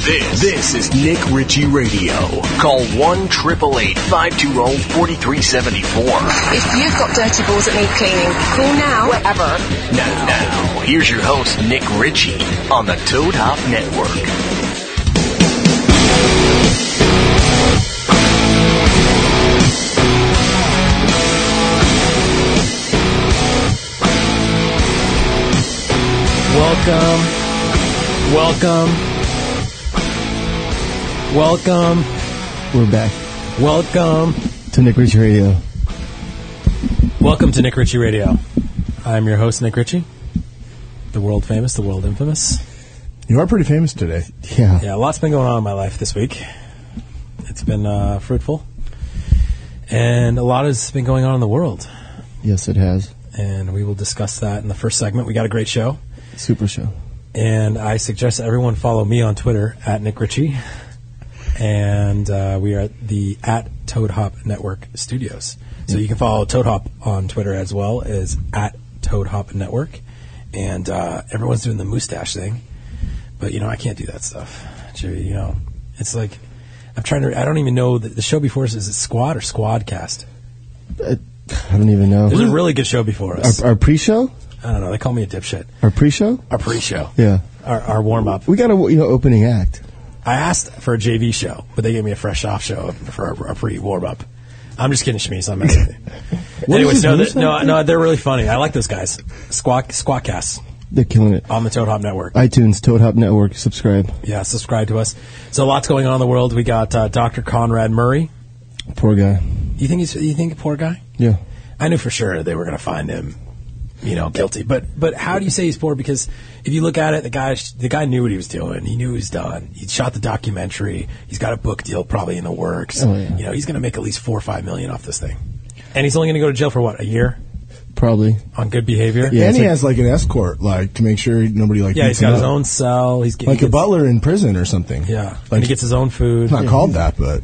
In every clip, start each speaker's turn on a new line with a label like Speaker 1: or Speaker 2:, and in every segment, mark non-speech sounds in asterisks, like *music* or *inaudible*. Speaker 1: This, this is Nick Ritchie Radio. Call 1 520 4374.
Speaker 2: If you've got dirty balls that need cleaning, call now. Wherever.
Speaker 1: Now, now, here's your host, Nick Ritchie, on the Toad Hop Network.
Speaker 3: Welcome. Welcome. Welcome. We're back. Welcome to Nick Ritchie Radio. Welcome to Nick Ritchie Radio. I'm your host, Nick Ritchie, the world famous, the world infamous.
Speaker 4: You are pretty famous today.
Speaker 3: Yeah. Yeah, a lot's been going on in my life this week. It's been uh, fruitful. And a lot has been going on in the world.
Speaker 5: Yes, it has.
Speaker 3: And we will discuss that in the first segment. We got a great show.
Speaker 5: Super show.
Speaker 3: And I suggest everyone follow me on Twitter at Nick Ritchie. And uh, we are at the at Toad Hop Network Studios. So you can follow Toad Hop on Twitter as well as at Toad Hop Network. And uh, everyone's doing the mustache thing. But, you know, I can't do that stuff. Jerry, you know, it's like, I'm trying to, I don't even know the, the show before us. Is it Squad or Squadcast?
Speaker 5: I I don't even know.
Speaker 3: There's a really good show before us.
Speaker 5: Our, our pre-show?
Speaker 3: I don't know. They call me a dipshit.
Speaker 5: Our pre-show?
Speaker 3: Our pre-show.
Speaker 5: Yeah.
Speaker 3: Our, our warm-up.
Speaker 5: We got a you know opening act.
Speaker 3: I asked for a JV show, but they gave me a fresh off show for our, our pre warm up. I'm just kidding, Shmi. So I'm
Speaker 5: *laughs*
Speaker 3: not
Speaker 5: What
Speaker 3: Anyways,
Speaker 5: is this
Speaker 3: no,
Speaker 5: new
Speaker 3: they, no, no, they're really funny. I like those guys. Squawk, Squawkcast
Speaker 5: They're killing it.
Speaker 3: on the Toad Hop Network.
Speaker 5: iTunes, Toad Hop Network, subscribe.
Speaker 3: Yeah, subscribe to us. So lots going on in the world. We got uh, Dr. Conrad Murray.
Speaker 5: Poor guy.
Speaker 3: You think he's? You think a poor guy?
Speaker 5: Yeah.
Speaker 3: I knew for sure they were going to find him, you know, guilty. But but how do you say he's poor? Because if you look at it, the guy the guy knew what he was doing. He knew he was done. He shot the documentary. He's got a book deal probably in the works.
Speaker 5: Oh, yeah.
Speaker 3: You know, he's going to make at least four or five million off this thing, and he's only going to go to jail for what a year
Speaker 5: Probably.
Speaker 3: on good behavior.
Speaker 5: Yeah,
Speaker 4: and
Speaker 5: it's
Speaker 4: he
Speaker 5: like-
Speaker 4: has like an escort, like to make sure nobody like
Speaker 3: yeah.
Speaker 4: beats
Speaker 3: He's got
Speaker 4: him
Speaker 3: his
Speaker 4: up.
Speaker 3: own cell. He's
Speaker 4: like
Speaker 3: he
Speaker 4: a
Speaker 3: gets-
Speaker 4: butler in prison or something.
Speaker 3: Yeah, and
Speaker 4: like
Speaker 3: he gets his own food.
Speaker 4: it's not called that, but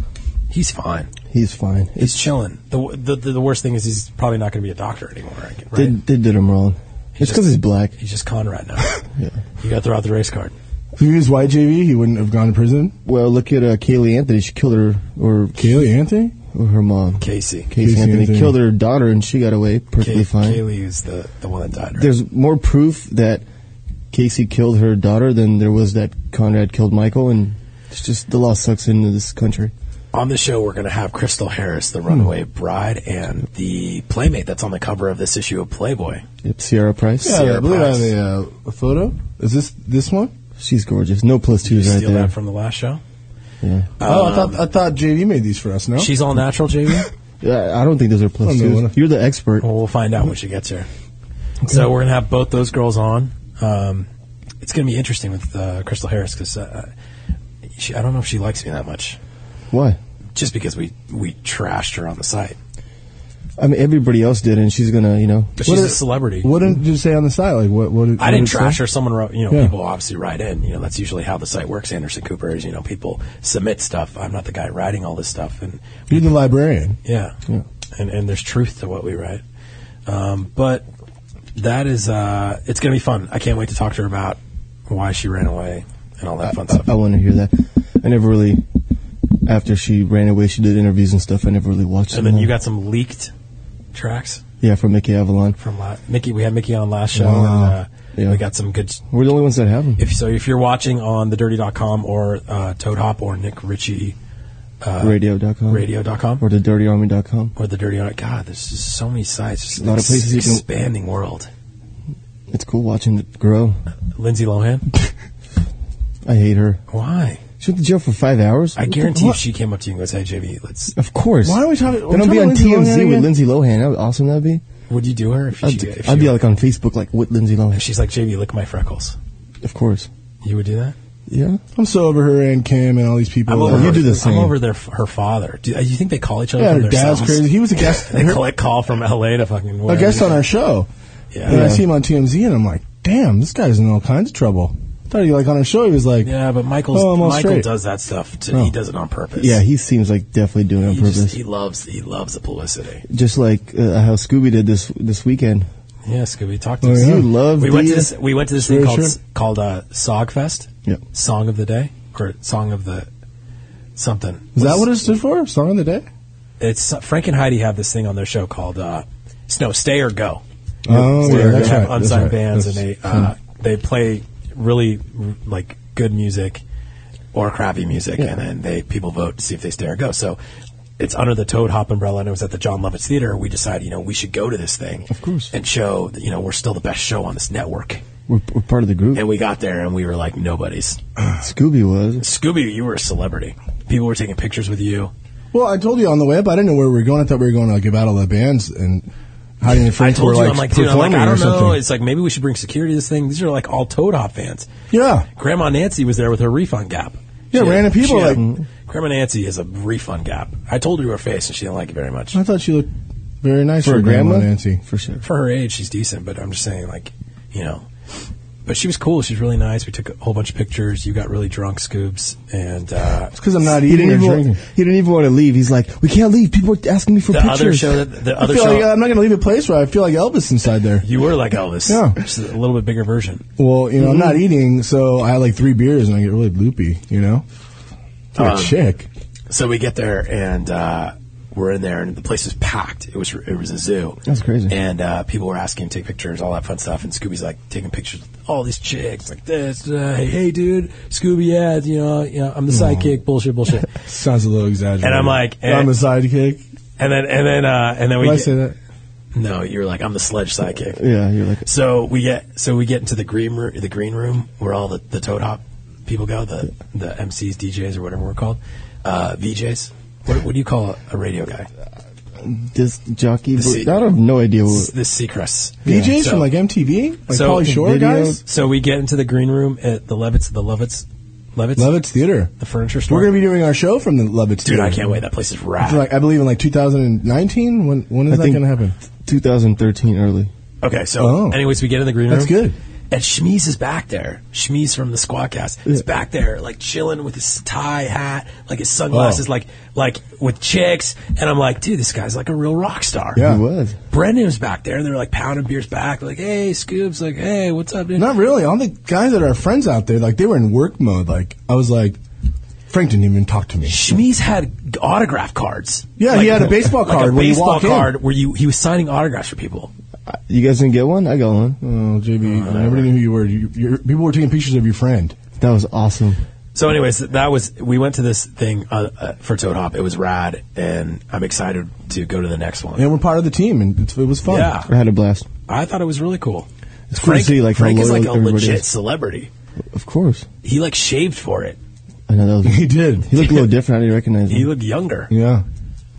Speaker 3: He's fine.
Speaker 5: He's fine.
Speaker 3: He's chilling. The, the the the worst thing is he's probably not going to be a doctor anymore. I can- Right?
Speaker 5: They, they did him wrong. It's because he's black.
Speaker 3: He's just Conrad now. You got to throw out the race card.
Speaker 4: if he was YJV, he wouldn't have gone to prison.
Speaker 5: Well, look at uh, Kaylee Anthony. She killed her, or,
Speaker 4: Kaylee Anthony,
Speaker 5: or her mom.
Speaker 3: Casey.
Speaker 5: Casey,
Speaker 4: Casey
Speaker 5: Anthony,
Speaker 4: Anthony.
Speaker 5: killed her daughter and she got away perfectly
Speaker 3: Kay-
Speaker 5: fine.
Speaker 3: Kaylee is the, the one that died. Right?
Speaker 5: There's more proof that Casey killed her daughter than there was that Conrad killed Michael, and it's just the law sucks into this country.
Speaker 3: On the show, we're going to have Crystal Harris, the runaway bride, and the playmate that's on the cover of this issue of Playboy.
Speaker 5: Yep, Sierra Price.
Speaker 4: yeah,
Speaker 3: Sierra
Speaker 4: I believe I
Speaker 3: Price.
Speaker 4: have a, uh, a photo. Is this this one?
Speaker 5: She's gorgeous. No plus
Speaker 3: Did you
Speaker 5: twos right
Speaker 3: steal
Speaker 5: there.
Speaker 3: that from the last show? Um,
Speaker 5: yeah.
Speaker 4: oh, I thought I thought JV made these for us. No,
Speaker 3: She's all natural, JV?
Speaker 5: Yeah, I don't think those are plus
Speaker 4: I don't know what I-
Speaker 5: twos. You're the expert.
Speaker 3: well, we'll find out when she gets here. So we're going to have both those girls on. Um, it's going to be interesting with uh, Crystal Harris because uh, she- I don't know if she likes me that much.
Speaker 5: Why?
Speaker 3: Just because we, we trashed her on the site.
Speaker 5: I mean, everybody else did, and she's gonna, you know.
Speaker 3: But
Speaker 4: What
Speaker 3: she's a
Speaker 4: is-
Speaker 3: celebrity.
Speaker 4: what did you say on the side? Like what? What? Did,
Speaker 3: I
Speaker 4: what
Speaker 3: didn't
Speaker 4: did it
Speaker 3: trash
Speaker 4: say?
Speaker 3: her. Someone wrote, you know,
Speaker 4: Yeah.
Speaker 3: people obviously write in. You know, that's usually how the site works. Anderson Cooper is, you know, people submit stuff. I'm not the guy writing all this stuff, and
Speaker 4: You're the librarian.
Speaker 3: yeah, and and there's truth to what we write. Um, but that is, uh, it's going to be fun. I can't wait to talk to her about why she ran away and all that fun stuff.
Speaker 5: I want to hear that. I never really. After she ran away, she did interviews and stuff. I never really watched.
Speaker 3: and
Speaker 5: them
Speaker 3: then
Speaker 5: all.
Speaker 3: you got some leaked tracks
Speaker 5: yeah from Mickey Avalon.
Speaker 3: from la- Mickey. We had Mickey on last show,
Speaker 4: Wow.
Speaker 3: and uh,
Speaker 5: Yeah.
Speaker 3: we got some good
Speaker 5: We're the only ones that have them.
Speaker 3: If so, if you're watching on thedirty.com or uh, Toad Hop or Nick Ritchie uh,
Speaker 5: Radio.com.
Speaker 3: radio.com
Speaker 5: or the dirtyarmy.com.
Speaker 3: or the dirty on it. God, there's just so many sites. Just
Speaker 5: A lot of
Speaker 3: ex-
Speaker 5: places you can-
Speaker 3: expanding world.
Speaker 5: It's cool watching it grow.
Speaker 3: Lindsay Lohan.
Speaker 5: I hate her.
Speaker 3: Why?
Speaker 5: She went to jail for five hours.
Speaker 3: I guarantee
Speaker 4: What?
Speaker 3: if she came up to you and goes, "Hey JV,
Speaker 5: *laughs*
Speaker 3: let's,"
Speaker 5: Of course.
Speaker 4: Why are we talking?
Speaker 5: Then I'll be on
Speaker 4: Lindsay Lohan
Speaker 5: TMZ with
Speaker 4: again?
Speaker 5: Lindsay Lohan. How awesome that'd be.
Speaker 3: would you do her if,
Speaker 5: I'd,
Speaker 3: she, if,
Speaker 5: I'd
Speaker 3: she-
Speaker 5: be like on Facebook, like with Lindsay
Speaker 3: if
Speaker 5: Lohan.
Speaker 3: she's like JV, lick my freckles?
Speaker 5: Of course.
Speaker 3: You would do that?
Speaker 5: Yeah.
Speaker 4: I'm so over her and Kim and all these people.
Speaker 5: over
Speaker 4: Like,
Speaker 5: her. You do the
Speaker 3: I'm
Speaker 5: same.
Speaker 3: over their her father. Do you think they call each other?
Speaker 4: Yeah,
Speaker 3: from
Speaker 4: her
Speaker 3: their
Speaker 4: dad's
Speaker 3: cells?
Speaker 4: crazy. He
Speaker 3: *laughs*
Speaker 4: was a guest.
Speaker 3: They
Speaker 4: her-
Speaker 3: call it call from LA to fucking.
Speaker 4: a
Speaker 3: wherever.
Speaker 4: guest on our show.
Speaker 3: Yeah.
Speaker 4: And I see him on TMZ, and I'm like, damn, this guy's in all kinds of trouble. I thought he like on our show. He was like,
Speaker 3: Yeah, but Michael's,
Speaker 4: Oh, I'm all
Speaker 3: Michael
Speaker 4: straight.
Speaker 3: does that stuff. To, He does it on purpose.
Speaker 5: Oh. Yeah, he seems like definitely doing it on
Speaker 3: he,
Speaker 5: purpose.
Speaker 3: just, he loves he loves the publicity.
Speaker 5: just like uh, how Scooby did this this weekend.
Speaker 3: Yeah, Scooby, talk to
Speaker 4: Oh,
Speaker 3: us.
Speaker 4: yeah.
Speaker 5: You love
Speaker 3: we went
Speaker 5: the-
Speaker 3: to this we went to this
Speaker 4: Sure,
Speaker 3: thing called
Speaker 4: sure.
Speaker 3: s- called uh, Sogfest.
Speaker 5: Yep.
Speaker 3: Song of the day. or song of the something.
Speaker 4: Is that what it stood for? Song of the day?
Speaker 3: It's Frank and Heidi have this thing on their show called uh, "Snow Stay or Go."
Speaker 4: Oh,
Speaker 3: Where
Speaker 4: yeah,
Speaker 3: they
Speaker 4: that's right,
Speaker 3: have
Speaker 4: that's
Speaker 3: unsigned
Speaker 4: right.
Speaker 3: bands
Speaker 4: That's-
Speaker 3: and they uh, they play really r- like good music or crappy music, and then they people vote to see if they stay or go. So. It's under the Toad Hop umbrella, and it was at the John Lovitz Theater. We decided, you know, we should go to this thing, of
Speaker 5: course.
Speaker 3: and show that you know we're still the best show on this network.
Speaker 5: We're, we're part of the group.
Speaker 3: And we got there, and we were like nobodies.
Speaker 5: Scooby was.
Speaker 3: Scooby, you were a celebrity. People were taking pictures with you.
Speaker 4: Well, I told you on the way up, I didn't know where we were going. I thought we were going to like about all the bands and Heidi and
Speaker 3: I
Speaker 4: Frank
Speaker 3: told
Speaker 4: were
Speaker 3: you,
Speaker 4: like,
Speaker 3: I'm like, dude, I'm
Speaker 4: performing
Speaker 3: like, I
Speaker 4: or
Speaker 3: don't know.
Speaker 4: something.
Speaker 3: It's like maybe we should bring security to this thing. These are like all Toad Hop fans.
Speaker 4: Yeah.
Speaker 3: Grandma Nancy was there with her refund gap.
Speaker 4: Yeah,
Speaker 3: She had-
Speaker 4: random people
Speaker 3: she had-
Speaker 4: like-
Speaker 3: Grandma Nancy is a refund gap. I told her her face, and she didn't like it very much.
Speaker 4: I thought she looked very nice
Speaker 5: For
Speaker 4: for,
Speaker 5: a
Speaker 4: grandma,
Speaker 5: grandma?
Speaker 4: Nancy.
Speaker 5: For sure.
Speaker 3: For her age, she's decent, but I'm just saying, like, you know. But she was cool. She's really nice. We took a whole bunch of pictures. You got really drunk, Scoobs, and uh,
Speaker 4: Because I'm not
Speaker 5: He didn't,
Speaker 4: eating or
Speaker 5: even,
Speaker 4: drinking.
Speaker 5: wa- he didn't even want to leave. He's like, we can't leave. People are asking me for
Speaker 3: the
Speaker 5: pictures.
Speaker 3: other show that the
Speaker 4: I
Speaker 3: other
Speaker 4: feel
Speaker 3: show.
Speaker 4: like uh, I'm not going to leave a place where I feel like Elvis inside there.
Speaker 3: you were like Elvis,
Speaker 4: Yeah.
Speaker 3: just a little bit bigger version.
Speaker 4: Well, you know, I'm
Speaker 3: Mm-hmm.
Speaker 4: not eating, so I had like three beers and I get really loopy, you know? It's like
Speaker 3: Um,
Speaker 4: a chick.
Speaker 3: So we get there and uh, we're in there, and the place was packed. It was it was a zoo.
Speaker 5: That's crazy.
Speaker 3: And uh, people were asking, to take pictures, all that fun stuff. And Scooby's like taking pictures, with all these chicks like this. Uh, hey, hey, dude, Scooby, yeah, you know, you know, I'm the sidekick, bullshit, bullshit.
Speaker 4: *laughs* Sounds a little exaggerated.
Speaker 3: And I'm like, eh.
Speaker 4: I'm a sidekick.
Speaker 3: and then and then uh, and then we
Speaker 4: Did I
Speaker 3: get-
Speaker 4: say that?
Speaker 3: no, you're like I'm the sledge sidekick.
Speaker 5: Yeah, you're like,
Speaker 3: So we get so we get into the green room, the green room where all the, the Toad Hop people go, the the MCs, DJs, or whatever we're called, uh, VJs. What, what do you call a, a radio guy?
Speaker 5: this jockey.
Speaker 3: The
Speaker 5: but-
Speaker 3: se-
Speaker 5: I don't have no idea.
Speaker 3: S-
Speaker 5: What,
Speaker 3: the Seacrest.
Speaker 4: DJs
Speaker 3: So-
Speaker 4: from like MTV? Like
Speaker 3: so-
Speaker 4: Polly Shore
Speaker 5: Video-
Speaker 4: guys?
Speaker 3: So we get into the green room at the Levitts, the Levitts, Levitts,
Speaker 4: Lovitz Theater.
Speaker 3: the furniture store.
Speaker 4: We're going to be doing our show from the Lovitz
Speaker 3: Dude,
Speaker 4: Theater.
Speaker 3: I can't wait. That place is rad.
Speaker 4: For, like, I believe in like 2019. When when is
Speaker 5: I
Speaker 4: that
Speaker 5: think-
Speaker 4: going to happen?
Speaker 5: 2013 early.
Speaker 3: okay, so
Speaker 4: Oh.
Speaker 3: anyways, we get in the green room.
Speaker 4: That's good.
Speaker 3: And Schmeez is back there. Schmeez from the Squadcast is
Speaker 5: Yeah.
Speaker 3: back there, like chilling with his tie hat, like his sunglasses,
Speaker 4: Oh.
Speaker 3: like like with chicks. And I'm like, dude, this guy's like a real rock star.
Speaker 4: Yeah.
Speaker 5: He was.
Speaker 3: Brendan was back there, and they're like pounding beers back, like, hey, Scoobs, like, hey, what's up, dude?
Speaker 4: Not really. All the guys that are friends out there, like they were in work mode. Like I was like, Frank didn't even talk to me.
Speaker 3: Schmeez had autograph cards.
Speaker 4: Yeah, he
Speaker 3: *laughs*
Speaker 4: had a baseball
Speaker 3: like
Speaker 4: card
Speaker 3: a
Speaker 4: when you
Speaker 3: baseball
Speaker 4: walk in.
Speaker 3: card where you he was signing autographs for people.
Speaker 5: I- You guys didn't get one? I got one.
Speaker 4: Oh, JB, nobody knew who you were. You, you people were taking pictures of your friend.
Speaker 5: That was awesome.
Speaker 3: So, anyways, that was we went to this thing uh, uh, for Toad Hop. It was rad, and I'm excited to go to the next one.
Speaker 4: And we're part of the team, and it's, it was fun.
Speaker 3: Yeah,
Speaker 5: I had a blast.
Speaker 3: I thought it was really cool.
Speaker 5: It's cool to see, like, how
Speaker 3: Frank is
Speaker 5: loyal
Speaker 3: like a
Speaker 5: everybody
Speaker 3: legit
Speaker 5: is.
Speaker 3: celebrity.
Speaker 5: Of course.
Speaker 3: He like shaved for it.
Speaker 5: I know that was.
Speaker 4: *laughs* he did.
Speaker 5: He looked a little different. I didn't recognize
Speaker 3: He
Speaker 5: him.
Speaker 3: looked younger.
Speaker 4: Yeah,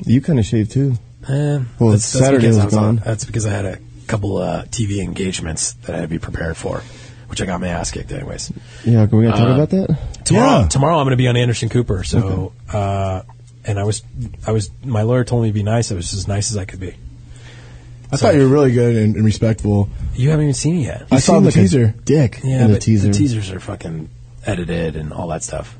Speaker 5: You kind of shaved too.
Speaker 3: Eh,
Speaker 5: Well, Saturday
Speaker 3: because
Speaker 5: was
Speaker 3: I on-
Speaker 5: gone.
Speaker 3: That's because I had a couple uh, TV engagements that I had to be prepared for, which I got my ass kicked anyways.
Speaker 5: Yeah, can we gotta talk
Speaker 3: Uh,
Speaker 5: about that?
Speaker 3: Tomorrow,
Speaker 4: Yeah.
Speaker 3: tomorrow I'm going to be on Anderson Cooper. So, uh, and I was, I was, my lawyer told me to be nice. I was as nice as I could be.
Speaker 4: I
Speaker 3: So-
Speaker 4: thought you were really good and, and respectful.
Speaker 3: You haven't even seen it yet.
Speaker 4: I
Speaker 5: He
Speaker 4: saw
Speaker 5: seemed
Speaker 4: the
Speaker 5: like a
Speaker 4: teaser.
Speaker 5: dick
Speaker 3: Yeah,
Speaker 5: in the
Speaker 3: but
Speaker 5: teaser.
Speaker 3: the teasers are fucking edited and all that stuff.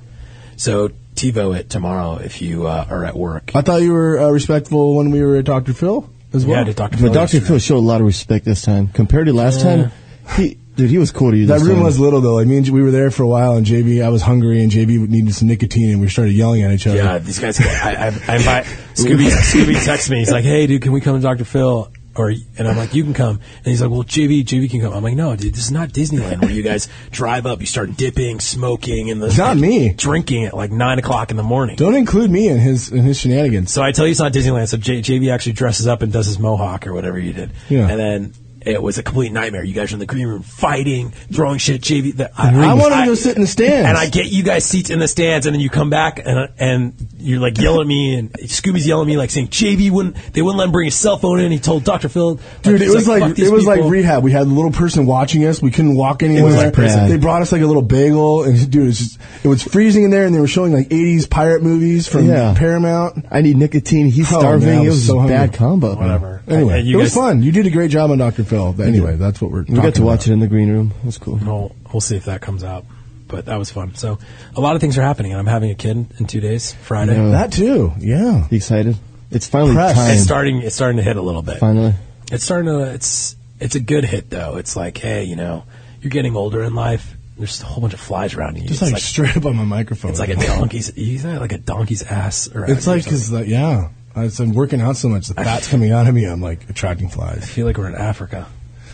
Speaker 3: So TiVo it tomorrow if you uh, are at work.
Speaker 4: I thought you were uh, respectful when we were at Dr. Phil as well.
Speaker 3: Yeah, to Dr. Phil
Speaker 5: But Doctor
Speaker 3: yesterday.
Speaker 5: Phil showed a lot of respect this time compared to last time. He, dude, he was cool to you.
Speaker 4: That
Speaker 5: this
Speaker 4: room
Speaker 5: time.
Speaker 4: was little though. Like me and J- we were there for a while, and JB, I was hungry, and JB needed some nicotine, and we started yelling at each other.
Speaker 3: Yeah, these guys. I, I, I invite *laughs* Scooby. Scooby texts me. He's like, "Hey, dude, can we come to Dr. Phil?" Or and I'm like, "You can come." And he's like, "Well, JV, JV can come." I'm like, "No, dude, this is not Disneyland where you guys drive up, you start dipping, smoking, and the
Speaker 4: It's not me.
Speaker 3: drinking at like nine o'clock in the morning."
Speaker 4: Don't include me in his in his shenanigans.
Speaker 3: So I tell you, it's not Disneyland. So J- JV actually dresses up and does his mohawk or whatever you did.
Speaker 4: Yeah.
Speaker 3: And then. It was a complete nightmare. You guys were in the green room fighting, throwing shit. JV, the, I,
Speaker 4: I wanted to go sit in the stands.
Speaker 3: and I get you guys seats in the stands, and then you come back and and you're like yelling at me, and Scooby's yelling at me, like saying JV wouldn't they wouldn't let him bring his cell phone in. He told Doctor Phil, like,
Speaker 4: Dude, it
Speaker 3: he's
Speaker 4: was like,
Speaker 3: "Fuck these
Speaker 4: it was like
Speaker 3: people."
Speaker 4: rehab. We had a little person watching us. We couldn't walk anywhere.
Speaker 5: like prison.
Speaker 4: They brought us like a little bagel, and dude, it's just it was freezing in there, and they were showing like '80s pirate movies from
Speaker 5: Yeah.
Speaker 4: Paramount.
Speaker 5: I need nicotine. He's
Speaker 4: Oh,
Speaker 5: starving.
Speaker 4: man, I
Speaker 5: it
Speaker 4: was
Speaker 5: was
Speaker 4: so
Speaker 5: a bad
Speaker 4: hungry.
Speaker 5: combo.
Speaker 3: whatever.
Speaker 4: Anyway,
Speaker 3: And you
Speaker 4: it was
Speaker 3: guys-
Speaker 4: fun. You did a great job on Dr. Phil. But anyway, that's what we're
Speaker 5: We got to watch it in the green room. It was cool.
Speaker 3: We'll, we'll see if that comes out, but that was fun. So a lot of things are happening, and I'm having a kid in two days, Friday.
Speaker 5: Yeah.
Speaker 4: That too. Yeah.
Speaker 5: You excited? It's finally
Speaker 4: Press.
Speaker 3: It's
Speaker 5: time.
Speaker 3: starting. It's starting to hit a little bit.
Speaker 5: Finally.
Speaker 3: It's starting to. It's it's a good hit though. It's like, hey, you know, you're getting older in life. There's just a whole bunch of flies around you.
Speaker 4: Just
Speaker 3: it's
Speaker 4: like, straight up on my microphone.
Speaker 3: it's like
Speaker 4: *laughs*
Speaker 3: a donkey's. You got like a donkey's ass. Around
Speaker 4: It's
Speaker 3: you or
Speaker 4: like
Speaker 3: something.
Speaker 4: because yeah, I've been working out so much the
Speaker 3: *laughs*
Speaker 4: fat's coming out of me. I'm like attracting flies.
Speaker 3: I feel like we're in Africa.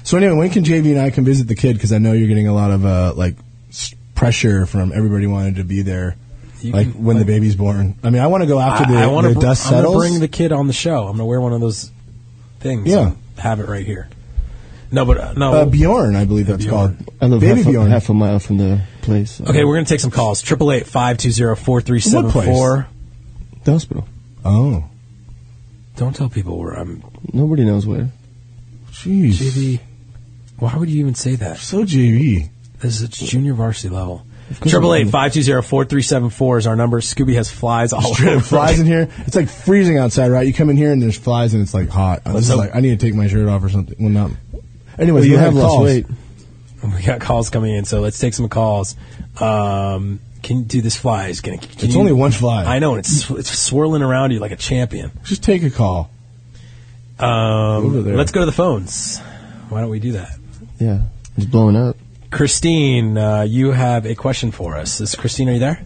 Speaker 4: So anyway, when can JV and I come visit the kid? Because I know you're getting a lot of uh, like s- pressure from everybody wanting to be there.
Speaker 3: You
Speaker 4: like
Speaker 3: can-
Speaker 4: when
Speaker 3: like-
Speaker 4: the baby's born. I mean, I want to go after the,
Speaker 3: I, I want
Speaker 4: the
Speaker 3: to.
Speaker 4: dust
Speaker 3: I'm
Speaker 4: settles.
Speaker 3: gonna bring the kid on the show. I'm gonna wear one of those things.
Speaker 4: Yeah.
Speaker 3: and have it right here. No, but uh, no.
Speaker 4: uh, Bjorn, I believe that's
Speaker 3: Bjorn.
Speaker 4: called.
Speaker 5: I live
Speaker 4: Baby
Speaker 5: half a,
Speaker 4: Bjorn.
Speaker 5: half a mile from the place. so-
Speaker 3: okay, we're gonna take some calls. Triple eight five two zero four three seven
Speaker 4: What
Speaker 3: four.
Speaker 5: the hospital.
Speaker 4: oh,
Speaker 3: Don't tell people where I'm.
Speaker 5: Nobody knows where.
Speaker 4: jeez,
Speaker 3: JV. Why would you even say that?
Speaker 4: so
Speaker 3: *laughs*
Speaker 4: JV.
Speaker 3: This is junior varsity level.
Speaker 5: course
Speaker 3: Triple
Speaker 5: it
Speaker 3: eight
Speaker 5: is.
Speaker 3: five two zero four three seven four is our number. Scooby has flies all
Speaker 4: Straight
Speaker 3: over.
Speaker 4: up flies in here. It's like freezing outside, right? You come in here and there's flies and it's like hot. I was
Speaker 3: Let's
Speaker 4: like,
Speaker 3: hope-
Speaker 4: I need to take my shirt off or something. Well, not. Anyways,
Speaker 5: Well, you
Speaker 4: we
Speaker 5: have
Speaker 4: had
Speaker 5: lost
Speaker 4: calls.
Speaker 5: weight.
Speaker 3: *laughs* We got calls coming in, so let's take some calls. Um, can you do this fly? Is gonna. can
Speaker 4: It's
Speaker 3: you-
Speaker 4: only one fly.
Speaker 3: I know, and it's sw- it's swirling around you like a champion.
Speaker 4: Just take a call. Over
Speaker 3: Um,
Speaker 4: there.
Speaker 3: let's go to the phones. Why don't we do that?
Speaker 5: Yeah, it's blowing up.
Speaker 3: Christine, uh, you have a question for us. Is Christine, are you there?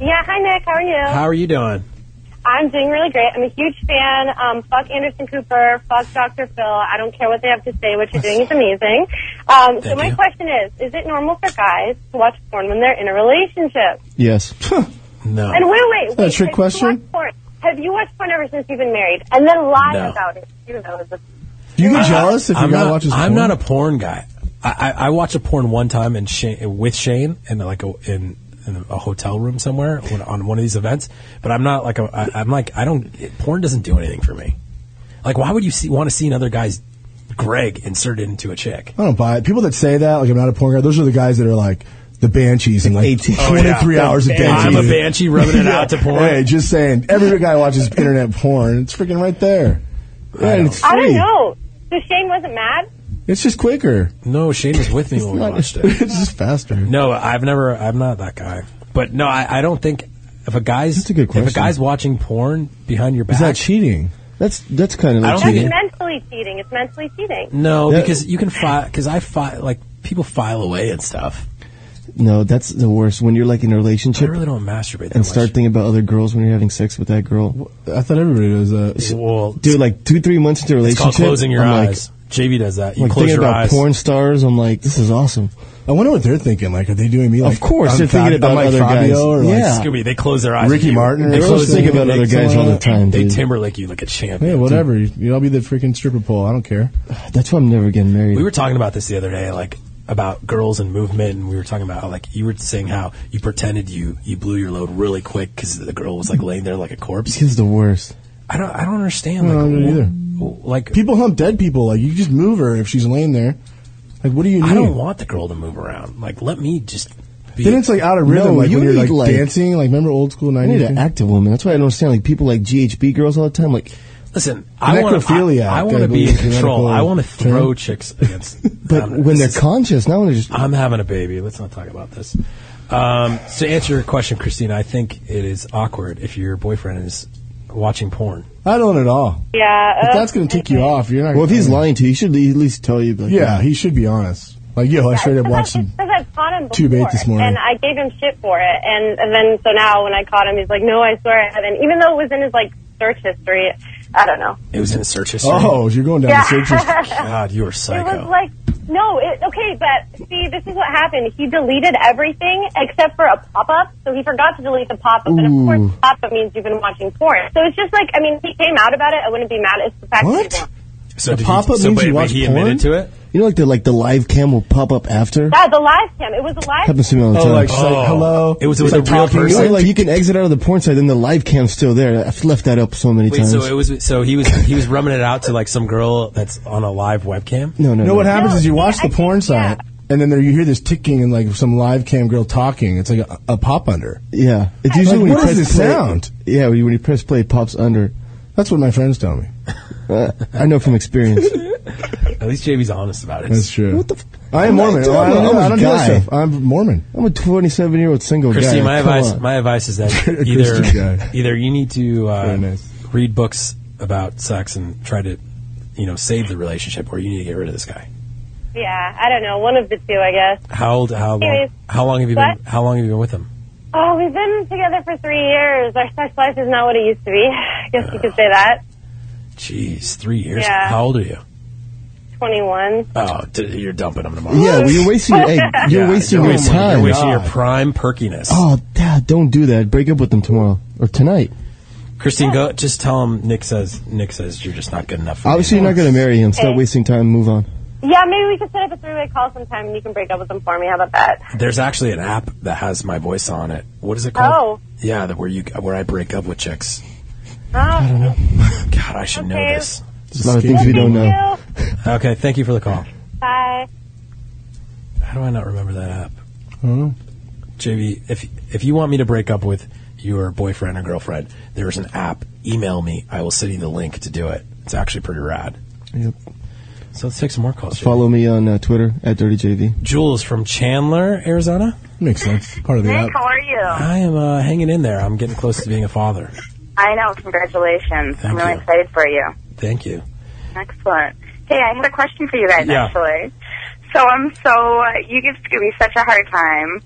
Speaker 6: Yeah, hi Nick, how are you?
Speaker 3: How are you doing?
Speaker 6: I'm doing really great. I'm a huge fan. Um, fuck Anderson Cooper, fuck Dr. Phil. I don't care what they have to say. What you're doing is amazing. Um, so
Speaker 3: Thank
Speaker 6: my
Speaker 3: you.
Speaker 6: question is: Is it normal for guys to watch porn when they're in a relationship?
Speaker 5: Yes. Oh.
Speaker 3: No.
Speaker 6: And wait, wait, wait.
Speaker 4: that a
Speaker 6: have
Speaker 4: trick
Speaker 6: you
Speaker 4: question?
Speaker 6: watched porn- Have you watched porn ever since you've been married? And then lie
Speaker 3: No.
Speaker 6: about it. You know, it's a-
Speaker 4: Do you get jealous if
Speaker 3: I'm
Speaker 4: your guy
Speaker 3: not,
Speaker 4: watches?
Speaker 3: I'm
Speaker 4: porn?
Speaker 3: not a porn guy. I, I, I watched a porn one time in Shane, with Shane in like a, in, in a hotel room somewhere when, on one of these events. But I'm not like a, I, I'm like I don't it, porn doesn't do anything for me. Like why would you see, want to see another guy's Greg inserted into
Speaker 4: *laughs*
Speaker 3: a chick?
Speaker 4: I don't buy it. People that say that, like I'm not a porn guy, those are the guys that are like the banshees and like
Speaker 5: 18.
Speaker 4: 23
Speaker 3: Oh, yeah.
Speaker 4: hours a day.
Speaker 3: I'm a banshee rubbing
Speaker 4: *laughs*
Speaker 3: it out to porn.
Speaker 4: Hey, just saying. Every guy watches internet porn. It's freaking right there. Yeah, and it's free.
Speaker 6: I don't know. So Shane wasn't mad.
Speaker 4: It's just quicker.
Speaker 3: No, Shane was with me when we watched
Speaker 4: *laughs*
Speaker 3: it.
Speaker 4: it's just faster.
Speaker 3: No, I've never. I'm not that guy. But no, I, I don't think if a guy's
Speaker 5: That's a good
Speaker 3: if a
Speaker 5: question.
Speaker 3: guy's watching porn behind your back,
Speaker 4: Is that cheating?
Speaker 5: That's that's kind of.
Speaker 3: I don't
Speaker 5: Like
Speaker 6: That's
Speaker 3: Yeah.
Speaker 5: cheating.
Speaker 6: mentally cheating. It's mentally cheating.
Speaker 3: no,
Speaker 5: Yeah.
Speaker 3: because you can file. Because I file like people file away and stuff.
Speaker 5: No, that's the worst. When you're like in a
Speaker 3: I
Speaker 5: relationship
Speaker 3: really don't masturbate that
Speaker 5: and
Speaker 3: much.
Speaker 5: start thinking about other girls when you're having sex with that girl,
Speaker 4: I thought everybody does that.
Speaker 3: well,
Speaker 5: dude. Like two, three months into a
Speaker 3: it's
Speaker 5: relationship,
Speaker 3: called closing your
Speaker 5: I'm like-
Speaker 3: eyes. JV does that. You
Speaker 5: Like,
Speaker 3: close
Speaker 5: thinking
Speaker 3: your
Speaker 5: about
Speaker 3: eyes.
Speaker 5: porn stars, I'm like, this is awesome.
Speaker 4: I wonder what they're thinking. Like, are they doing me? Like,
Speaker 5: Of course,
Speaker 4: I'm
Speaker 5: they're thinking
Speaker 4: Fab-
Speaker 5: about
Speaker 4: I'm like
Speaker 5: other
Speaker 4: Fabio
Speaker 5: guys.
Speaker 4: Or like,
Speaker 5: Yeah.
Speaker 3: Scooby, they close their eyes.
Speaker 4: Ricky
Speaker 3: at you.
Speaker 4: Martin or
Speaker 3: They
Speaker 5: Girls
Speaker 3: close
Speaker 4: something.
Speaker 5: think
Speaker 4: thinking
Speaker 5: about
Speaker 4: like
Speaker 5: other guys all the
Speaker 4: someone-
Speaker 5: time,
Speaker 3: They
Speaker 5: dude.
Speaker 3: Timberlake you like a
Speaker 4: Yeah,
Speaker 3: champion.
Speaker 4: whatever. You- I'll be the freaking stripper pole. I don't care.
Speaker 5: that's why I'm never getting married.
Speaker 3: We were talking about this the other day, like about girls and movement, and we were talking about how, like you were saying how you pretended you you blew your load really quick because the girl was like laying there like a corpse.
Speaker 5: Kids the worst.
Speaker 3: I don't I don't understand.
Speaker 4: I
Speaker 3: Like,
Speaker 4: don't
Speaker 3: wh-
Speaker 4: either.
Speaker 3: wh- Like
Speaker 4: People hump dead people. Like, you just move her if she's laying there. Like, what do you need?
Speaker 3: I don't want the girl to move around. Like let me just be.
Speaker 4: Then it's like out of rhythm.
Speaker 5: No,
Speaker 4: like
Speaker 5: you
Speaker 4: when you're
Speaker 5: need,
Speaker 4: like,
Speaker 5: like-
Speaker 4: dancing. Like remember old school
Speaker 5: I need
Speaker 4: nineties?
Speaker 5: an active woman. That's why I don't understand like people like GHB girls all the time. Like,
Speaker 3: listen. I want
Speaker 4: necrophiliac,
Speaker 3: to. I,
Speaker 4: I
Speaker 3: want to be
Speaker 4: believe,
Speaker 3: in
Speaker 4: is the
Speaker 3: control.
Speaker 4: medical
Speaker 3: I want to
Speaker 4: term.
Speaker 3: throw chicks against.
Speaker 5: but
Speaker 3: I'm-
Speaker 5: when
Speaker 3: this
Speaker 5: they're
Speaker 3: is-
Speaker 5: conscious, now they're just
Speaker 3: I'm having a baby. Let's not talk about this. Um, to answer your question, Christina, I think it is awkward if your boyfriend is watching porn.
Speaker 4: I don't at all.
Speaker 6: Yeah.
Speaker 4: If
Speaker 6: uh,
Speaker 4: that's gonna tick you off, you're not.
Speaker 5: well, if he's
Speaker 4: lying,
Speaker 5: lying to you, he should at least tell you. Like,
Speaker 4: yeah, he should be honest. Like yo, I straight up
Speaker 6: Because
Speaker 4: watched
Speaker 6: I-
Speaker 4: some.
Speaker 6: because I've caught him
Speaker 4: Too
Speaker 6: before,
Speaker 4: bait this morning.
Speaker 6: and I gave him shit for it, and, and then so now when I caught him, he's like, "No, I swear I haven't." Even though it was in his like search history, I don't know.
Speaker 3: It was in a search history.
Speaker 4: Oh, you're going down
Speaker 6: Yeah.
Speaker 4: the searches.
Speaker 6: *laughs*
Speaker 3: God, you are
Speaker 6: It
Speaker 3: psycho.
Speaker 6: was like, no, it, okay, but see, this is what happened. He deleted everything except for a pop up, so he forgot to delete the pop up, and of
Speaker 5: Ooh.
Speaker 6: course, pop up means you've been watching porn. So it's just like, I mean, he came out about it. I wouldn't be mad. It's the fact that he
Speaker 4: What?
Speaker 6: didn't.
Speaker 3: so did
Speaker 4: pop-up
Speaker 3: he, so
Speaker 4: means
Speaker 3: wait,
Speaker 4: you
Speaker 3: wait,
Speaker 4: watch
Speaker 3: he
Speaker 4: porn?
Speaker 3: admitted to it.
Speaker 5: you know, like the like the live cam will pop up after.
Speaker 6: Yeah, the live cam. It was a live
Speaker 5: Happens to me all the
Speaker 4: Oh,
Speaker 5: time.
Speaker 4: like, she's like hello.
Speaker 3: It was
Speaker 4: It's
Speaker 3: with
Speaker 4: like
Speaker 3: a real
Speaker 4: talking.
Speaker 5: You know,
Speaker 3: person.
Speaker 5: like you can exit out of the porn site, then the live cam's still there. I've left that up so many
Speaker 3: Wait,
Speaker 5: times.
Speaker 3: so it was so he was he was rubbing it out to like some girl that's on a live webcam.
Speaker 5: no, no,
Speaker 4: You know
Speaker 5: no.
Speaker 4: what happens is you
Speaker 6: No,
Speaker 4: watch
Speaker 6: I-
Speaker 4: the porn site, and then there you hear this ticking and like some live cam girl talking. It's like a, a pop under.
Speaker 5: Yeah, it's usually
Speaker 4: Like,
Speaker 5: when
Speaker 4: what
Speaker 5: you
Speaker 4: is
Speaker 5: press
Speaker 4: this
Speaker 5: play,
Speaker 4: sound?
Speaker 5: Yeah, when you, when you press play, it pops under.
Speaker 4: That's what my friends tell
Speaker 3: *laughs*
Speaker 4: me.
Speaker 5: Uh, I know from experience.
Speaker 3: *laughs* At least JV's honest about it.
Speaker 4: That's true.
Speaker 5: what the? F-
Speaker 4: I am
Speaker 5: I'm not
Speaker 4: Mormon.
Speaker 5: doing
Speaker 4: Oh, I
Speaker 5: it. I'm
Speaker 4: don't, know.
Speaker 5: a
Speaker 4: I don't do that
Speaker 5: guy.
Speaker 4: stuff. I'm Mormon.
Speaker 5: I'm a 27 year old single
Speaker 3: Christine,
Speaker 5: guy.
Speaker 3: my
Speaker 5: Come
Speaker 3: advice,
Speaker 5: on.
Speaker 3: my advice is
Speaker 4: *laughs*
Speaker 3: that
Speaker 4: You're a Christian
Speaker 3: either
Speaker 4: guy.
Speaker 3: either you need to uh,
Speaker 4: Very nice.
Speaker 3: read books about sex and try to you know save the relationship, or you need to get rid of this guy.
Speaker 6: Yeah, I don't know. One of the two, I guess.
Speaker 3: How old? How long?
Speaker 6: Anyways,
Speaker 3: How long have you
Speaker 6: what?
Speaker 3: been? How long have you been with him?
Speaker 6: Oh, we've been together for three years. Our sex life is not what it used to be. *sighs* I guess you could say that.
Speaker 3: Jeez, three years.
Speaker 6: Yeah.
Speaker 3: How old are you?
Speaker 6: 21.
Speaker 3: Oh, d- you're dumping him tomorrow.
Speaker 5: Yeah, well, you're wasting your, hey,
Speaker 3: *laughs*
Speaker 5: you're
Speaker 3: Yeah,
Speaker 5: wasting
Speaker 3: you're
Speaker 5: your
Speaker 3: wasting-
Speaker 5: time.
Speaker 3: You're wasting your prime perkiness.
Speaker 5: Oh, Dad, don't do that. Break up with them tomorrow or tonight.
Speaker 3: Christine, go. Just tell him Nick says. Nick says you're just not good enough. For me
Speaker 5: Obviously, you're
Speaker 3: anymore.
Speaker 5: not going to marry him. Stop
Speaker 6: Okay.
Speaker 5: wasting time. Move on.
Speaker 6: Yeah, maybe we could set up a three-way call sometime and you can break up with them for me. How about that?
Speaker 3: There's actually an app that has my voice on it. What is it called?
Speaker 6: Oh.
Speaker 3: Yeah, that where you where I break up with chicks.
Speaker 6: Oh,
Speaker 3: God, I should know
Speaker 6: Okay.
Speaker 3: this.
Speaker 5: There's a lot of things we don't know.
Speaker 6: thank you.
Speaker 3: Okay, thank you for the call.
Speaker 6: Bye.
Speaker 3: How do I not remember that app?
Speaker 4: Hmm?
Speaker 3: JV, if if you want me to break up with your boyfriend or girlfriend, there's an app. Email me. I will send you the link to do it. It's actually pretty rad.
Speaker 5: Yep.
Speaker 3: So let's take some more calls.
Speaker 5: Follow me on uh, Twitter at DirtyJV.
Speaker 3: JV. Jules from Chandler, Arizona.
Speaker 4: Makes sense. Part of the app.
Speaker 7: how are you?
Speaker 3: I am uh, hanging in there. I'm getting close to being a father.
Speaker 7: I know. Congratulations.
Speaker 3: Thank
Speaker 7: I'm really
Speaker 3: you.
Speaker 7: excited for you.
Speaker 3: Thank you.
Speaker 7: Excellent. Hey, I had a question for you guys,
Speaker 3: Yeah.
Speaker 7: actually. So I'm so, uh, you give Scooby such a hard time,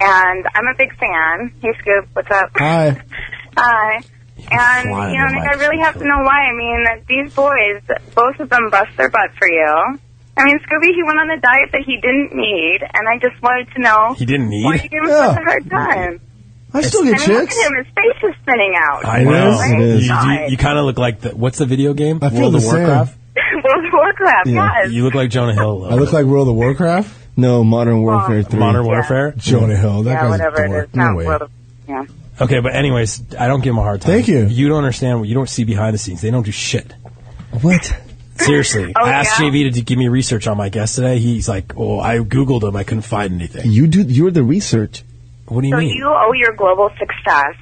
Speaker 7: and I'm a big fan. Hey, Scoop, what's up?
Speaker 4: Hi.
Speaker 7: Hi. And,
Speaker 3: fly
Speaker 7: you know,
Speaker 3: on the
Speaker 7: Nick,
Speaker 3: mic,
Speaker 7: I really
Speaker 3: so
Speaker 7: have to
Speaker 3: cool.
Speaker 7: know why. I mean, these boys, both of them bust their butt for you. I mean, Scooby, he went on a diet that he didn't need, and I just wanted to know
Speaker 3: He didn't need.
Speaker 7: why you give him
Speaker 4: Yeah.
Speaker 7: such a hard time.
Speaker 4: I still
Speaker 7: I
Speaker 4: get
Speaker 7: mean, look
Speaker 4: chicks.
Speaker 7: at him. His face is spinning out.
Speaker 3: I
Speaker 4: It
Speaker 3: know.
Speaker 4: is,
Speaker 7: Right?
Speaker 4: it is.
Speaker 3: You,
Speaker 7: God. *laughs*
Speaker 3: kind of look like the, what's the video game?
Speaker 4: I feel
Speaker 3: World
Speaker 4: the
Speaker 3: of
Speaker 4: same.
Speaker 3: Warcraft.
Speaker 7: World of Warcraft,
Speaker 5: Yeah.
Speaker 7: yes.
Speaker 3: You look like Jonah Hill. a little
Speaker 4: I look
Speaker 3: bit.
Speaker 4: like World of Warcraft.
Speaker 5: No, Modern Warfare 3.
Speaker 3: Modern Warfare.
Speaker 4: Jonah Hill. That
Speaker 7: yeah,
Speaker 4: guy's
Speaker 7: whatever
Speaker 4: a dork.
Speaker 7: it is.
Speaker 4: No
Speaker 7: Not
Speaker 4: way.
Speaker 7: World of yeah.
Speaker 3: Okay, but anyways, I don't give him a hard time.
Speaker 4: Thank you.
Speaker 3: You don't understand. what You don't see behind the scenes. They don't do shit.
Speaker 5: What?
Speaker 3: Seriously,
Speaker 7: *laughs* Oh,
Speaker 3: I asked
Speaker 7: yeah?
Speaker 3: JV to d- give me research on my guest today. He's like, "Oh, I googled him. I couldn't find anything."
Speaker 5: You do, you're the research.
Speaker 3: What do you
Speaker 7: So
Speaker 3: mean?
Speaker 7: you owe your global success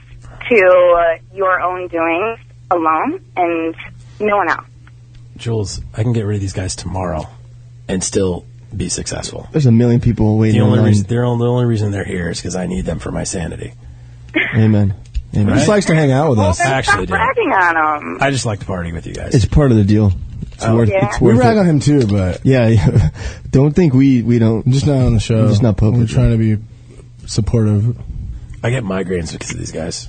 Speaker 7: to uh, your own doings alone and no one else.
Speaker 3: Jules, I can get rid of these guys tomorrow and still be successful.
Speaker 5: There's a million people
Speaker 3: The
Speaker 5: waiting
Speaker 3: only
Speaker 5: online.
Speaker 3: reason they're on- the only reason they're here is because I need them for my sanity.
Speaker 5: Amen. Amen.
Speaker 4: He just likes to hang out with us.
Speaker 7: Then stop
Speaker 3: actually do.
Speaker 7: bragging on them.
Speaker 3: I just like to party with you guys.
Speaker 5: It's part of the deal. It's worth,
Speaker 7: Yeah.
Speaker 5: it's
Speaker 4: We
Speaker 5: worth
Speaker 4: rag
Speaker 5: it.
Speaker 4: on him too, but
Speaker 5: Yeah, yeah. *laughs* Don't think we, we don't.
Speaker 4: I'm just not on the show.
Speaker 5: I'm just not public.
Speaker 4: We're trying to be supportive.
Speaker 3: I get migraines because of these guys.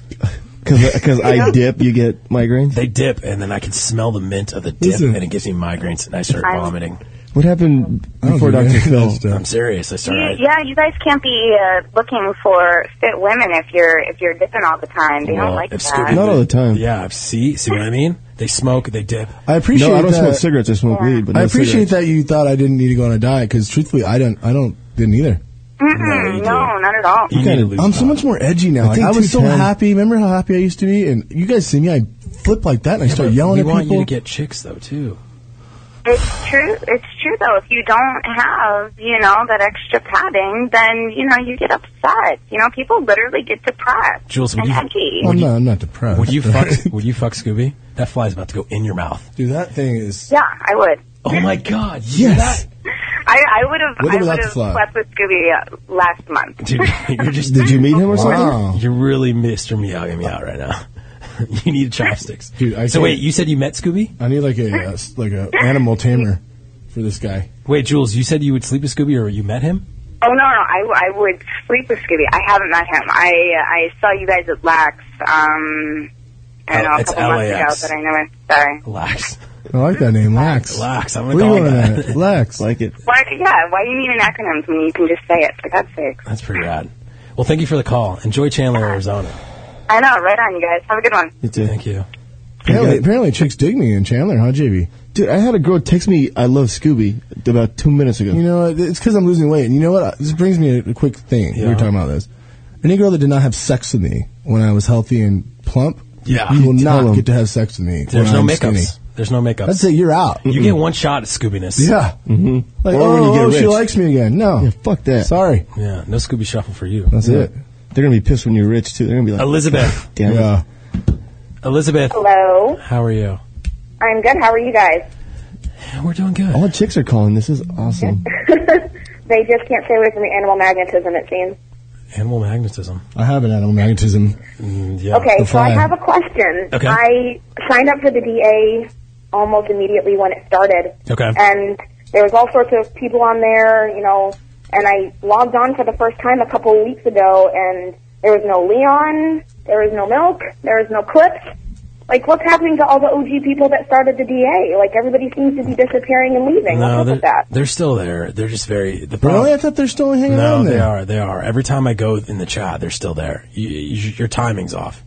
Speaker 5: Because uh, I dip, you get migraines.
Speaker 3: They dip, and then I can smell the mint of the dip,
Speaker 4: Listen.
Speaker 3: and it gives me migraines, and I start
Speaker 7: I'm-
Speaker 3: vomiting.
Speaker 5: What happened
Speaker 4: I don't
Speaker 5: before
Speaker 4: do any
Speaker 5: Dr.
Speaker 4: of that
Speaker 5: Phil?
Speaker 4: stuff.
Speaker 3: I'm serious. I start.
Speaker 7: You, yeah, you guys can't be uh, looking for fit women if you're if you're dipping all the time. They
Speaker 3: Well,
Speaker 7: don't like
Speaker 3: if
Speaker 7: that.
Speaker 3: Scooby-
Speaker 5: Not all the time.
Speaker 3: Yeah, see, see what I mean? They smoke, they dip.
Speaker 4: I appreciate.
Speaker 5: No, I don't
Speaker 4: that.
Speaker 5: smoke cigarettes. I smoke
Speaker 7: Yeah.
Speaker 5: weed. But
Speaker 4: I
Speaker 5: no
Speaker 4: appreciate
Speaker 5: cigarettes.
Speaker 4: that you thought I didn't need to go on a diet because truthfully, I don't. I don't. Didn't either.
Speaker 3: No, you
Speaker 7: Mm-mm,
Speaker 3: do.
Speaker 7: no, not at all.
Speaker 3: You need
Speaker 5: kinda-
Speaker 3: to lose.
Speaker 4: I'm so much more edgy now.
Speaker 5: I
Speaker 4: Like,
Speaker 5: think
Speaker 4: I was so
Speaker 5: 210.
Speaker 4: happy. Remember how happy I used to be? And you guys see me, I flip like that and I start yelling
Speaker 3: we
Speaker 4: at
Speaker 3: want
Speaker 4: people.
Speaker 3: you to get chicks though too.
Speaker 7: It's true. It's true though. If you don't have, you know, that extra padding, then you know you get upset. You know, people literally get depressed.
Speaker 3: Jules, would
Speaker 7: and
Speaker 3: you-
Speaker 7: edgy.
Speaker 4: well, no, I'm not
Speaker 5: *laughs*
Speaker 4: depressed.
Speaker 3: Would you fuck? would you fuck Scooby? That fly's about to go in your mouth.
Speaker 4: Dude, that thing is.
Speaker 7: Yeah, I would.
Speaker 3: Oh my god!
Speaker 4: Yes.
Speaker 7: I, I would have.
Speaker 4: What
Speaker 7: I
Speaker 4: about
Speaker 7: would
Speaker 4: the
Speaker 7: have
Speaker 4: fly?
Speaker 7: slept with Scooby uh, last month.
Speaker 3: dude, *laughs* you're just
Speaker 5: Did you meet him or something?
Speaker 4: Wow.
Speaker 3: you're really Mr. Miyagi me out right now. *laughs* you need chopsticks,
Speaker 4: Dude, I
Speaker 3: so
Speaker 4: can't-
Speaker 3: wait, you said you met Scooby?
Speaker 4: I need like a uh, s- like a animal tamer for this guy.
Speaker 3: Wait, Jules, you said you would sleep with Scooby, or you met him?
Speaker 7: Oh no, no, I, I would sleep with Scooby. I haven't met him. I uh, I saw you guys at Lax. Um, I don't
Speaker 3: Oh,
Speaker 7: know a
Speaker 3: it's
Speaker 7: couple months
Speaker 3: LAX.
Speaker 7: ago, but I never. Sorry.
Speaker 3: Lax,
Speaker 4: I like that name, Lax.
Speaker 3: Lax. I'm gonna
Speaker 4: Where
Speaker 3: call
Speaker 4: you
Speaker 3: him
Speaker 4: going
Speaker 3: that.
Speaker 4: at?
Speaker 3: *laughs*
Speaker 4: Lax.
Speaker 5: Like it.
Speaker 7: Why? Yeah. Why do you need an acronym when you can just say it? For God's sake.
Speaker 3: That's pretty rad. Well, thank you for the call. Enjoy Chandler, Arizona.
Speaker 7: I know. Right on, you guys. Have a good one.
Speaker 5: You do.
Speaker 3: Thank you.
Speaker 4: apparently, apparently, chicks dig me in Chandler, huh, JB?
Speaker 5: Dude, I had a girl text me, I love Scooby, about two minutes ago.
Speaker 4: You know, what? it's because I'm losing weight. And you know what? This brings me a, a quick thing. We
Speaker 3: Yeah.
Speaker 4: were talking about this. Any girl that did not have sex with me when I was healthy and plump,
Speaker 3: Yeah.
Speaker 4: you will
Speaker 5: Tell
Speaker 4: not
Speaker 5: 'em.
Speaker 4: get to have sex with me.
Speaker 3: There's
Speaker 4: when
Speaker 3: no
Speaker 4: I'm
Speaker 3: makeups.
Speaker 4: skinny.
Speaker 3: There's no makeups.
Speaker 4: I'd say you're out.
Speaker 3: you get one shot at Scoobiness.
Speaker 4: Yeah. Mm-hmm. Like,
Speaker 5: Or
Speaker 4: oh,
Speaker 5: when you get
Speaker 4: oh, she
Speaker 5: rich.
Speaker 4: likes me again. No.
Speaker 5: Yeah, fuck that.
Speaker 4: Sorry.
Speaker 3: Yeah, no Scooby Shuffle for you.
Speaker 4: That's
Speaker 5: Yeah.
Speaker 4: it.
Speaker 5: They're going to be pissed when you're rich, too. They're going to be like,
Speaker 3: Elizabeth,
Speaker 5: damn it.
Speaker 4: Yeah.
Speaker 3: Elizabeth,
Speaker 7: Hello.
Speaker 3: how are you?
Speaker 7: I'm good. How are you guys?
Speaker 3: We're doing good.
Speaker 5: All the chicks are calling. This is awesome.
Speaker 7: They just can't stay away from the animal magnetism. It seems.
Speaker 3: Animal magnetism.
Speaker 4: I have an animal magnetism.
Speaker 3: Mm, yeah.
Speaker 7: Okay,
Speaker 4: The
Speaker 7: so I
Speaker 4: fire.
Speaker 7: have a question.
Speaker 3: Okay.
Speaker 7: I signed up for the DA almost immediately when it started,
Speaker 3: Okay.
Speaker 7: and
Speaker 8: There was all sorts of people on there, you know, and I logged on for the first time a couple of weeks ago, and there was no Leon, there was no Milk, there was no Clips. Like, what's happening to all the OG people that started the DA? Like, everybody seems to be disappearing and leaving. what's
Speaker 3: No,
Speaker 8: up
Speaker 3: they're,
Speaker 8: with that?
Speaker 3: they're still there. They're just very. The problem,
Speaker 4: Really? I thought they're still hanging
Speaker 3: No,
Speaker 4: on
Speaker 3: they
Speaker 4: there.
Speaker 3: are. They are. Every time I go in the chat, they're still there. You, you, your timing's off.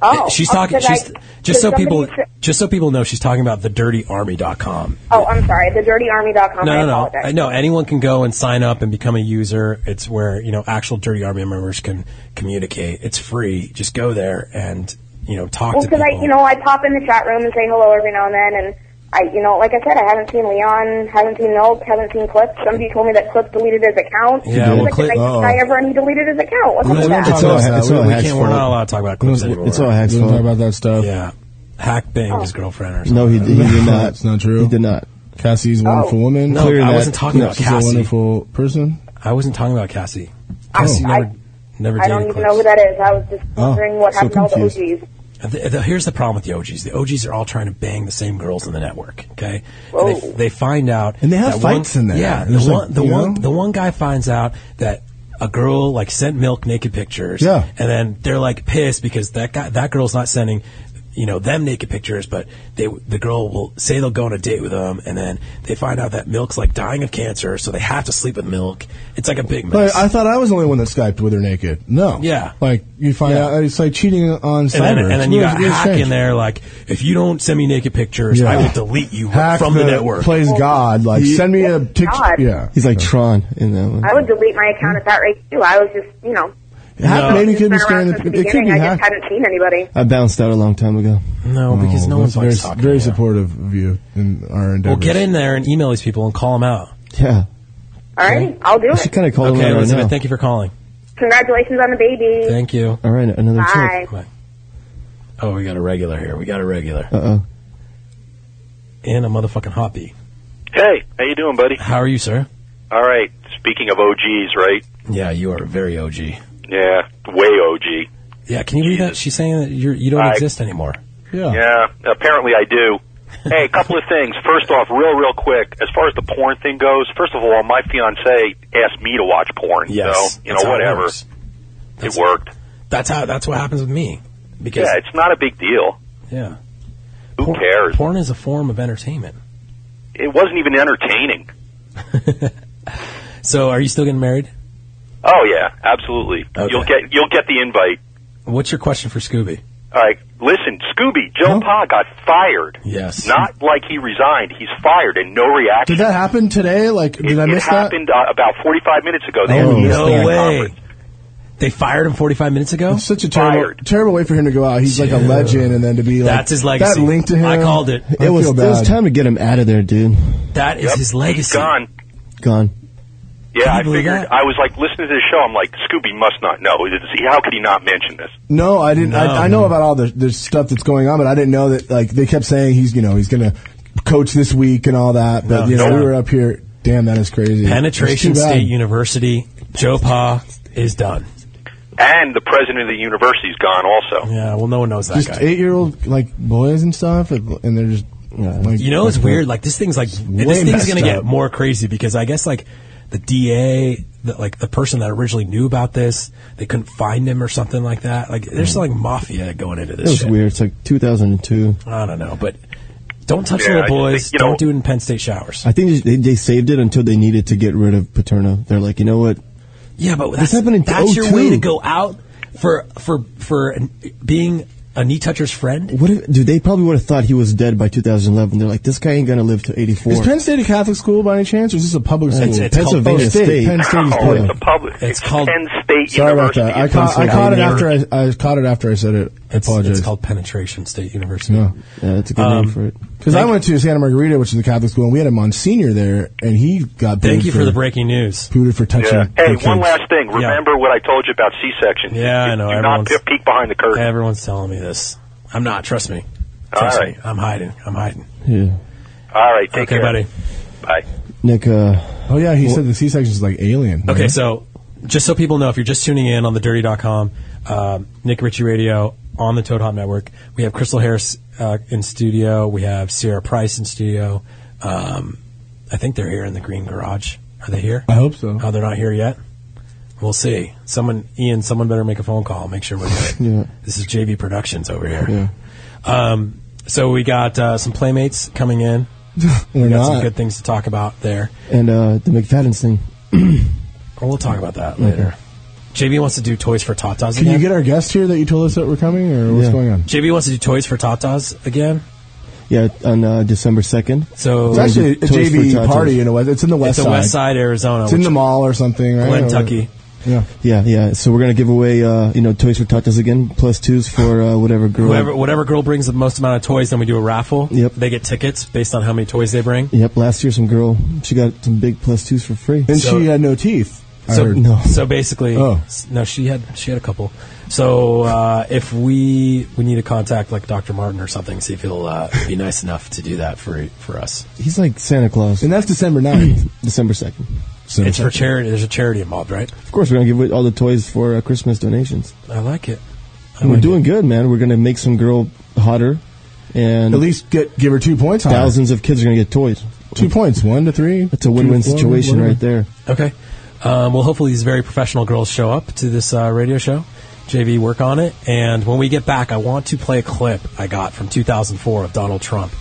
Speaker 8: Oh,
Speaker 3: she's
Speaker 8: oh,
Speaker 3: talking.
Speaker 8: did I-
Speaker 3: She's just
Speaker 8: did
Speaker 3: so
Speaker 8: somebody
Speaker 3: people,
Speaker 8: tr-
Speaker 3: just so people know, she's talking about the dirtyarmy.com.
Speaker 8: Oh, I'm sorry. TheDirtyArmy.com. I
Speaker 3: No, no, no,
Speaker 8: apologize.
Speaker 3: I- no. Anyone can go and sign up and become a user. It's where you know actual Dirty Army members can communicate. It's free. Just go there and you know talk
Speaker 8: Well,
Speaker 3: to
Speaker 8: because
Speaker 3: people.
Speaker 8: I, you know, I pop in the chat room and say hello every now and then, and I, you know, like I said, I haven't seen Leon, haven't seen Milk, haven't seen Clip. Somebody told me that Clip deleted his account.
Speaker 3: Yeah,
Speaker 8: he
Speaker 3: well,
Speaker 8: was like
Speaker 3: Clip-
Speaker 8: the nicest
Speaker 4: uh-oh.
Speaker 8: guy ever, and he deleted his account. What's up
Speaker 3: we
Speaker 8: with
Speaker 3: don't
Speaker 8: that?
Speaker 3: talk
Speaker 5: It's
Speaker 3: about
Speaker 5: all-
Speaker 3: that.
Speaker 5: it's
Speaker 3: we,
Speaker 5: all
Speaker 3: we
Speaker 5: hack's
Speaker 3: can't. We're
Speaker 5: fault.
Speaker 3: not allowed to talk about clips anymore.
Speaker 5: It's all Hack's
Speaker 4: We don't talk
Speaker 5: fault.
Speaker 4: about that stuff.
Speaker 3: yeah. Hack banged
Speaker 8: Oh.
Speaker 3: his girlfriend or something.
Speaker 5: No, he, he
Speaker 3: *laughs*
Speaker 4: *laughs*
Speaker 5: did not.
Speaker 4: It's not true.
Speaker 5: He did not.
Speaker 4: Cassie's a
Speaker 3: Oh.
Speaker 8: Oh.
Speaker 4: wonderful woman.
Speaker 3: No,
Speaker 5: Clear
Speaker 3: I
Speaker 5: that.
Speaker 3: wasn't talking
Speaker 5: No,
Speaker 3: about
Speaker 4: She's a
Speaker 3: Cassie.
Speaker 4: wonderful person.
Speaker 3: I wasn't talking about Cassie. Cassie
Speaker 8: I-
Speaker 3: never, never
Speaker 8: I
Speaker 3: dated
Speaker 8: don't even
Speaker 3: Clips.
Speaker 8: know who that is. I was just wondering what
Speaker 5: so
Speaker 8: happened to all the
Speaker 5: confused.
Speaker 8: OGs.
Speaker 3: And The, the, here's the problem with the OGs. The OGs are all trying to bang the same girls in the network. Okay, and they,
Speaker 8: Whoa.
Speaker 3: they find out,
Speaker 4: And they have
Speaker 3: that
Speaker 4: fights
Speaker 3: one,
Speaker 4: in there.
Speaker 3: Yeah, the
Speaker 4: There's like,
Speaker 3: one, the
Speaker 4: you
Speaker 3: one,
Speaker 4: know?
Speaker 3: the one guy finds out that a girl like sent milk naked pictures.
Speaker 4: Yeah.
Speaker 3: and then they're like pissed because that guy, that girl's not sending. You know them naked pictures, but they the girl will say they'll go on a date with them, and then they find out that Milk's like dying of cancer, so they have to sleep with Milk. It's like a big mess.
Speaker 4: But I thought I was the only one that Skyped with her naked. No.
Speaker 3: Yeah.
Speaker 4: Like, you find
Speaker 3: Yeah.
Speaker 4: out, it's like cheating on cyber.
Speaker 3: and then, and
Speaker 4: It's
Speaker 3: then you
Speaker 4: really-
Speaker 3: got
Speaker 4: it's
Speaker 3: hack
Speaker 4: strange.
Speaker 3: in there, like if you don't send me naked pictures,
Speaker 4: Yeah.
Speaker 3: I will delete you
Speaker 4: Hack
Speaker 3: from the, network.
Speaker 4: Plays God. Like, send me a picture.
Speaker 8: God.
Speaker 4: Yeah.
Speaker 5: He's like Tron in that one.
Speaker 8: I would delete my account at that rate too. I was just, you know,
Speaker 4: Hack
Speaker 3: No.
Speaker 4: maybe
Speaker 8: it's
Speaker 4: could be
Speaker 8: been around
Speaker 4: scanning.
Speaker 8: since the
Speaker 4: It could
Speaker 8: beginning.
Speaker 4: be
Speaker 8: I
Speaker 4: hack.
Speaker 8: just hadn't seen anybody.
Speaker 5: I bounced out a long time ago.
Speaker 3: No, because
Speaker 4: Oh,
Speaker 3: no
Speaker 4: that's
Speaker 3: one's very,
Speaker 4: very,
Speaker 3: talking.
Speaker 4: very
Speaker 3: about it.
Speaker 4: supportive of you in our endeavors.
Speaker 3: Well, get in there and email these people and call them out.
Speaker 5: Yeah.
Speaker 8: All right, I'll do
Speaker 5: I
Speaker 3: *laughs*
Speaker 5: should
Speaker 8: it.
Speaker 5: kind of call
Speaker 3: Okay,
Speaker 5: him out right
Speaker 3: Elizabeth,
Speaker 5: now.
Speaker 3: thank you for calling.
Speaker 8: Congratulations on the baby.
Speaker 3: Thank you.
Speaker 5: All right, another
Speaker 8: Bye.
Speaker 5: tip.
Speaker 3: Oh, we got a regular here. We got a regular
Speaker 4: Uh-uh.
Speaker 5: Uh-oh.
Speaker 3: and a motherfucking hoppy.
Speaker 9: Hey, how you doing, buddy?
Speaker 3: How are you, sir?
Speaker 9: All right. Speaking of OGs, right?
Speaker 3: Yeah, you are very OG.
Speaker 9: Yeah, way OG.
Speaker 3: Yeah, can you read that? She's saying that you're, you don't
Speaker 9: I-
Speaker 3: exist anymore.
Speaker 9: Yeah, apparently I do. Hey, a
Speaker 3: *laughs*
Speaker 9: couple of things. First off, real, real quick, as far as the porn thing goes, first of all, my fiance asked me to watch porn,
Speaker 3: Yes,
Speaker 9: so you
Speaker 3: that's
Speaker 9: know
Speaker 3: how it
Speaker 9: whatever,
Speaker 3: works.
Speaker 9: it worked.
Speaker 3: That's how. That's what happens with me. Because
Speaker 9: Yeah, it's not a big deal.
Speaker 3: yeah.
Speaker 9: Who
Speaker 3: Por-
Speaker 9: cares?
Speaker 3: Porn is a form of entertainment.
Speaker 9: It wasn't even entertaining.
Speaker 3: So, are you still getting married?
Speaker 9: Oh yeah, absolutely.
Speaker 3: Okay.
Speaker 9: You'll get you'll get the invite.
Speaker 3: What's your question for Scooby?
Speaker 9: All right, listen, Scooby Joe Pa got fired.
Speaker 3: Yes.
Speaker 9: Not like he resigned. He's fired and no reaction.
Speaker 4: Did that happen today? Like,
Speaker 9: it,
Speaker 4: did I
Speaker 9: it
Speaker 4: miss that?
Speaker 9: happened Uh, about 45 minutes ago. They
Speaker 4: Oh,
Speaker 9: had a
Speaker 4: no
Speaker 9: news
Speaker 3: way.
Speaker 9: conference.
Speaker 3: They fired him 45 minutes ago?
Speaker 4: It's such a terrible,
Speaker 9: Fired.
Speaker 4: terrible way for him to go out. He's like a
Speaker 3: Yeah.
Speaker 4: legend, and then to be like
Speaker 3: That's his legacy.
Speaker 4: That link to him.
Speaker 3: I called it.
Speaker 4: I
Speaker 5: It was,
Speaker 4: feel
Speaker 5: it
Speaker 4: bad.
Speaker 5: was time to get him out of there, dude.
Speaker 3: That is
Speaker 9: Yep,
Speaker 3: his legacy.
Speaker 9: He's gone.
Speaker 5: Gone.
Speaker 9: Yeah,
Speaker 3: Can you
Speaker 9: I
Speaker 3: believe
Speaker 9: figured.
Speaker 3: that?
Speaker 9: I was like listening to the show. I'm like, Scooby must not know. Is he- How could he not mention this?
Speaker 4: No, I didn't.
Speaker 3: No,
Speaker 4: I, I
Speaker 3: no.
Speaker 4: know about all the, the stuff that's going on, but I didn't know that. Like they kept saying he's you know he's gonna coach this week and all that. But
Speaker 3: No,
Speaker 4: you know
Speaker 3: no.
Speaker 4: we were up here. Damn, that is crazy.
Speaker 3: Penetration
Speaker 4: It's too bad.
Speaker 3: State University, Joe Pa is done.
Speaker 9: And the president of the university's gone also.
Speaker 3: Yeah, well, no one knows that
Speaker 4: Just
Speaker 3: guy.
Speaker 4: eight year old like boys and stuff, and and they're just like,
Speaker 3: you know, it's weird. Like, this thing's like, this thing's
Speaker 4: messed
Speaker 3: going to get
Speaker 4: up.
Speaker 3: more crazy because I guess, like, the DA, the, like, the person that originally knew about this, they couldn't find him or something like that. Like, there's some, like mafia going into
Speaker 5: It
Speaker 3: this
Speaker 5: was
Speaker 3: shit.
Speaker 5: weird. It's like 2002.
Speaker 3: I don't know, but don't touch
Speaker 9: Yeah, I
Speaker 3: little
Speaker 9: just
Speaker 3: boys.
Speaker 9: think, you know-
Speaker 3: don't do it in Penn State showers.
Speaker 5: I think they, they saved it until they needed to get rid of Paterno. They're like, you know what?
Speaker 3: Yeah, but that's,
Speaker 5: happened in
Speaker 3: that's your
Speaker 5: 02.
Speaker 3: way to go out for for for an- being a knee toucher's friend.
Speaker 5: What if, dude, they probably would have thought he was dead by 2011. They're like, this guy ain't going to live to 84.
Speaker 4: Is Penn State a Catholic school by any chance, or is this a public school?
Speaker 5: it's Pennsylvania
Speaker 4: oh, state.
Speaker 5: State.
Speaker 4: Penn State is
Speaker 9: Oh,
Speaker 4: public.
Speaker 9: it's a public.
Speaker 3: It's called-
Speaker 9: Penn State
Speaker 4: Sorry about
Speaker 9: University.
Speaker 4: that. I
Speaker 9: It's
Speaker 4: caught, I
Speaker 9: Pennsylvania
Speaker 4: caught it after
Speaker 9: University.
Speaker 4: I, I caught it after I said it. I
Speaker 3: It's,
Speaker 4: apologize.
Speaker 3: it's called Penetration State University.
Speaker 4: Yeah.
Speaker 5: Yeah, that's a good
Speaker 3: Um,
Speaker 5: name for it.
Speaker 4: Because I went to Santa Margarita, which is a Catholic school, and we had a Monsignor there, and he got booted
Speaker 3: Thank you for the breaking news.
Speaker 4: Booted for touching.
Speaker 9: Yeah. Hey,
Speaker 4: the kids.
Speaker 9: one last thing. Remember what I told you about C-sections.
Speaker 3: Yeah,
Speaker 9: do,
Speaker 3: I know.
Speaker 9: Do not
Speaker 3: Everyone's-
Speaker 9: pe- peek behind the curtain.
Speaker 3: Everyone's telling me this. I'm not. Trust me.
Speaker 9: All
Speaker 3: Trust
Speaker 9: right.
Speaker 3: me. I'm hiding. I'm hiding.
Speaker 5: Yeah.
Speaker 9: All right, take
Speaker 3: okay,
Speaker 9: care,
Speaker 3: buddy.
Speaker 9: Bye.
Speaker 5: Nick, uh,
Speaker 4: Oh yeah, he said the C section is like alien.
Speaker 3: Okay,
Speaker 4: right?
Speaker 3: so just so people know, if you're just tuning in on the dirty.com, um, Nick Ritchie Radio on the Toad Hop Network, we have Crystal Harris uh, in studio. We have Sierra Price in studio. Um, I think they're here in the green garage. Are they here?
Speaker 4: I hope so.
Speaker 3: Oh, they're not here yet. We'll see. Someone, Ian, someone better make a phone call. Make sure we
Speaker 4: *laughs*
Speaker 3: do it.
Speaker 5: Yeah.
Speaker 3: This is JV Productions over here. Um, so we got uh, some playmates
Speaker 4: *laughs*
Speaker 3: coming in.
Speaker 5: We're
Speaker 3: we got some
Speaker 5: not.
Speaker 3: good things to talk about there.
Speaker 5: And uh, the McFadden's thing.
Speaker 3: Well, we'll talk about that later. JV wants to do toys for Tatas
Speaker 4: Can
Speaker 3: again.
Speaker 4: you get our guest here that you told us that were coming, or what's
Speaker 5: Yeah.
Speaker 4: going on?
Speaker 3: JV wants to do toys for Tatas again.
Speaker 5: Yeah, on uh, December 2nd.
Speaker 3: So
Speaker 4: It's actually a
Speaker 5: Toys for
Speaker 4: JV
Speaker 5: Tatas.
Speaker 4: party in a West. It's in the
Speaker 3: it's
Speaker 4: West
Speaker 3: the
Speaker 4: Side.
Speaker 3: West Side, Arizona.
Speaker 4: It's in
Speaker 3: uh, which-
Speaker 4: the mall or something, right?
Speaker 3: Glentucky.
Speaker 4: Yeah.
Speaker 5: Yeah, yeah. So we're gonna give away, uh, you know, toys for tatas again, plus twos for uh, whatever girl.
Speaker 3: Whoever, whatever girl brings the most amount of toys, then we do a raffle.
Speaker 5: Yep.
Speaker 3: They get tickets based on how many toys they bring.
Speaker 5: Yep. Last year, some girl she got some big plus twos for free.
Speaker 4: And
Speaker 3: So-
Speaker 4: she had no teeth. I
Speaker 3: So
Speaker 4: heard.
Speaker 5: No.
Speaker 3: So basically,
Speaker 4: Oh.
Speaker 3: s- no, she had she had a couple. So uh, if we we need to contact like Dr. Martin or something, see if he'll uh, be nice enough to do that for for us.
Speaker 5: He's like Santa Claus.
Speaker 4: And that's December 9th.
Speaker 5: *clears throat* December second.
Speaker 4: so
Speaker 3: It's for charity. There's a charity involved, right?
Speaker 5: Of course, we're gonna give away all the toys for uh, Christmas donations.
Speaker 3: I like it. I
Speaker 5: And we're
Speaker 3: like
Speaker 5: doing good, man. We're gonna make some girl hotter, and
Speaker 4: at least get give her two points. higher.
Speaker 5: thousands of kids are gonna get toys.
Speaker 4: two points, one to three.
Speaker 5: That's a win-win
Speaker 4: Two, one,
Speaker 5: situation
Speaker 4: whatever.
Speaker 5: right there.
Speaker 3: it. Okay. Um, well, hopefully these very professional girls show up to this uh, radio show. JV, work on it. And when we get back, I want to play a clip I got from 2004 of Donald Trump.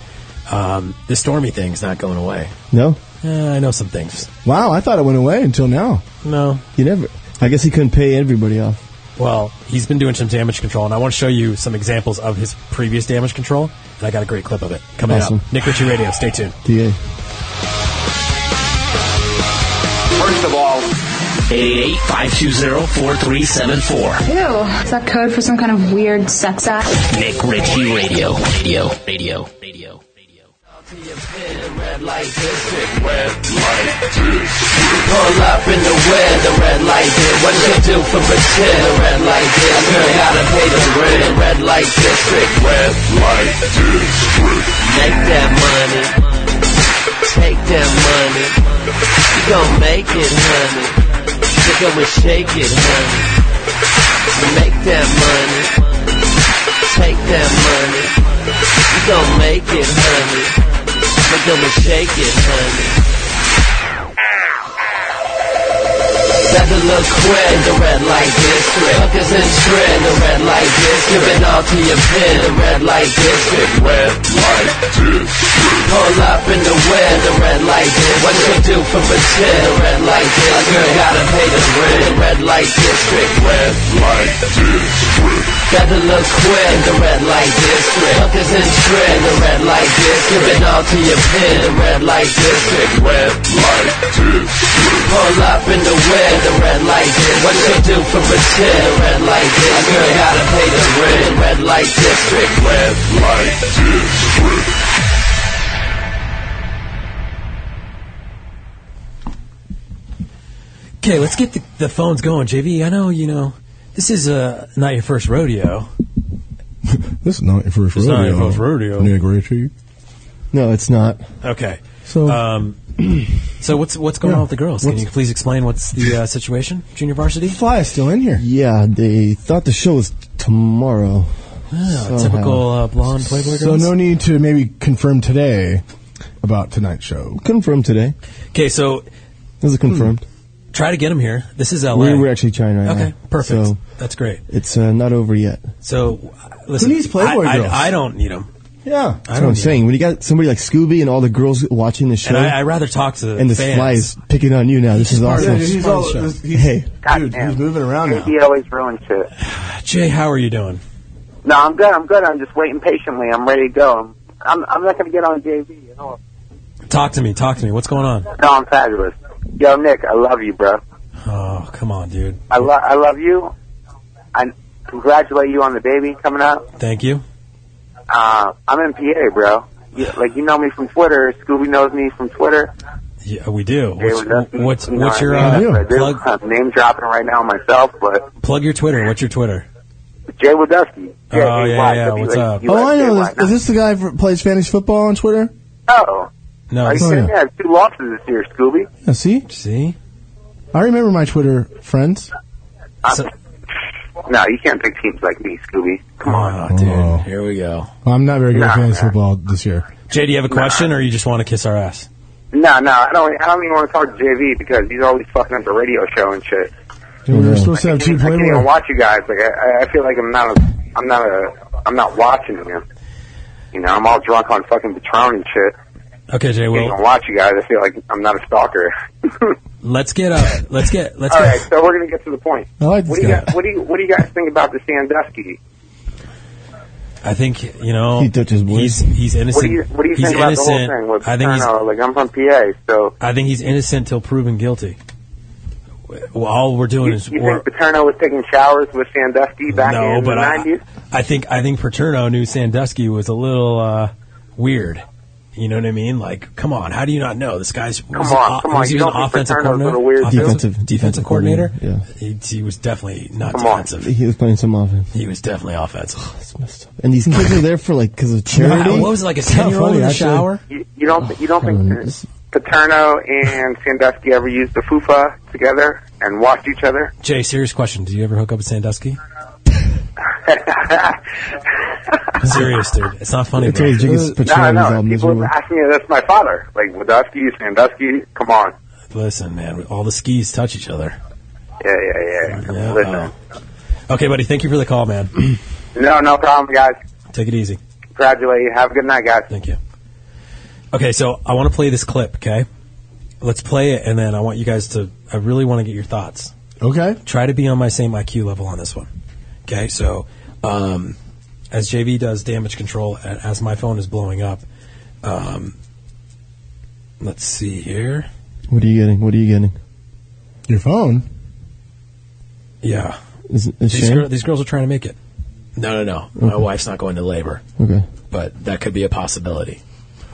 Speaker 3: Um, the Stormy thing's not going away.
Speaker 5: No,
Speaker 3: Eh, I know some things.
Speaker 4: Wow, I thought it went away until now.
Speaker 3: No,
Speaker 5: you never. I guess he couldn't pay everybody off.
Speaker 3: Well, he's been doing some damage control, and I want to show you some examples of his previous damage control. And I got a great clip of it coming
Speaker 5: Awesome.
Speaker 3: up. Nick Ritchie Radio. Stay tuned.
Speaker 5: Da.
Speaker 1: First of all, 888-520-4374.
Speaker 10: Ew, is that code for some kind of weird sex act?
Speaker 1: Nick Ritchie Radio. Radio. Radio. Radio.
Speaker 11: Pull up in the wind, the red light did. What you do for pretend? The red light district, gotta pay the rent. The red light district, red light district. Make that money, take that money. You gon' make it, honey. You go and shake it, honey. Make that money, take that money. You gon' make it, honey. You go and shake it, honey. Better look quick, the red light district. Hookers in trend, the red light district. Give it all to your pin, the red light district. Red light district. Pull up in the wind, the red light district. What you do for pretend, the red light district. Girl, gotta pay the rent, the red light district. Red light district. Better look quick, the red light district. Hookers in trend, the red light district. Give it all to your pin, the red light district. Red light district. Pull up in the wind, the red light district. What you do for pretend, the red light district. Girl, gotta pay the rent, the red light district. Red light district.
Speaker 3: Okay, let's get the, the phones going, JV. I know you know this is uh, not your first rodeo.
Speaker 4: This is not your first
Speaker 3: It's
Speaker 4: rodeo.
Speaker 3: not your first rodeo.
Speaker 4: Nick Ritchie.
Speaker 5: No, it's not.
Speaker 3: Okay.
Speaker 4: So
Speaker 3: Um, *clears throat* so what's what's going
Speaker 4: Yeah.
Speaker 3: on with the girls? Can
Speaker 4: What's-
Speaker 3: you please explain what's the uh, situation? Junior varsity.
Speaker 4: Fly is still in here.
Speaker 5: Yeah, they thought the show was tomorrow.
Speaker 3: Oh,
Speaker 5: Somehow.
Speaker 3: typical uh, blonde playboy
Speaker 4: So
Speaker 3: girls.
Speaker 4: no need to maybe confirm today about tonight's show.
Speaker 5: Confirmed today.
Speaker 3: okay, so
Speaker 5: This is confirmed.
Speaker 3: Hmm. try to get him here. This is LA.
Speaker 5: We, we're actually trying right now.
Speaker 3: okay, perfect.
Speaker 5: So
Speaker 3: That's great.
Speaker 5: it's uh, not over yet. That's
Speaker 3: So uh, listen,
Speaker 4: needs Playboy
Speaker 3: I,
Speaker 4: girls?
Speaker 3: I, I don't need him.
Speaker 4: Yeah.
Speaker 3: I
Speaker 5: what
Speaker 3: don't
Speaker 5: I'm
Speaker 3: need 'em.
Speaker 5: saying. When you got somebody like Scooby and all the girls watching the show,
Speaker 3: And I, I rather talk to the
Speaker 5: and this
Speaker 3: fans.
Speaker 5: fly is picking on you now. This is
Speaker 3: part of
Speaker 5: awesome.
Speaker 3: it. He's all- he's-
Speaker 5: hey,
Speaker 4: Dude, he's moving around now.
Speaker 11: He always ruins shit.
Speaker 3: *sighs* Jay, how are you doing?
Speaker 11: No, I'm good. I'm good. I'm just waiting patiently. I'm ready to go. I'm I'm, I'm not going to get on JV at all.
Speaker 3: Talk to me. Talk to me. What's going on?
Speaker 11: No, I'm fabulous. Yo, Nick, I love you, bro.
Speaker 3: Oh, come on, dude.
Speaker 11: I love I love you. I congratulate you on the baby coming up.
Speaker 3: Thank you.
Speaker 11: Uh, I'm in PA, bro. You, like you know me from Twitter. Scooby knows me from Twitter.
Speaker 3: Yeah, we do.
Speaker 11: Jay was up-
Speaker 3: What's, what's,
Speaker 11: you know
Speaker 3: what's your
Speaker 11: what I mean?
Speaker 3: uh,
Speaker 11: That's what I do.
Speaker 3: plug?
Speaker 11: I'm name dropping right now myself, but
Speaker 3: Plug your Twitter. What's your Twitter?
Speaker 11: Jay Wadusky.
Speaker 3: Oh, yeah, yeah, what's up?
Speaker 4: Oh, I know. This, is this the guy who plays Spanish football on Twitter?
Speaker 11: Oh,
Speaker 3: No.
Speaker 11: are you
Speaker 3: it's-
Speaker 11: kidding me? I have two losses this year, Scooby.
Speaker 4: Yeah, see,
Speaker 3: See,
Speaker 4: I remember my Twitter friends.
Speaker 3: So-
Speaker 11: No, you can't pick teams like me, Scooby.
Speaker 3: come on, dude.
Speaker 4: Oh.
Speaker 3: Here we go.
Speaker 4: I'm not very good at
Speaker 11: Nah,
Speaker 4: fantasy
Speaker 11: nah.
Speaker 4: football this year.
Speaker 3: Jay, do you have a question, or you just want to kiss our ass?
Speaker 12: No, no, I don't. I don't even want to talk to JV because he's always fucking up the radio show and shit.
Speaker 4: Dude, we were supposed to have two
Speaker 12: I can't
Speaker 4: Playboy.
Speaker 12: even watch you guys. Like I, I feel like I'm not. A, I'm not a. I'm not watching you. You know, I'm all drunk on fucking Patron and shit.
Speaker 3: Okay, Jay.
Speaker 12: I can't
Speaker 3: Well,
Speaker 12: even watch you guys. I feel like I'm not a stalker.
Speaker 3: let's get up. Let's get. Let's
Speaker 12: All
Speaker 3: get.
Speaker 12: right, so we're gonna get to the point.
Speaker 3: I like this
Speaker 12: what do you
Speaker 3: guy.
Speaker 12: guys, What do you What do you guys think about the Sandusky?
Speaker 3: I think you know. He touches He's he's innocent.
Speaker 12: What do you What do you
Speaker 3: he's
Speaker 12: think about
Speaker 3: innocent.
Speaker 12: the whole thing? With
Speaker 3: I think he's.
Speaker 12: Paterno? like I'm from PA, so
Speaker 3: I think he's innocent till proven guilty. Well, all we're doing
Speaker 12: you,
Speaker 3: is
Speaker 12: you
Speaker 3: we're,
Speaker 12: think Paterno was taking showers with Sandusky back
Speaker 3: No,
Speaker 12: in
Speaker 3: but
Speaker 12: the
Speaker 3: I-
Speaker 12: 90s?
Speaker 3: I think I think Paterno knew Sandusky was a little uh, weird. You know what I mean? Like, come on, how do you not know this guy's? Come
Speaker 12: on, come on,
Speaker 3: was he
Speaker 12: you
Speaker 3: an
Speaker 12: don't think
Speaker 3: offensive
Speaker 12: Paterno's
Speaker 3: coordinator?
Speaker 12: a little weird, too?
Speaker 3: Offensive- defensive,
Speaker 5: Defensive
Speaker 3: coordinator.
Speaker 5: coordinator,
Speaker 3: he, he was definitely not
Speaker 5: Come on.
Speaker 3: defensive.
Speaker 5: He was playing some offense.
Speaker 3: He was definitely
Speaker 5: Oh,
Speaker 3: offensive.
Speaker 5: And these kids are there for like because of charity.
Speaker 3: Wow, what was it, like a
Speaker 5: It's kinda
Speaker 3: 10-year-old
Speaker 5: funny,
Speaker 3: in the
Speaker 5: actually.
Speaker 3: shower?
Speaker 12: You, you don't th- You
Speaker 3: Oh,
Speaker 12: don't think Paterno and Sandusky ever used the fufa together and washed each other?
Speaker 3: Jay, serious question: Did you ever hook up with
Speaker 12: *laughs*
Speaker 3: Sandusky? serious, dude. It's not funny. bro.
Speaker 12: no, no, no. People ask me, that's my father. Like Wadusky, Sandusky. Come on.
Speaker 3: Listen, man, all the skis touch each other.
Speaker 12: Yeah, yeah, yeah.
Speaker 3: Yeah,
Speaker 12: Listen.
Speaker 3: oh. Okay, buddy. Thank you for the call, man. *clears throat*
Speaker 12: No, no problem, guys.
Speaker 3: Take it easy.
Speaker 12: Congratulate you. Have a good night, guys.
Speaker 3: Thank you. Okay, so I want to play this clip, okay? Let's play it, and then I want you guys to. I really want to get your thoughts.
Speaker 4: Okay.
Speaker 3: Try to be on my same IQ level on this one. Okay, so um, as JV does damage control, a- as my phone is blowing up, um, let's see here.
Speaker 5: What are you getting? What are you getting?
Speaker 4: Your phone.
Speaker 3: Yeah.
Speaker 5: Is, is
Speaker 3: These,
Speaker 5: Shane?
Speaker 3: girl, these girls are trying to make it. No, no, no. My
Speaker 5: Okay.
Speaker 3: wife's not going to labor,
Speaker 5: Okay.
Speaker 3: but that could be a possibility.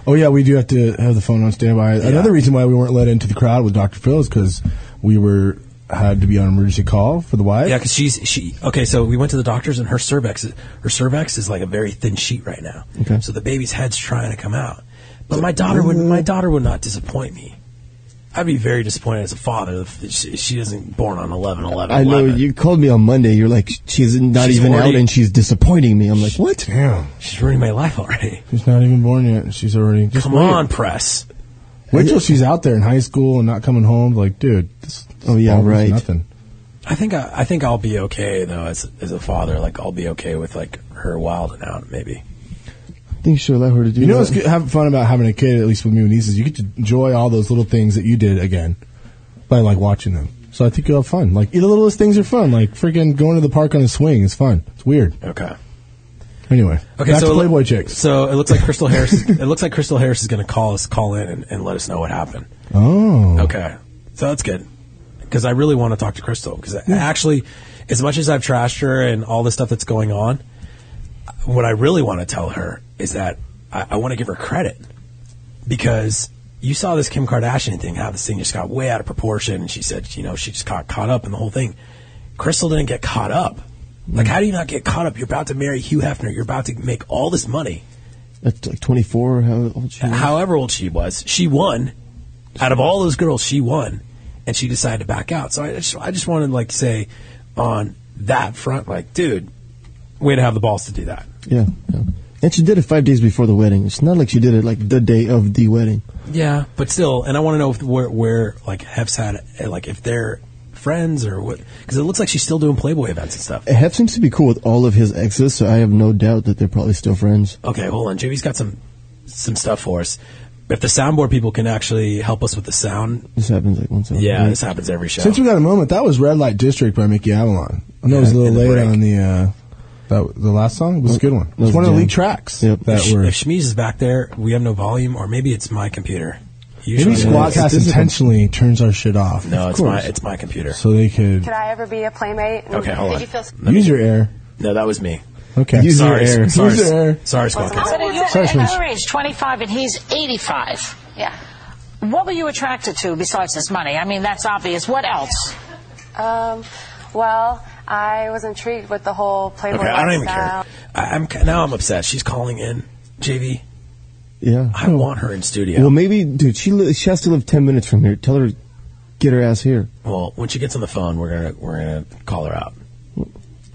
Speaker 4: Oh yeah, we do have to have the phone on standby. Another reason why we weren't let into the crowd with Dr. Phil is because we were had to be on emergency call for the wife.
Speaker 3: Yeah, because she's she. Okay, so we went to the doctors, and her cervix, her cervix is like a very thin sheet right now.
Speaker 4: Okay.
Speaker 3: So the baby's head's trying to come out, but my daughter would
Speaker 4: Mm-hmm.
Speaker 3: my daughter would not disappoint me. I'd be very disappointed as a father if she, she isn't born on 11 11
Speaker 5: I know you called me on Monday. You're like, she's not
Speaker 3: Oh, She's
Speaker 5: even
Speaker 3: already-
Speaker 5: out, and she's disappointing me. I'm like, what?
Speaker 4: Damn.
Speaker 3: She's ruining my life already.
Speaker 4: She's not even born yet. She's already. Just
Speaker 3: Come
Speaker 4: wait.
Speaker 3: on, press.
Speaker 4: Wait till she's out there in high school and not coming home. Like, dude. This, oh
Speaker 5: yeah, right.
Speaker 4: Nothing.
Speaker 3: I think I, I think I'll be okay though as as a father. Like I'll be okay with like her wilding out maybe.
Speaker 5: I think you should allow her to do.
Speaker 4: You know
Speaker 5: that.
Speaker 4: what's good, having fun about having a kid, at least with me and nieces, you get to enjoy all those little things that you did again by like watching them. So I think you'll have fun. Like the littlest things are fun. Like freaking going to the park on a swing is fun. It's weird.
Speaker 3: Okay.
Speaker 4: Anyway,
Speaker 3: Okay,
Speaker 4: back
Speaker 3: so
Speaker 4: to
Speaker 3: it loo-
Speaker 4: Playboy chicks.
Speaker 3: So it looks like Crystal Harris. it looks like Crystal Harris is going to call us, call in, and, and let us know what happened.
Speaker 4: Oh,
Speaker 3: Okay, so that's good because I really want to talk to Crystal because actually, as much as I've trashed her and all the stuff that's going on, what I really want to tell her is that I, I want to give her credit because you saw this Kim Kardashian thing, how this thing just got way out of proportion, and she said, you know, she just got caught up in the whole thing. Crystal didn't get caught up. Like, how do you not get caught up? You're about to marry Hugh Hefner. You're about to make all this money.
Speaker 5: At like 24, how old she was?
Speaker 3: However old she was, she won. Out of all those girls, she won, and she decided to back out. So I just, I just wanted to like say on that front, like, dude, way to have the balls to do that.
Speaker 5: Yeah, yeah. And she did it five days before the wedding. It's not like she did it like the day of the wedding.
Speaker 3: Yeah, but still, and I want to know if, where, where like Hef's had eh, like if they're friends or what, because it looks like she's still doing Playboy events and stuff.
Speaker 5: Hef seems to be cool with all of his exes, so I have no doubt that they're probably still friends.
Speaker 3: Okay, hold on. JV's got some some stuff for us. If the soundboard people can actually help us with the sound,
Speaker 5: This happens like once a
Speaker 3: yeah,
Speaker 5: week.
Speaker 3: this happens every show.
Speaker 4: Since we got a moment, that was Red Light District by Mickey Avalon. I know it was a little late on the uh, that the last song. It was a good one. It was one of the lead tracks that
Speaker 3: if, Sh-
Speaker 4: were.
Speaker 3: if Shmeez is back there, we have no volume, or maybe it's my computer.
Speaker 4: Maybe Squadcast
Speaker 3: This is-
Speaker 4: intentionally turns our shit off.
Speaker 3: No,
Speaker 4: Of
Speaker 3: it's my
Speaker 4: course.
Speaker 3: it's my computer.
Speaker 4: So they could
Speaker 13: Could I ever be a playmate? And
Speaker 3: Okay, hold
Speaker 13: did
Speaker 3: on.
Speaker 13: You feel s-
Speaker 3: Let me-
Speaker 4: use your air.
Speaker 3: No, that was me.
Speaker 4: Okay. Use
Speaker 3: sorry,
Speaker 4: your air.
Speaker 3: Sorry,
Speaker 4: Use your air.
Speaker 3: sorry,
Speaker 14: How
Speaker 3: Squadcast.
Speaker 14: about you
Speaker 4: Sorry,
Speaker 14: at
Speaker 4: Smooch.
Speaker 14: our age, 25, and he's 85.
Speaker 13: Yeah.
Speaker 14: What were you attracted to besides his money? I mean, that's obvious. What else?
Speaker 13: Um, well, I was intrigued with the whole Playboy
Speaker 3: Okay, I don't even care.
Speaker 13: lifestyle.
Speaker 3: I, I'm ca- now I'm upset. She's calling in. JV,
Speaker 5: Yeah.
Speaker 3: I want her in studio.
Speaker 5: Well, maybe, dude, she li- she has to live 10 minutes from here. Tell her, get her ass here.
Speaker 3: Well, when she gets on the phone, we're gonna we're gonna call her out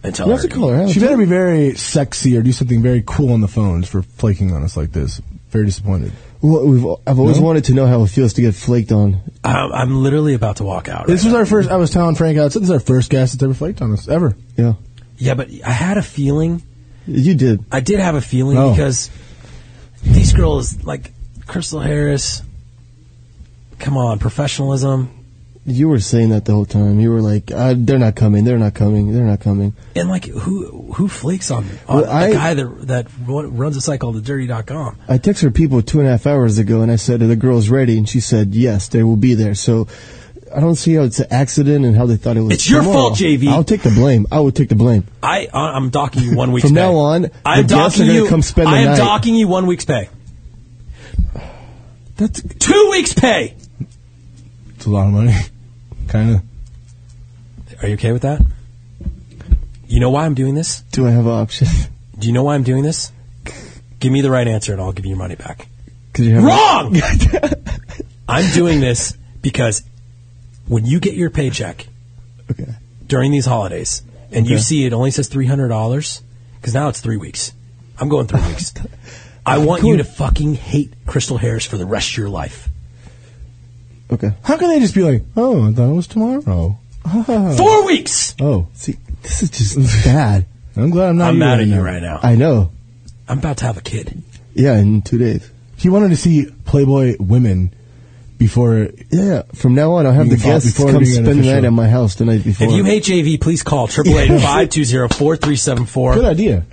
Speaker 3: and tell
Speaker 5: You
Speaker 3: her.
Speaker 5: have to call her out.
Speaker 4: She better be very sexy or do something very cool on the phones for flaking on us like this. Very disappointed.
Speaker 5: Well, we've, I've always
Speaker 4: No?
Speaker 5: wanted to know how it feels to get flaked on.
Speaker 3: I'm, Um, I'm literally about to walk out.
Speaker 4: This was our first. I was telling Frank, I said this is our first guest that's ever flaked on us ever.
Speaker 5: Yeah.
Speaker 3: Yeah, but I had a feeling.
Speaker 5: You did.
Speaker 3: I did have a feeling
Speaker 4: Oh.
Speaker 3: because these girls, like Crystal Harris, come on, professionalism.
Speaker 5: You were saying that the whole time. You were like, uh, "They're not coming. They're not coming. They're not coming."
Speaker 3: And like who who flakes on, on
Speaker 5: Well, I-
Speaker 3: the guy that that run- runs a site called thedirty.com.
Speaker 5: I texted people two and a half hours ago, and I said, "Are the girls ready?" And she said, "Yes, they will be there." So. I don't see how it's an accident and how they thought it was.
Speaker 3: It's your
Speaker 5: tomorrow.
Speaker 3: fault, JV.
Speaker 5: I'll take the blame. I will take the blame.
Speaker 3: I I'm docking you one week's
Speaker 5: From
Speaker 3: pay.
Speaker 5: now on,
Speaker 3: I'm
Speaker 5: the guests are
Speaker 3: docking
Speaker 5: gonna
Speaker 3: you.
Speaker 5: come spend the
Speaker 3: I am
Speaker 5: night.
Speaker 3: docking you one week's pay. That's two weeks' pay.
Speaker 4: It's a lot of money. *laughs* kind of.
Speaker 3: Are you okay with that? You know why I'm doing this?
Speaker 5: Do I have an option?
Speaker 3: Do you know why I'm doing this? Give me the right answer, and I'll give you your money back.
Speaker 5: Because you have
Speaker 3: Wrong.
Speaker 5: *laughs*
Speaker 3: I'm doing this because when you get your paycheck during these holidays, and you
Speaker 5: Okay.
Speaker 3: see it only says three hundred dollars, because now it's three weeks. I'm going three weeks.
Speaker 5: *laughs*
Speaker 3: I want you to fucking hate Crystal Harris for the rest of your life.
Speaker 5: Okay.
Speaker 4: How can they just be like, oh, I thought it was tomorrow?
Speaker 3: Four weeks.
Speaker 4: Oh,
Speaker 5: see, this is just bad.
Speaker 4: I'm glad I'm not.
Speaker 3: I'm
Speaker 4: you
Speaker 3: mad
Speaker 4: right
Speaker 3: at you
Speaker 4: now.
Speaker 3: right now.
Speaker 5: I know.
Speaker 3: I'm about to have a kid.
Speaker 5: Yeah, in two days.
Speaker 4: He wanted to see Playboy women before.
Speaker 5: Yeah, from now on, I'll have
Speaker 4: You
Speaker 5: the
Speaker 4: can call it
Speaker 5: guests
Speaker 4: before
Speaker 5: come
Speaker 4: being an
Speaker 5: spend the night
Speaker 4: official.
Speaker 5: at my house the night before.
Speaker 3: If you hate JV, please call
Speaker 5: *laughs*
Speaker 3: 888 520 4374.
Speaker 4: Good idea.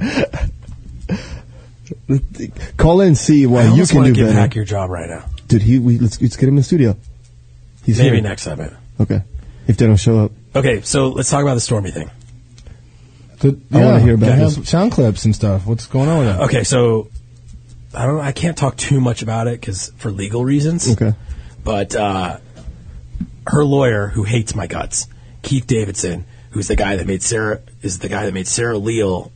Speaker 5: Call in and see why
Speaker 3: I
Speaker 5: Oh, you
Speaker 3: almost
Speaker 5: can
Speaker 3: want
Speaker 5: do
Speaker 3: to give
Speaker 5: better.
Speaker 3: Hack your job right now.
Speaker 5: Dude, he, we, let's, let's get him in the studio. He's
Speaker 3: Maybe
Speaker 5: here.
Speaker 3: next segment.
Speaker 5: Okay. If they don't show up,
Speaker 3: Okay, so let's talk about the Stormy thing.
Speaker 4: The-
Speaker 5: I wanna
Speaker 4: yeah,
Speaker 5: hear about
Speaker 4: I have
Speaker 5: this.
Speaker 4: Sound clips and stuff. What's going on with that?
Speaker 3: Okay, so I don't. I can't talk too much about it because for legal reasons.
Speaker 5: Okay.
Speaker 3: But uh, her lawyer, who hates my guts, Keith Davidson, who's the guy that made Sarah, is the guy that made Sarah Leal,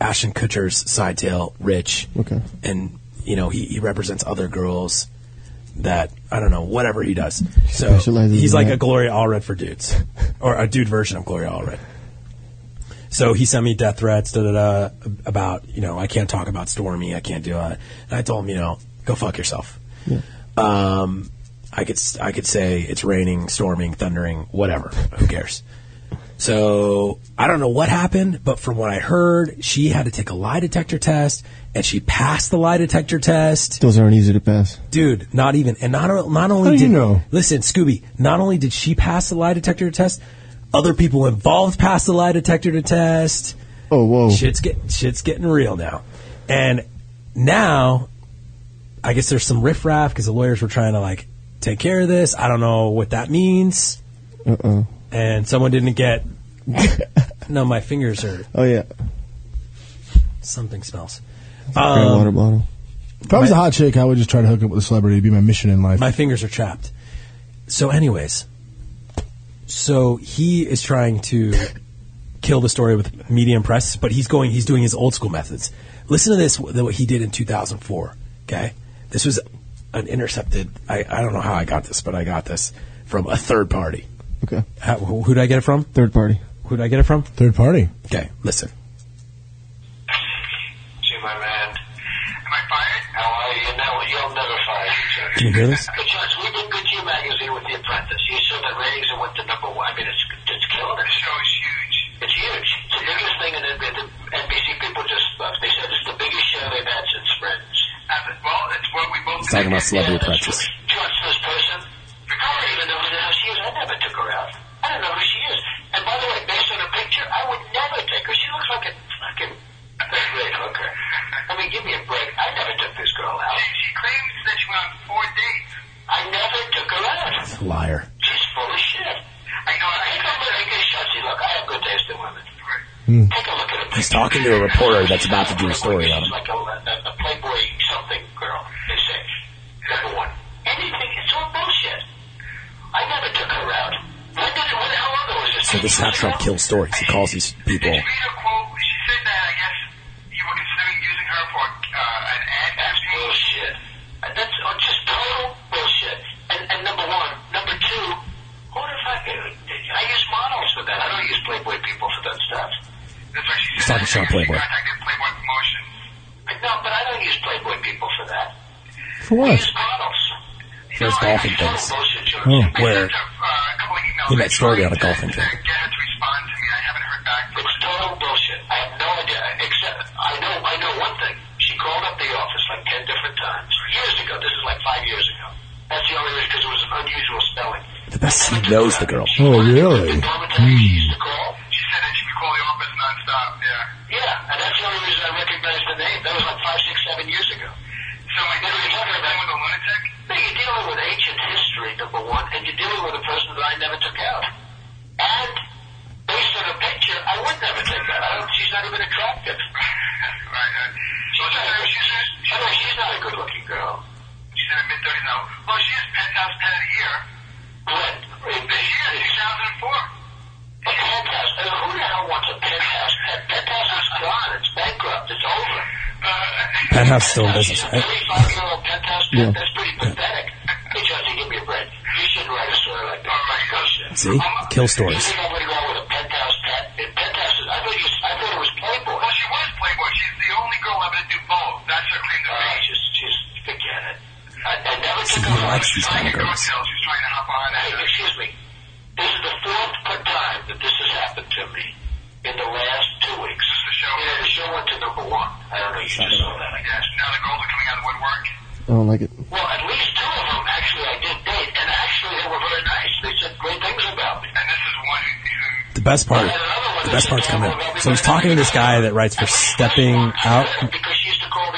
Speaker 3: Ashton Kutcher's side tail rich.
Speaker 5: Okay.
Speaker 3: And you know he, he represents other girls that I don't know whatever he does. So
Speaker 5: Specializes
Speaker 3: he's
Speaker 5: in
Speaker 3: like
Speaker 5: that.
Speaker 3: a Gloria Allred for dudes, *laughs* or a dude version of Gloria Allred. So he sent me death threats, da da da, about you know I can't talk about Stormy, I can't do it. And I told him, you know, go fuck yourself.
Speaker 5: Yeah.
Speaker 3: Um, I could s- I could say it's raining, storming, thundering, whatever. Who cares? So I don't know what happened, but from what I heard, she had to take a lie detector test, and she passed the lie detector test
Speaker 5: those aren't easy to pass.
Speaker 3: dude. Not even, and not not only
Speaker 5: How do
Speaker 3: did
Speaker 5: you know?
Speaker 3: listen, Scooby. Not only did she pass the lie detector test, other people involved passed the lie detector test.
Speaker 5: Oh, whoa.
Speaker 3: Shit's get shit's getting real now, and now I guess there's some riffraff because the lawyers were trying to like take care of this. I don't know what that means,
Speaker 5: Uh oh.
Speaker 3: and someone didn't get. *laughs* no, my fingers are
Speaker 5: Oh, yeah.
Speaker 3: something smells.
Speaker 5: Grab a water
Speaker 3: Um,
Speaker 5: bottle.
Speaker 4: If I was a hot chick, I would just try to hook up with a celebrity. It'd be my mission in life.
Speaker 3: My fingers are chapped. So, anyways, so he is trying to kill the story with media and press, but he's going, he's doing his old school methods. Listen to this, what he did in 2004. Okay, this was an intercepted. I, I don't know how I got this, but I got this from a third party.
Speaker 5: Okay.
Speaker 3: How, who did I get it from?
Speaker 5: Third party.
Speaker 3: Who did I get it from?
Speaker 4: Third party.
Speaker 3: Okay, listen.
Speaker 15: See my man. Am I fired? No, I, you know, you'll never fire me, Judge.
Speaker 3: Can you hear
Speaker 15: *laughs*
Speaker 3: this?
Speaker 15: Hey, Judge, we did good to your magazine with The Apprentice. You said that ratings are what the number one. I mean, it's, it's killing it. The show is huge. It's huge. It's the biggest thing, and the, the NBC people just love. They said it's the biggest show they've had since Friends. Well, it's what we both
Speaker 3: He's talking about Celebrity Apprentice.
Speaker 15: Trust this person. I don't even know who the hell she is. I never took her out. I don't know who she is. And by the way, based on her picture, I would never take her. She looks like a fucking third grade hooker. I mean, give me a break. I never took this girl out. She, she claims that she went on four dates. I never took her out.
Speaker 3: Liar.
Speaker 15: She's full of shit. I know. I know, but I guess Chelsea, look, I have good taste in women. Take a look at her.
Speaker 3: Hmm. He's talking to a reporter that's about to do a story on him.
Speaker 15: She's like a, a, a Playboy something girl. They say, number one. Anything, it's all bullshit. I never took her out. When did it, when, how long ago was this?
Speaker 3: So this is how Trump kills stories. He calls these people.
Speaker 15: That's bullshit. And That's uh, just total bullshit. And, and number one. Number two, who the fuck, uh, I use models for that. I don't use Playboy people for that stuff. That's why she
Speaker 3: He's talking Sean Playboy.
Speaker 15: I know, but I don't use Playboy people for that.
Speaker 4: For what?
Speaker 3: Those dolphin things. Where he met Shorty on a dolphin trip. The best he knows the girl.
Speaker 4: Oh, really? Hmm.
Speaker 3: Penthouse is still in business, right?
Speaker 15: Yeah.
Speaker 11: oh,
Speaker 3: See? Kill stories.
Speaker 11: Oh,
Speaker 3: See, he likes these kind of girls.
Speaker 5: I don't like it.
Speaker 3: The best part, the best part's coming. up. So he's talking to this guy that writes for Stepping Out.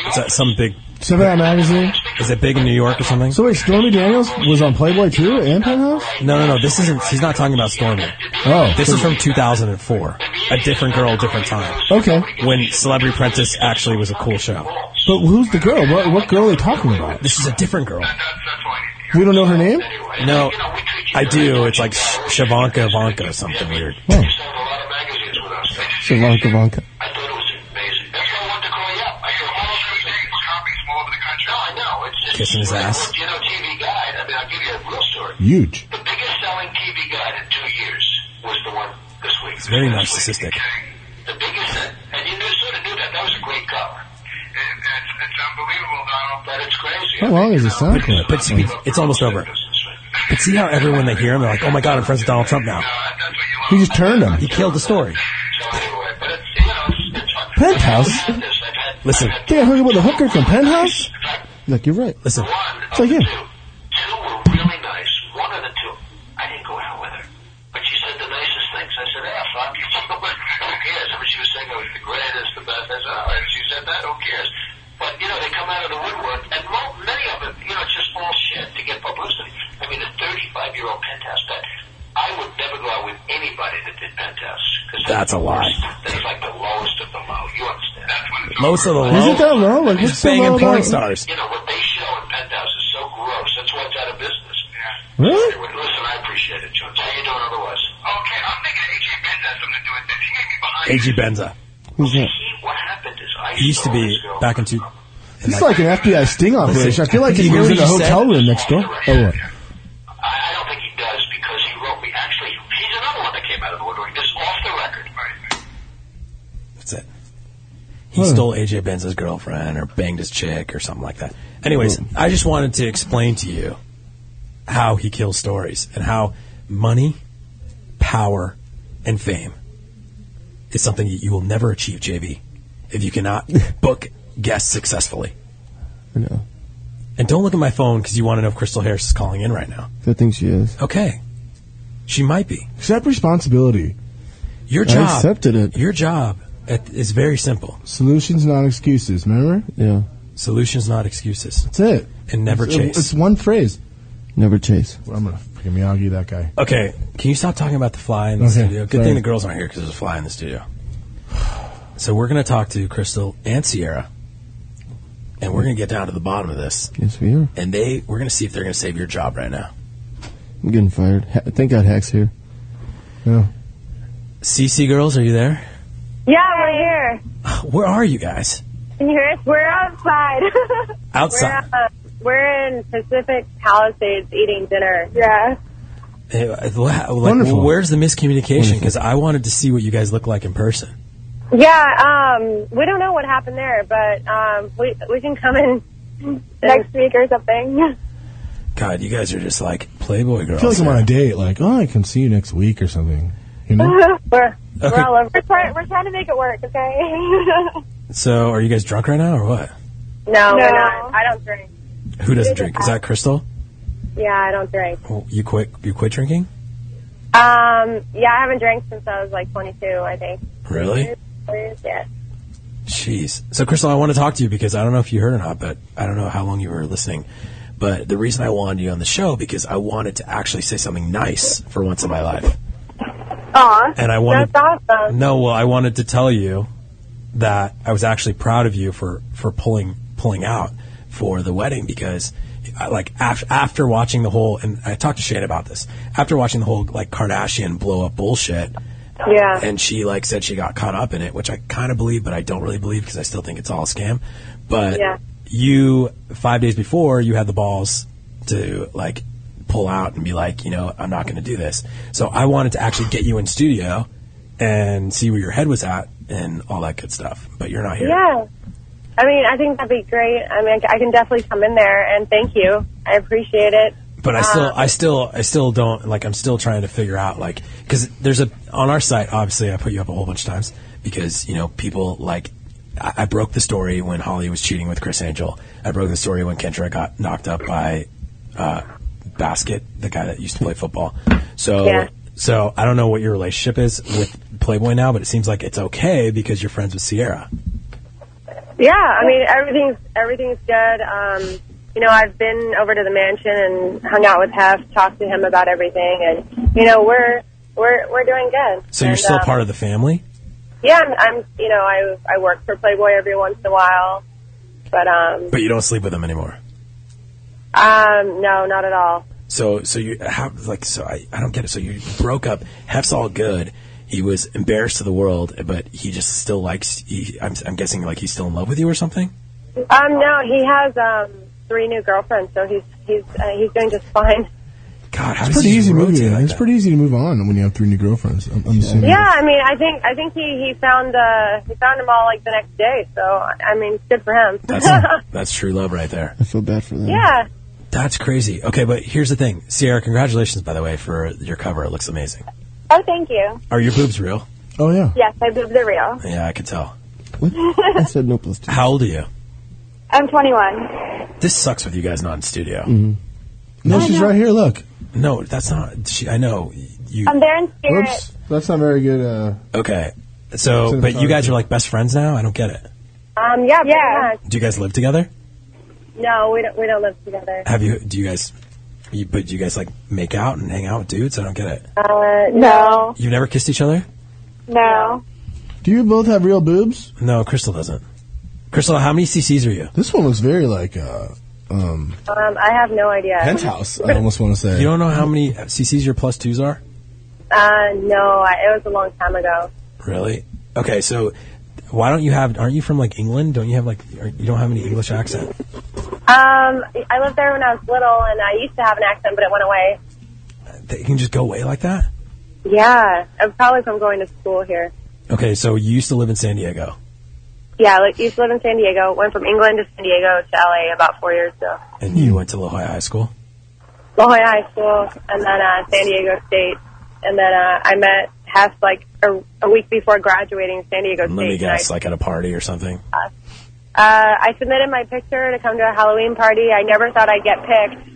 Speaker 3: Is that some big?
Speaker 4: Seven Out Magazine.
Speaker 3: Is it big in New York or something?
Speaker 4: So wait, Stormy Daniels was on Playboy too and Penthouse?
Speaker 3: No, no, no. This isn't. He's not talking about Stormy.
Speaker 4: Oh.
Speaker 3: this is from 2004. A different girl, different time.
Speaker 4: Okay.
Speaker 3: When Celebrity Apprentice actually was a cool show.
Speaker 4: But who's the girl? What, what girl are they talking about?
Speaker 3: This is a different girl.
Speaker 4: We don't know her name?
Speaker 3: No, I do. It's like Sh- Shavanka Ivanka or something weird.
Speaker 5: Sri Lanka Vanka.
Speaker 3: Kissing his ass.
Speaker 4: Huge.
Speaker 3: It's very narcissistic.
Speaker 4: How long is the sound clip?
Speaker 3: But see, it's almost over. But see how everyone they hear him, they're like, "Oh my God, I'm friends with Donald Trump now."
Speaker 4: He just turned him.
Speaker 3: He killed the story.
Speaker 4: Penthouse?
Speaker 3: Listen,
Speaker 4: Think I heard about the hooker from Penthouse?
Speaker 5: Look, you're right.
Speaker 3: Listen.
Speaker 4: It's like him. Uh,
Speaker 3: that's a lie. Most of the low.
Speaker 4: Is it that low? Like,
Speaker 3: Oh, He's
Speaker 4: what's so
Speaker 3: banging
Speaker 4: low
Speaker 3: porn
Speaker 4: about-
Speaker 3: stars.
Speaker 4: Really?
Speaker 3: AG Benza.
Speaker 5: Who's that?
Speaker 3: He used to be back into.
Speaker 4: He's like an FBI sting operation. I feel like he was in a hotel room next door. Oh, what?
Speaker 3: That's it. He
Speaker 5: Hmm.
Speaker 3: stole AJ Benza's girlfriend or banged his chick or something like that.
Speaker 5: Hmm.
Speaker 3: Anyways, I just wanted to explain to you how he kills stories and how money, power, and fame is something that you will never achieve, JV, if
Speaker 5: *laughs*
Speaker 3: you cannot book guests successfully.
Speaker 5: I know.
Speaker 3: And don't look at my phone because you want to know if Crystal Harris is calling in right now.
Speaker 5: I think she is.
Speaker 3: Okay. She might be.
Speaker 4: Accept responsibility.
Speaker 3: Your
Speaker 5: I
Speaker 3: job.
Speaker 5: accepted it.
Speaker 3: Your job at- is very simple.
Speaker 4: Solutions, not excuses. Remember?
Speaker 5: Yeah.
Speaker 3: Solutions, not excuses.
Speaker 4: That's it.
Speaker 3: And never
Speaker 4: It's- um,
Speaker 3: chase.
Speaker 4: It's one phrase.
Speaker 5: Never chase.
Speaker 4: Well, I'm gonna freaking Miyagi that guy.
Speaker 3: Okay, can you stop talking about the fly in the
Speaker 4: Okay,
Speaker 3: studio? Good
Speaker 4: sorry.
Speaker 3: thing the girls aren't here because there's a fly in the studio. So we're going to talk to Crystal and Sierra, and we're going to get down to the bottom of this.
Speaker 5: Yes, we are.
Speaker 3: And they, we're going to see if they're going to save your job right now.
Speaker 5: I'm getting fired. Ha- thank God Hack's here.
Speaker 4: Yeah.
Speaker 3: CC girls, are you there?
Speaker 16: Yeah, we're here.
Speaker 3: Where are you guys?
Speaker 16: Can you hear us? We're outside. *laughs*
Speaker 3: Outside.
Speaker 16: We're, uh, we're in Pacific Palisades eating dinner. Yeah.
Speaker 3: Hey, uh, la- like,
Speaker 4: Wonderful.
Speaker 3: Where's the miscommunication? Because I wanted to see what you guys look like in person.
Speaker 16: Yeah. Um, we don't know what happened there, but um, we we can come in *laughs* next week or something.
Speaker 3: God, you guys are just like Playboy
Speaker 4: I
Speaker 3: girls.
Speaker 4: feel like I'm
Speaker 3: here.
Speaker 4: on a date. Like, oh, I can see you next week or something.
Speaker 7: *laughs*
Speaker 4: You know?
Speaker 16: we're we're
Speaker 3: Okay.
Speaker 16: all over. We're, try- we're trying to make it work, *laughs* okay?
Speaker 3: So, are you guys drunk right now or what?
Speaker 16: no, we're not. I don't drink.
Speaker 3: Who doesn't drink? Is that Crystal?
Speaker 16: Yeah, I don't drink.
Speaker 3: Oh, you quit. You quit drinking?
Speaker 16: Um, yeah, I haven't drank since I was like 22, I think.
Speaker 3: Really?
Speaker 16: Yeah.
Speaker 3: Jeez. So, Crystal, I want to talk to you because I don't know if you heard or not, but I don't know how long you were listening. But the reason I wanted you on the show because I wanted to actually say something nice for once in my life.
Speaker 16: Aw.
Speaker 3: And I wanted-
Speaker 16: That's awesome.
Speaker 3: No, well, I wanted to tell you that I was actually proud of you for for pulling pulling out for the wedding because, I, like, af- after watching the whole and I talked to Shane about this after watching the whole like Kardashian blow up bullshit.
Speaker 16: Yeah.
Speaker 3: And she like said she got caught up in it, which I kind of believe, but I don't really believe because I still think it's all a scam. But
Speaker 16: Yeah.
Speaker 3: you five days before you had the balls to like pull out and be like, you know, I'm not going to do this. So I wanted to actually get you in studio and see where your head was at and all that good stuff. But you're not here.
Speaker 16: Yeah. I mean, I think that'd be great. I mean, I can definitely come in there and thank you. I appreciate it.
Speaker 3: But I still, I still, I still don't like. I'm still trying to figure out like because there's a on our site. Obviously, I put you up a whole bunch of times because you know people like. I, I broke the story when Holly was cheating with Chris Angel. I broke the story when Kendra got knocked up by uh, Basket, the guy that used to play football. So,
Speaker 16: Yeah.
Speaker 3: so I don't know what your relationship is with Playboy now, but it seems like it's okay because you're friends with Sierra.
Speaker 16: Yeah, I mean everything's everything's good. Um, you know, I've been over to the mansion and hung out with Hef, talked to him about everything, and you know we're we're we're doing good.
Speaker 3: So you're
Speaker 16: And,
Speaker 3: still
Speaker 16: um,
Speaker 3: part of the family.
Speaker 16: Yeah, I'm, I'm. You know, I I work for Playboy every once in a while, but um,
Speaker 3: But you don't sleep with them anymore.
Speaker 16: um, no, not at all.
Speaker 3: So, so you how like so I, I don't get it. So you broke up. Hef's all good. He was embarrassed to the world, but he just still likes. He, I'm, I'm guessing like he's still in love with you or something.
Speaker 16: Um, no, he has um three new girlfriends, so he's he's uh, he's doing just *laughs* fine.
Speaker 3: God, how
Speaker 4: it's pretty easy moving. it's pretty easy to move on when you have three new girlfriends. I'm, I'm assuming.
Speaker 16: Yeah, I mean, I think I think he he found uh he found them all like the next day. So I mean, good for him.
Speaker 17: *laughs*
Speaker 3: That's that's true love right there. I feel bad for
Speaker 16: *laughs*
Speaker 3: them.
Speaker 16: yeah.
Speaker 3: That's crazy. Okay, but here's the thing, Sierra. Congratulations, by the way, for your cover. It looks amazing.
Speaker 16: Oh, thank you.
Speaker 3: Are your boobs real?
Speaker 4: Oh yeah.
Speaker 16: Yes, I boobed the real.
Speaker 3: Yeah, I could tell.
Speaker 5: I said no plus two.
Speaker 3: How old are you?
Speaker 17: I'm 21.
Speaker 3: This sucks with you guys not in studio.
Speaker 4: No, she's right here. Look.
Speaker 3: No, that's not. She, I know. You.
Speaker 17: I'm there in spirit.
Speaker 4: Whoops. That's not very good. Uh,
Speaker 3: Okay. So, but you guys are like best friends now. I don't get it.
Speaker 16: Um, yeah, yeah.
Speaker 3: Do you guys live together?
Speaker 16: No, we don't we don't live together.
Speaker 3: Have you? Do you guys? You, but do you guys like make out and hang out with dudes? I don't get it.
Speaker 16: Uh, no,
Speaker 3: You've never kissed each other?
Speaker 16: no.
Speaker 4: do you both have real boobs?
Speaker 3: No, Crystal doesn't. Crystal, how many CCs are you?
Speaker 4: This one looks very like uh, um,
Speaker 16: Um, I have no idea. *laughs*
Speaker 4: penthouse. I almost want to say.
Speaker 3: You don't know how many CCs your plus twos are?
Speaker 16: Uh, no, I, it was a long time ago.
Speaker 3: Really? Okay, so why don't you have? Aren't you from like England? Don't you have like? are- You don't have any English accent?
Speaker 16: Um, I lived there when I was little, and I used to have an accent, but it went away.
Speaker 3: That you can just go away like that?
Speaker 16: Yeah, I'm probably from going to school here.
Speaker 3: Okay, so you used to live in San Diego.
Speaker 16: Yeah, like used to live in San Diego. Went from England to San Diego to LA about four years ago.
Speaker 3: And
Speaker 4: Hmm.
Speaker 3: you went to La Jolla High School.
Speaker 16: La Jolla High School, and then uh, San Diego State, and then uh, I met Hess like a, a week before graduating San Diego State.
Speaker 3: Let me
Speaker 16: and
Speaker 3: guess,
Speaker 16: I-
Speaker 3: like at a party or something.
Speaker 16: Uh, I submitted my picture to come to a Halloween party. I never thought I'd get picked,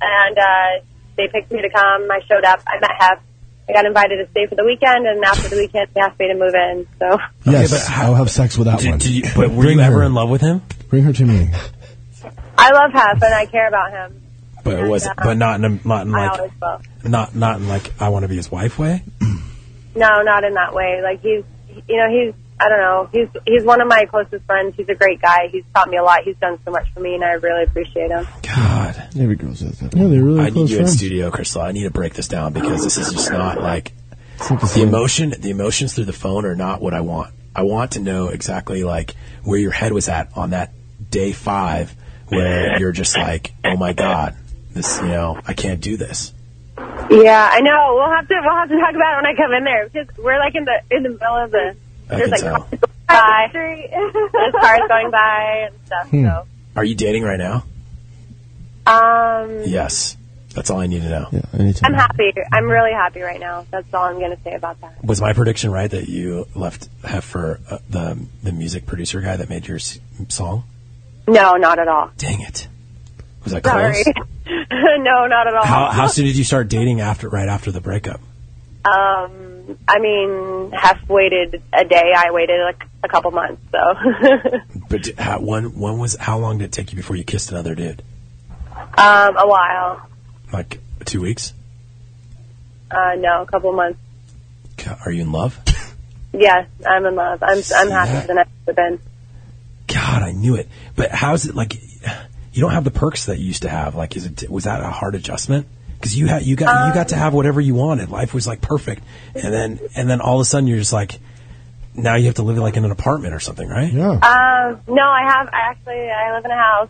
Speaker 16: and uh, they picked me to come. I showed up. I met Hef. I got invited to stay for the weekend, and after the weekend, he asked me to move in. So *laughs*
Speaker 4: Yes, I'll have sex with that one.
Speaker 3: but were
Speaker 4: Bring
Speaker 3: you ever
Speaker 4: her.
Speaker 3: in love with him?
Speaker 4: Bring her to me.
Speaker 16: I love Hef, and I care about him.
Speaker 3: But it was, but not in a, not in
Speaker 16: I
Speaker 3: like,
Speaker 16: always will.
Speaker 3: not not in like I want to be his wife way.
Speaker 16: No, not in that way. Like he's, you know, he's. I don't know. He's he's one of my closest friends. He's a great guy. He's taught me a lot. He's done so much for me, and I really appreciate him.
Speaker 3: God.
Speaker 5: Every girl says that.
Speaker 4: Yeah, they're really
Speaker 3: I need
Speaker 4: close
Speaker 3: you
Speaker 4: friends.
Speaker 3: in studio, Crystal. I need to break this down because this is just not like the emotion. The emotions through the phone are not what I want. I want to know exactly like where your head was at on that day five, where you're just like, oh my god, this you know I can't do this.
Speaker 16: Yeah, I know. We'll have to we'll have to talk about it when I come in there because we're like in the in the middle of the
Speaker 3: I
Speaker 16: there's
Speaker 3: can
Speaker 16: like
Speaker 3: tell.
Speaker 16: *laughs* cars going by, there's cars going by and stuff.
Speaker 4: Hmm.
Speaker 16: So
Speaker 3: Are you dating right now?
Speaker 16: Um,
Speaker 3: Yes. That's all I need to know. Yeah,
Speaker 16: I'm happy. I'm really happy right now. That's all I'm going to say about that.
Speaker 3: Was my prediction right that you left Hef for uh, the the music producer guy that made your s- song?
Speaker 16: No, not at all.
Speaker 3: Dang it! Was that
Speaker 16: Sorry. *laughs*
Speaker 3: close?
Speaker 16: no, not at all.
Speaker 3: How how soon did you start dating after right after the breakup?
Speaker 16: Um, I mean, half waited a day. I waited like a couple months. So, *laughs*
Speaker 3: But d- how, when when was how long did it take you before you kissed another dude?
Speaker 16: um, a while.
Speaker 3: Like two weeks?
Speaker 16: Uh, no, a couple months.
Speaker 3: God, Are you in love?
Speaker 16: Yes, I'm in love. I'm I'm happier than I've ever been.
Speaker 3: God, I knew it. But how's it like? You don't have the perks that you used to have. Like, is it was that a hard adjustment? Because you had you got you got to have whatever you wanted. Life was like perfect, and then and then all of a sudden you're just like, now you have to live like in an apartment or something, right? Yeah.
Speaker 16: Um, no, I have. I actually I live in a house,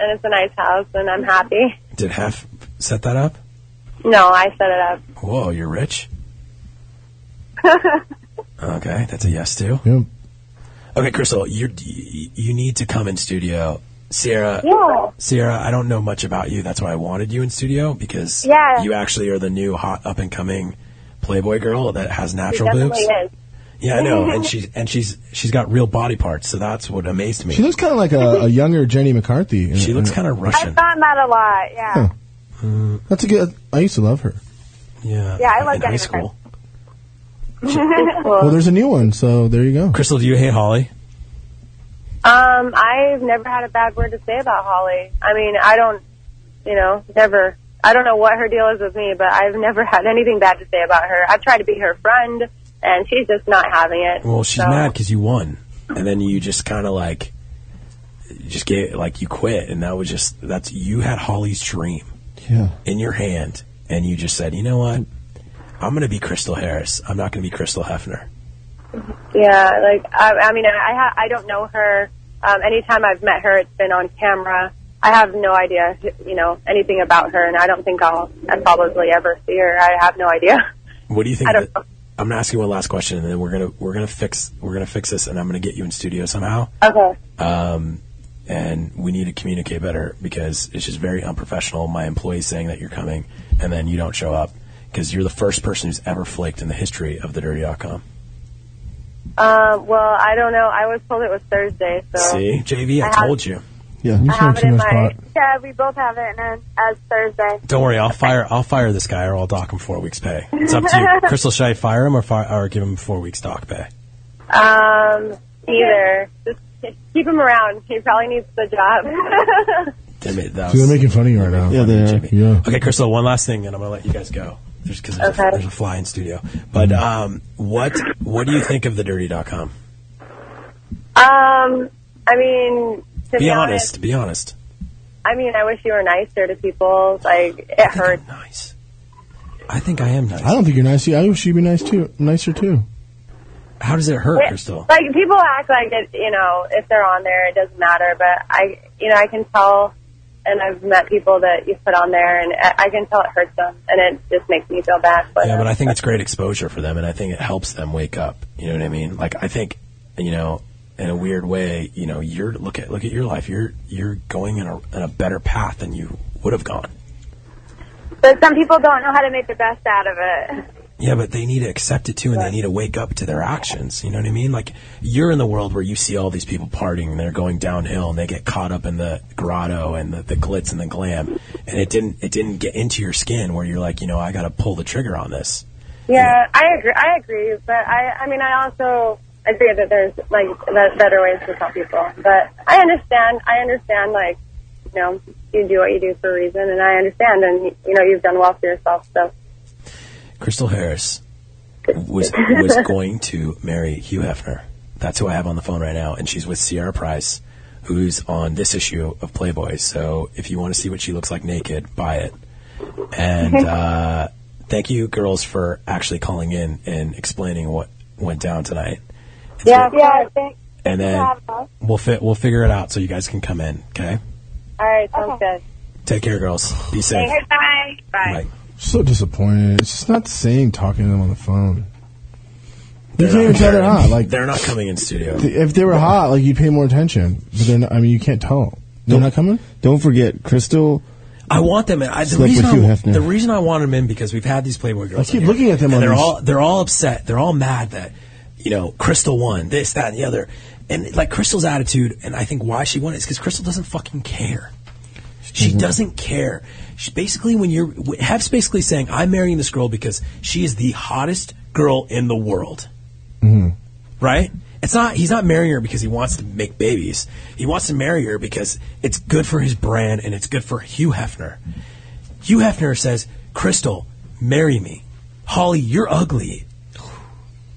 Speaker 16: and it's a nice house, and I'm happy.
Speaker 3: Did Hef set that up?
Speaker 16: No, I set it up.
Speaker 3: Whoa, you're rich.
Speaker 16: *laughs*
Speaker 3: Okay, that's a yes too. Okay, Crystal, you you need to come in studio. Sierra,
Speaker 15: Yeah.
Speaker 3: Sierra, I don't know much about you. That's why I wanted you in studio because
Speaker 15: Yeah.
Speaker 3: you actually are the new hot up and coming Playboy girl that has natural
Speaker 15: She
Speaker 3: boobs.
Speaker 15: definitely is.
Speaker 3: Yeah, I
Speaker 15: *laughs*
Speaker 3: know, and she and she's she's got real body parts, so that's what amazed me.
Speaker 4: She looks kind of like a, a younger Jenny McCarthy.
Speaker 3: She looks kinda
Speaker 17: I
Speaker 3: Russian.
Speaker 17: found that a lot. Yeah.
Speaker 4: Huh. That's a good. I used to love her.
Speaker 3: Yeah.
Speaker 17: Yeah, I like
Speaker 3: in
Speaker 17: that
Speaker 3: high
Speaker 17: in
Speaker 7: *laughs*
Speaker 3: school.
Speaker 4: Well, there's a new one, so there you go.
Speaker 3: Crystal, do you hate Holly?
Speaker 16: Um, I've never had a bad word to say about Holly. I mean, I don't, you know, never. I don't know what her deal is with me, but I've never *laughs* had anything bad to say about her. I've tried to be her friend, and she's just not having it.
Speaker 3: Well, she's
Speaker 16: So-
Speaker 3: mad because you won, and then you just kind of like, you just gave like you quit, and that was just that's you had Holly's dream
Speaker 5: Yeah.
Speaker 3: in your hand, and you just said, you know what, I'm gonna be Crystal Harris. I'm not gonna be Crystal Hefner.
Speaker 16: Yeah, like I, I mean, I I, ha- I don't know her. Um, anytime I've met her, it's been on camera. I have no idea, you know, anything about her, and I don't think I'll, I probably ever see her. I have no idea. *laughs*
Speaker 3: What do you think?
Speaker 16: I don't
Speaker 3: that- I'm gonna ask you one last question, and then we're gonna we're gonna fix we're gonna fix this, and I'm gonna get you in studio somehow.
Speaker 16: Okay.
Speaker 3: Um, and we need to communicate better because it's just very unprofessional. My employees saying that you're coming and then you don't show up because you're the first person who's ever flaked in the history of the dirty.com.
Speaker 16: Um, well, I don't know. I was told it was Thursday, so
Speaker 3: See, JV,
Speaker 16: I
Speaker 3: I,
Speaker 16: have-
Speaker 3: told you.
Speaker 5: Yeah,
Speaker 4: you
Speaker 16: I have it in my
Speaker 17: Yeah, we both have it and as Thursday.
Speaker 3: Don't worry, I'll fire. I'll fire this guy, or I'll dock him four weeks' pay. It's up to
Speaker 16: *laughs*
Speaker 3: you, Crystal. Should I fire him or fire, or give him four weeks' dock pay?
Speaker 16: Um, either. Just keep him around. He probably needs the job. *laughs*
Speaker 3: Damn it, that
Speaker 4: See,
Speaker 3: was-
Speaker 4: they're making fun of you right now.
Speaker 3: Yeah, they
Speaker 4: are. Yeah.
Speaker 3: Okay, Crystal, one last thing, and I'm gonna let you guys go. Just because there's, a
Speaker 16: Okay.
Speaker 3: there's a fly in studio. But um, what what do you think of the dirty.com?
Speaker 16: um, I mean, to
Speaker 3: Be
Speaker 16: be
Speaker 3: honest. Be honest.
Speaker 16: I mean, I wish you were nicer to people. Like, it hurts.
Speaker 3: Nice. I think I am nice.
Speaker 4: I don't think you're nice. I wish you'd be nice too. Nicer too.
Speaker 3: How does it
Speaker 16: It- Like, people act like it, you know, if they're on there, it doesn't matter. But I, you know, I can tell, and I've met people that you put on there, and I I can tell it hurts them, and it just makes me feel bad. But
Speaker 3: Yeah, but I think it's great exposure for them, and I think it helps them wake up. You know what I mean? Like I think, you know, in a weird way, you know, you're look at look at your life. You're you're going in a in a better path than you would have gone.
Speaker 17: But some people don't know how to make the best out of it.
Speaker 3: Yeah, but they need to accept it too, and they need to wake up to their actions. You know what I mean? Like you're in the world where you see all these people partying, and they're going downhill, and they get caught up in the grotto and the, the glitz and the glam, and it didn't it didn't get into your skin where you're like, you know, I got to pull the trigger on this.
Speaker 16: Yeah, I agree. I agree, but I, I mean, I also agree that there's like that better ways to help people. But I understand. I understand. Like, you know, you do what you do for a reason, and I understand. And you know, you've done well for yourself. So
Speaker 3: Crystal Harris was was going to marry Hugh Hefner. That's who I have on the phone right now, and she's with Sierra Price, who's on this issue of Playboy. So if you want to see what she looks like naked, buy it. And uh, thank you, girls, for actually calling in and explaining what went down tonight.
Speaker 16: yeah, yeah. Thanks.
Speaker 3: And then we'll fit we'll figure it out so you guys can come in. Okay.
Speaker 16: All right, sounds good.
Speaker 3: Take care, girls. Be safe.
Speaker 16: Bye.
Speaker 3: Bye.
Speaker 4: So disappointed. It's just not the same talking to them on the phone. They
Speaker 3: They're
Speaker 4: can't even
Speaker 3: not-
Speaker 4: tell they're hot. Like
Speaker 3: they're not coming in studio.
Speaker 4: th- if they were hot, like you'd pay more attention. But they're not. I mean, you can't tell. They're not coming.
Speaker 5: Don't forget, Crystal.
Speaker 3: I want them. In. I, the,
Speaker 5: Slept
Speaker 3: reason
Speaker 5: with Hugh
Speaker 3: I,
Speaker 5: Hefner.
Speaker 3: the reason I want them in because we've had these Playboy girls.
Speaker 4: I keep
Speaker 3: on here,
Speaker 4: looking at them
Speaker 3: and
Speaker 4: on
Speaker 3: they're
Speaker 4: this.
Speaker 3: all they're all upset. They're all mad that you know Crystal won this, that, and the other. And like Crystal's attitude, and I think why she won it is because Crystal doesn't fucking care. She doesn't care. She basically, when you're wh- Hef's basically saying, "I'm marrying this girl because she is the hottest girl in the world." Mm-hmm.
Speaker 4: Mhm.
Speaker 3: Right? It's not. He's not marrying her because he wants to make babies. He wants to marry her because it's good for his brand and it's good for Hugh Hefner. Hugh Hefner says, "Crystal, marry me. Holly, you're ugly."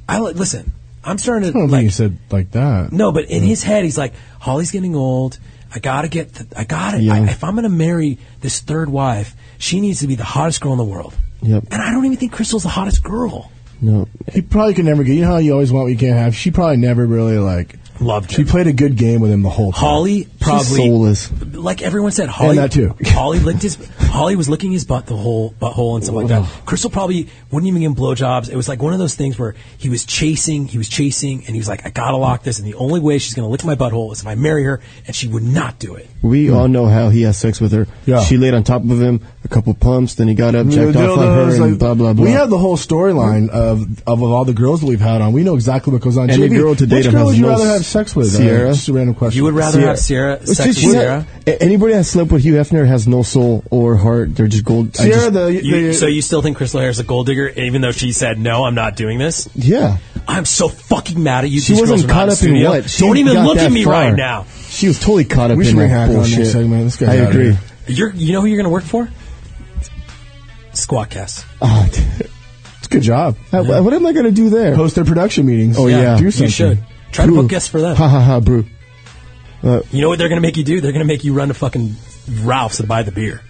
Speaker 3: I li- listen. I'm
Speaker 4: I
Speaker 3: starting to
Speaker 4: don't
Speaker 3: like.
Speaker 4: think you said like that.
Speaker 3: No, but in his head, he's like, Holly's getting old. I gotta get. The, I gotta.
Speaker 4: Yeah.
Speaker 3: I, if I'm gonna marry this third wife, she needs to be the hottest girl in the world.
Speaker 5: Yep.
Speaker 3: And I don't even think Crystal's the hottest girl.
Speaker 5: No.
Speaker 4: He probably could never get. You know how you always want what you can't have. She probably never really like
Speaker 3: loved.
Speaker 4: She played a good game with him the whole time.
Speaker 3: Holly probably
Speaker 5: soulless.
Speaker 3: Like everyone said, Holly
Speaker 4: that too.
Speaker 3: *laughs* Holly licked his. Holly was licking his butt the whole butthole and stuff like that. Crystal probably wouldn't even give him blowjobs. It was like one of those things where he was chasing, he was chasing, and he was like, "I gotta lock this." And the only way she's gonna lick my butthole is if I marry her, and she would not do it.
Speaker 5: We all know how he has sex with her.
Speaker 3: Yeah.
Speaker 5: She laid on top of him, a couple pumps, then he got up, jacked off on her,
Speaker 4: Dildos,
Speaker 5: and
Speaker 4: like,
Speaker 5: blah blah blah.
Speaker 4: We have the whole storyline of, of of all the girls that we've had on. We know exactly what goes on.
Speaker 5: And the
Speaker 4: JB,
Speaker 5: girl to date
Speaker 4: which
Speaker 5: him
Speaker 4: girl
Speaker 5: has
Speaker 4: would you
Speaker 5: no
Speaker 4: rather
Speaker 5: s-
Speaker 4: have sex with? Uh, *laughs*
Speaker 5: Sierra?
Speaker 4: just a random question.
Speaker 3: You would rather have Sierra
Speaker 5: It's
Speaker 3: sex with
Speaker 5: just- she's
Speaker 3: Sierra?
Speaker 5: not- a- anybody that slept with Hugh Hefner has no soul or heart. They're just gold. I just-
Speaker 3: You- so you still think Crystal Harris is a gold digger, even though she said no, I'm not doing this?
Speaker 5: yeah.
Speaker 3: I'm so fucking mad at you.
Speaker 5: She
Speaker 3: These girls
Speaker 5: wasn't
Speaker 3: are not
Speaker 5: caught
Speaker 3: the
Speaker 5: up in
Speaker 3: studio.
Speaker 5: what? She
Speaker 3: Don't even
Speaker 5: got
Speaker 3: look
Speaker 5: that
Speaker 3: at me
Speaker 5: far.
Speaker 3: right now.
Speaker 5: She was totally caught up
Speaker 4: We should
Speaker 5: in
Speaker 4: bring
Speaker 5: that
Speaker 4: Hacker on next
Speaker 5: bullshit.
Speaker 4: segment. This guy's
Speaker 5: I
Speaker 4: outta
Speaker 5: agree.
Speaker 4: here.
Speaker 3: You're, you know who you're going to work for? Squadcast.
Speaker 5: Ah, dude.
Speaker 4: Oh, It's a good job.
Speaker 5: Uh, What am I going to do there?
Speaker 4: Host their production meetings.
Speaker 5: Oh yeah,
Speaker 4: do something.
Speaker 3: You should. Try to book guests for them.
Speaker 5: Ha ha ha, brew. Uh,
Speaker 3: You know what they're going to make you do? They're going to make you run to fucking Ralph's and buy the beer.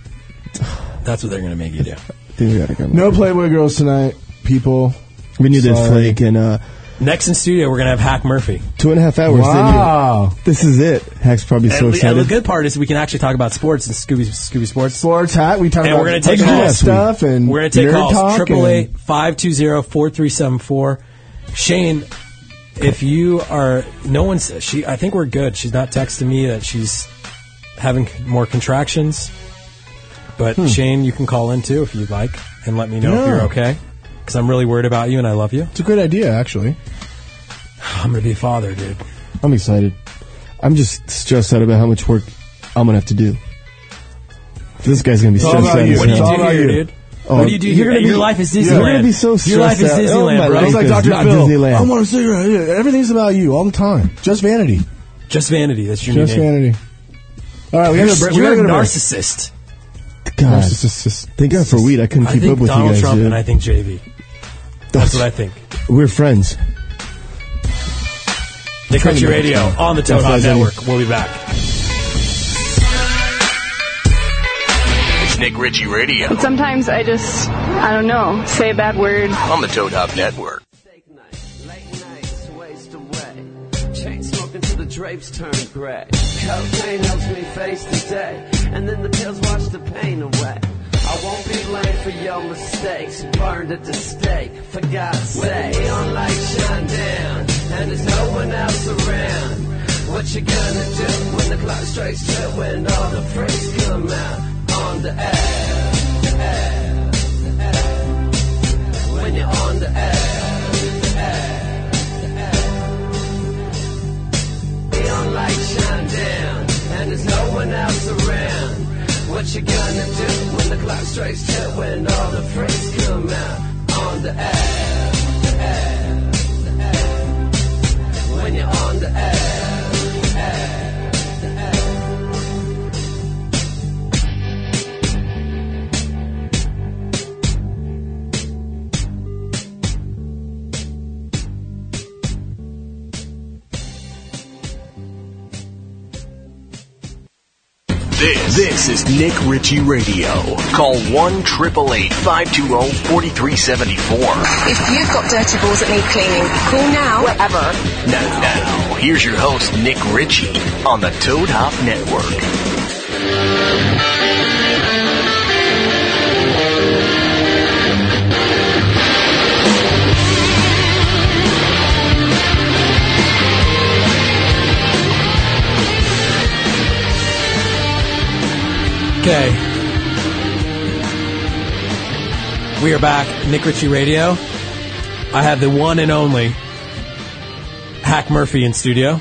Speaker 3: *sighs* That's what they're going to make you do.
Speaker 5: dude, we gotta go.
Speaker 4: No Playboy girls tonight, people.
Speaker 5: We need this
Speaker 4: Sorry.
Speaker 5: flake and uh,
Speaker 3: Next in studio, we're going to have Hack Murphy.
Speaker 5: two and a half hours.
Speaker 4: Wow.
Speaker 5: Didn't you? This is it. Hack's probably so
Speaker 3: and, the- and the
Speaker 5: excited.
Speaker 3: good part is we can actually talk about sports and Scooby, Scooby Sports.
Speaker 4: Sports hat. We talk
Speaker 3: and
Speaker 4: about
Speaker 3: we're going to take
Speaker 4: Playboy
Speaker 3: calls.
Speaker 4: stuff and
Speaker 3: we're going to take
Speaker 4: nerd
Speaker 3: calls.
Speaker 4: talk
Speaker 3: Triple
Speaker 4: and-
Speaker 3: eight five two zero four three seven four. Shane, if you are, no one's. She, I think we're good. She's not texting me that she's having more contractions. But Shane, you can call in too if you'd like, and let me know if
Speaker 4: Hmm. Yeah.
Speaker 3: you're okay. Because I'm really worried about you, and I love you.
Speaker 4: It's a great idea, actually.
Speaker 3: *sighs* I'm going to be a father, dude.
Speaker 5: I'm excited. I'm just stressed out about how much work I'm gonna have to do. This guy's gonna be
Speaker 4: It's all
Speaker 5: stressed
Speaker 4: about
Speaker 5: out.
Speaker 4: you.
Speaker 5: as
Speaker 4: What do you
Speaker 5: hell.
Speaker 4: do It's all here, about you. dude?
Speaker 5: Oh,
Speaker 3: what do you do
Speaker 5: you're
Speaker 3: here?
Speaker 5: gonna
Speaker 3: Your
Speaker 5: be-
Speaker 3: life is
Speaker 5: you're
Speaker 3: Disneyland.
Speaker 5: gonna be so
Speaker 3: Your life is
Speaker 5: stressed out. Oh,
Speaker 3: Disneyland,
Speaker 5: my
Speaker 3: bro.
Speaker 5: life
Speaker 4: It's like
Speaker 5: Because
Speaker 4: Dr.
Speaker 5: not
Speaker 4: Phil.
Speaker 5: Disneyland.
Speaker 4: I want a cigarette. Yeah, Everything's about you all the time. Just vanity.
Speaker 3: Just vanity. That's your
Speaker 4: Just
Speaker 3: new name.
Speaker 4: vanity. All right, we
Speaker 3: You're,
Speaker 4: gotta break- we
Speaker 3: you're
Speaker 4: gotta
Speaker 3: a
Speaker 4: go to break.
Speaker 3: narcissist.
Speaker 5: God,
Speaker 4: Narcissist.
Speaker 5: thank God for weed. I couldn't
Speaker 3: I
Speaker 5: keep
Speaker 3: think
Speaker 5: up with
Speaker 3: Donald
Speaker 5: you guys,
Speaker 3: Trump
Speaker 5: dude.
Speaker 3: and I think JV. That's what I think.
Speaker 5: We're friends.
Speaker 3: Nick
Speaker 5: Trying to
Speaker 3: Ritchie
Speaker 5: make-
Speaker 3: Radio on the
Speaker 5: That's
Speaker 3: Toad Hop
Speaker 5: what I was
Speaker 3: Network. We'll be back.
Speaker 1: It's Nick Ritchie Radio
Speaker 18: Sometimes I just, I don't know, say a bad word.
Speaker 1: on the Toad Hop Network.
Speaker 11: Chain smoking till the drapes turn gray. Cocaine helps me face the day, and then the pills wash the pain away. I won't be blamed for your mistakes. Burned at the stake, for God's sake. We on like shine down, and there's no one else around. What you gonna do when the clock strikes two, when all the freaks come out on the air? the air, the air. When you're on the air, the air. Neon lights shine down, and there's no one else around. What you gonna do when the clock strikes two, when all the freaks come out on the air? the air, the air. When you're on the air, the air, the air.
Speaker 1: This, this is Nick Ritchie Radio. Call 1 888 520 4374.
Speaker 2: If you've got dirty balls that need cleaning, call now. Whatever.
Speaker 1: Now, now, here's your host, Nick Ritchie, on the Toad Hop Network.
Speaker 3: Okay. We are back, Nick Ritchie Radio. I have the one and only Hack Murphy in studio.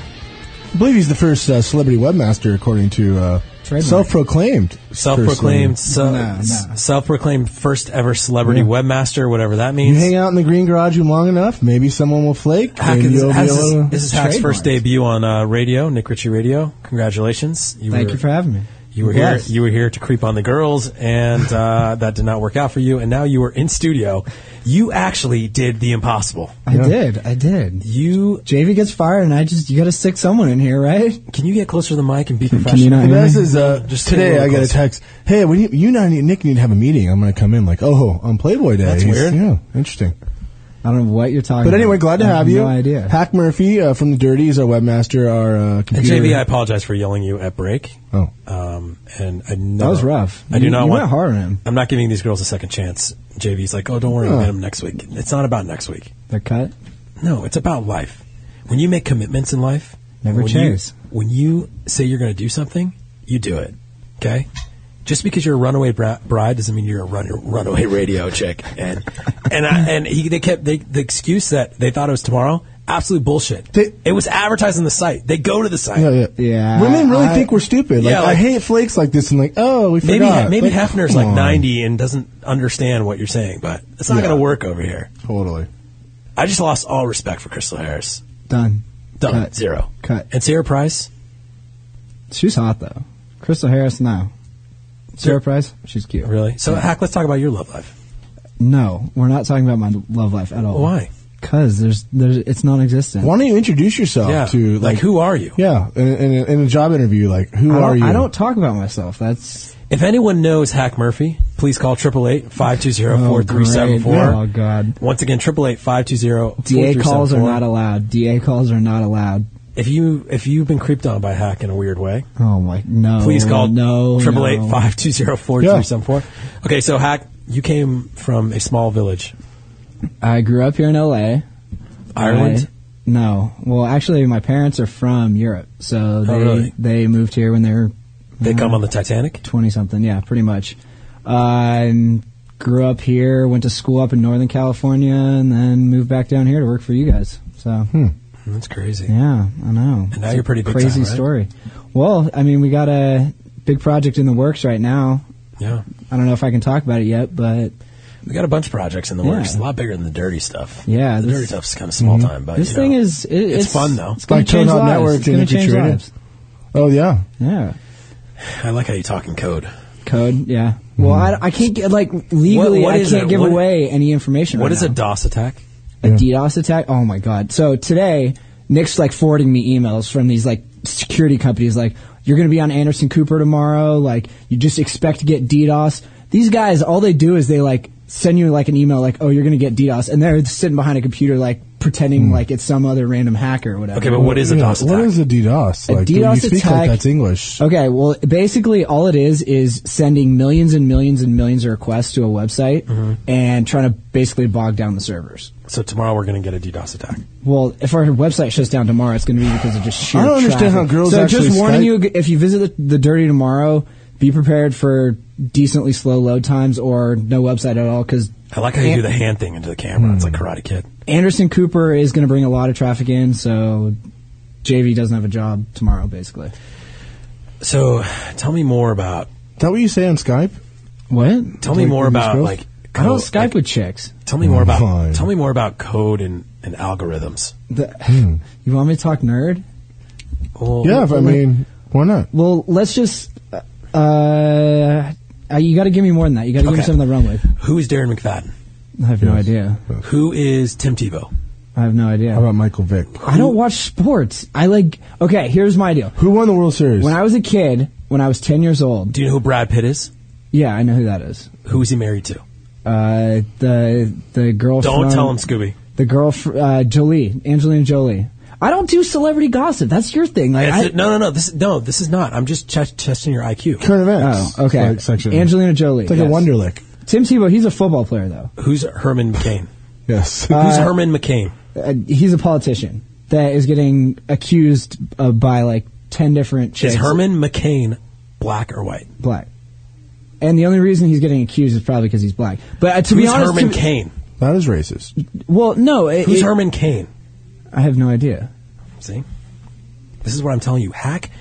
Speaker 4: I believe he's the first uh, celebrity webmaster, according to uh, self-proclaimed.
Speaker 3: Self-proclaimed,
Speaker 4: person.
Speaker 3: se- self-proclaimed first ever celebrity webmaster, whatever that
Speaker 4: You
Speaker 3: means.
Speaker 4: hang out in the green garage room long enough, maybe someone will flake.
Speaker 3: Hack
Speaker 4: maybe
Speaker 3: is,
Speaker 4: you'll be
Speaker 3: has
Speaker 4: a
Speaker 3: his-
Speaker 4: little
Speaker 3: this is Hack's first debut on uh, radio, Nick Ritchie Radio. Congratulations!
Speaker 19: Thank you for having me.
Speaker 3: You were here.
Speaker 19: Yes.
Speaker 3: You were here to creep on the girls, and uh, that did not work out for you. And now you are in studio. You actually did the impossible.
Speaker 19: I did. I did.
Speaker 3: You
Speaker 19: JV gets fired, and I just you got to stick someone in here, right?
Speaker 3: Can you get closer to the mic and be
Speaker 19: Can you
Speaker 3: professional?
Speaker 19: not
Speaker 4: The
Speaker 19: hear
Speaker 4: best
Speaker 19: me?
Speaker 4: is uh,
Speaker 3: Just get a
Speaker 4: today
Speaker 3: little
Speaker 4: I got a
Speaker 3: closer.
Speaker 4: text. Hey, we need, you and I need, Nick need to have a meeting. I'm going to come in. Like, oh, on Playboy Day.
Speaker 19: That's
Speaker 4: He's-
Speaker 19: weird.
Speaker 4: Yeah, interesting.
Speaker 19: I don't know what you're talking.
Speaker 4: But
Speaker 19: about.
Speaker 4: anyway, glad to
Speaker 19: I
Speaker 4: have you.
Speaker 19: No idea.
Speaker 4: Hack Murphy uh, from the Dirty is our webmaster, our uh,
Speaker 3: And
Speaker 4: computer.
Speaker 3: JV, I apologize for yelling you at break.
Speaker 4: Oh.
Speaker 3: Um, and I know
Speaker 4: was rough.
Speaker 3: I do
Speaker 4: You-
Speaker 3: not
Speaker 4: you
Speaker 3: want
Speaker 4: went hard on him.
Speaker 3: I'm not giving these girls a second chance. JV's like, oh, don't worry, we'll
Speaker 4: Huh.
Speaker 3: get them next week. It's not about next week.
Speaker 19: They're cut.
Speaker 3: No, it's about life. When you make commitments in life,
Speaker 19: Never
Speaker 3: when
Speaker 19: chase.
Speaker 3: You, when you say you're going to do something, you do it. Okay. Just because you're a runaway bra- bride doesn't mean you're a run- runaway radio chick. And and I, and he, they kept they, the excuse that they thought it was tomorrow. Absolute bullshit. it was advertised on the site. They go to the site.
Speaker 4: Yeah, yeah.
Speaker 19: yeah.
Speaker 4: Women really
Speaker 3: I-
Speaker 4: think we're stupid. Like,
Speaker 3: Yeah, like-
Speaker 4: I hate flakes like this. And like, oh, we
Speaker 3: Maybe
Speaker 4: forgot.
Speaker 3: maybe
Speaker 4: like,
Speaker 3: Hefner's
Speaker 4: come
Speaker 3: like
Speaker 4: on.
Speaker 3: 90 and doesn't understand what you're saying, but it's not
Speaker 4: Yeah.
Speaker 3: going to work over here.
Speaker 4: Totally.
Speaker 3: I just lost all respect for Crystal Harris.
Speaker 19: *laughs* Done.
Speaker 3: Done.
Speaker 19: Cut.
Speaker 3: Zero.
Speaker 19: Cut.
Speaker 3: And Sarah Price.
Speaker 19: She's hot though. Crystal Harris now. Sarah Price. She's cute.
Speaker 3: Really? So, Hack, let's talk about your love life.
Speaker 19: No, we're not talking about my love life at all.
Speaker 3: Why?
Speaker 19: Because there's there's it's non-existent.
Speaker 4: Why don't you introduce yourself
Speaker 19: Yeah.
Speaker 4: to
Speaker 19: Like,
Speaker 3: who are you?
Speaker 4: Yeah, in, in, a, in a job interview, like who
Speaker 19: I don't-
Speaker 4: are you?
Speaker 19: I don't talk about myself. That's
Speaker 3: If anyone knows Hack Murphy, please call 888-520-4374.
Speaker 19: Oh, God.
Speaker 3: Once again, 888-520-4374.
Speaker 19: DA calls are not allowed. DA calls are not allowed.
Speaker 3: If you if you've been creeped on by Hack in a weird way,
Speaker 19: Oh my no.
Speaker 3: please call
Speaker 19: no.
Speaker 3: triple eight
Speaker 19: no.
Speaker 3: five two zero four three seven four. Okay, so Hack, you came from a small village,
Speaker 19: I grew up here in LA.
Speaker 3: Ireland?
Speaker 19: I- no. Well, actually, my parents are from Europe, so they
Speaker 3: Oh, really?
Speaker 19: they moved here when they were.
Speaker 3: They come on the Titanic.
Speaker 19: Twenty something, yeah, pretty much. I grew up here, went to school up in Northern California, and then moved back down here to work for you guys. So.
Speaker 3: That's crazy.
Speaker 19: Yeah, I know.
Speaker 3: And now
Speaker 19: It's
Speaker 3: you're
Speaker 19: a
Speaker 3: pretty big
Speaker 19: crazy
Speaker 3: time, right?
Speaker 19: story. Well, I mean, we got a big project in the works right now.
Speaker 3: Yeah.
Speaker 19: I don't know if I can talk about it yet, but
Speaker 3: We got a bunch of projects in the
Speaker 19: Yeah.
Speaker 3: works, a lot bigger than the dirty stuff.
Speaker 19: Yeah,
Speaker 3: the
Speaker 19: this-
Speaker 3: dirty stuff's kind of small time, but
Speaker 19: this
Speaker 3: you
Speaker 19: thing
Speaker 3: know,
Speaker 19: is it,
Speaker 3: it's, fun though.
Speaker 19: It's going to change
Speaker 4: Toadhop
Speaker 19: lives.
Speaker 4: Network
Speaker 19: it's
Speaker 4: and
Speaker 19: going to
Speaker 4: Nicky
Speaker 19: change
Speaker 4: Traded.
Speaker 19: lives.
Speaker 4: Oh yeah.
Speaker 19: Yeah.
Speaker 3: I like how you talk in code.
Speaker 19: Code. Yeah. Well, I, I can't get like legally.
Speaker 3: what
Speaker 19: I
Speaker 3: is
Speaker 19: can't
Speaker 3: it?
Speaker 19: give
Speaker 3: What-
Speaker 19: away any information.
Speaker 3: What
Speaker 19: right
Speaker 3: is
Speaker 19: now.
Speaker 3: a DOS attack?
Speaker 19: a DDoS attack. Oh my god! So today, Nick's like forwarding me emails from these like security companies, like you're going to be on Anderson Cooper tomorrow. Like you just expect to get DDoS. These guys, all they do is they like send you like an email, like oh you're going to get DDoS, and they're sitting behind a computer like pretending like it's some other random hacker or whatever.
Speaker 4: Hmm. Yeah, What is a DDoS?
Speaker 19: A
Speaker 4: Like, when you
Speaker 19: DDoS
Speaker 4: speak
Speaker 19: attack-
Speaker 4: like that's English.
Speaker 19: Okay, well, basically, all it is is sending millions and millions and millions of requests to a website
Speaker 4: Mm-hmm.
Speaker 19: and trying to basically bog down the servers.
Speaker 3: So tomorrow we're going to get a DDoS attack.
Speaker 19: Well, if our website shuts down tomorrow, it's going to be because of just sheer.
Speaker 4: I don't understand
Speaker 19: traffic.
Speaker 4: how girls
Speaker 19: So
Speaker 4: actually
Speaker 19: just warning
Speaker 4: Skype-
Speaker 19: you, if you visit the, the dirty tomorrow, be prepared for decently slow load times or no website at all. Because
Speaker 3: I like how you do the hand thing into the camera. It's like
Speaker 19: Mm.
Speaker 3: Karate Kid.
Speaker 19: Anderson Cooper is going to bring a lot of traffic in, so JV doesn't have a job tomorrow, basically.
Speaker 3: So, tell me more about.
Speaker 4: Is that what you say on Skype?
Speaker 19: What?
Speaker 3: Tell me
Speaker 4: Like,
Speaker 3: more
Speaker 4: with these
Speaker 3: about
Speaker 4: girls?
Speaker 3: like.
Speaker 19: I don't
Speaker 3: code-
Speaker 19: Skype with chicks.
Speaker 3: Tell me more about.
Speaker 4: Fine.
Speaker 3: Tell me more about code and, and algorithms.
Speaker 19: The, *laughs* You want me to talk nerd?
Speaker 3: Well,
Speaker 4: yeah, if, I mean, why not?
Speaker 19: Well, let's just. Uh, uh, you got to give me more than that. You got to give me
Speaker 3: Okay.
Speaker 19: something to run with.
Speaker 3: who is Darren McFadden?
Speaker 19: I have no idea.
Speaker 3: Who is Tim Tebow?
Speaker 19: I have no idea.
Speaker 4: How about Michael Vick?
Speaker 19: I don't watch sports. I like. Okay, here's my deal.
Speaker 4: Who won the World Series?
Speaker 19: When I was a kid, when I was ten years old,
Speaker 3: Do you know who Brad Pitt is?
Speaker 19: yeah, I know who that is.
Speaker 3: Who is he married to?
Speaker 19: Uh, the the girl.
Speaker 3: Don't
Speaker 19: from-
Speaker 3: tell him, Scooby.
Speaker 19: The girl, fr- uh, Jolie, Angelina Jolie. I don't do celebrity gossip. That's your thing. Like,
Speaker 3: That's
Speaker 19: I,
Speaker 3: it. no, no, no. This no, this is not. I'm just ch- testing your IQ.
Speaker 4: Current events.
Speaker 19: Oh, okay.
Speaker 4: Like, section.
Speaker 19: Angelina Jolie.
Speaker 4: It's like
Speaker 19: yes.
Speaker 4: a Wonderlick.
Speaker 19: Tim Tebow. He's a football player, though.
Speaker 3: Who's Herman McCain?
Speaker 4: Yes.
Speaker 3: *laughs* Who's
Speaker 19: Uh,
Speaker 3: Herman McCain?
Speaker 19: Uh, he's a politician that is getting accused uh, by like ten different chicks.
Speaker 3: Is Herman McCain black or white?
Speaker 19: black? and the only reason he's getting accused is probably because he's black. But uh, to be
Speaker 3: Who's
Speaker 19: honest,
Speaker 3: Herman
Speaker 19: to-
Speaker 3: Cain?
Speaker 4: That is racist.
Speaker 19: Well, no. It,
Speaker 3: Who's
Speaker 19: it-
Speaker 3: Herman Cain?
Speaker 19: I have no idea.
Speaker 3: See, this is what I'm telling you. Hack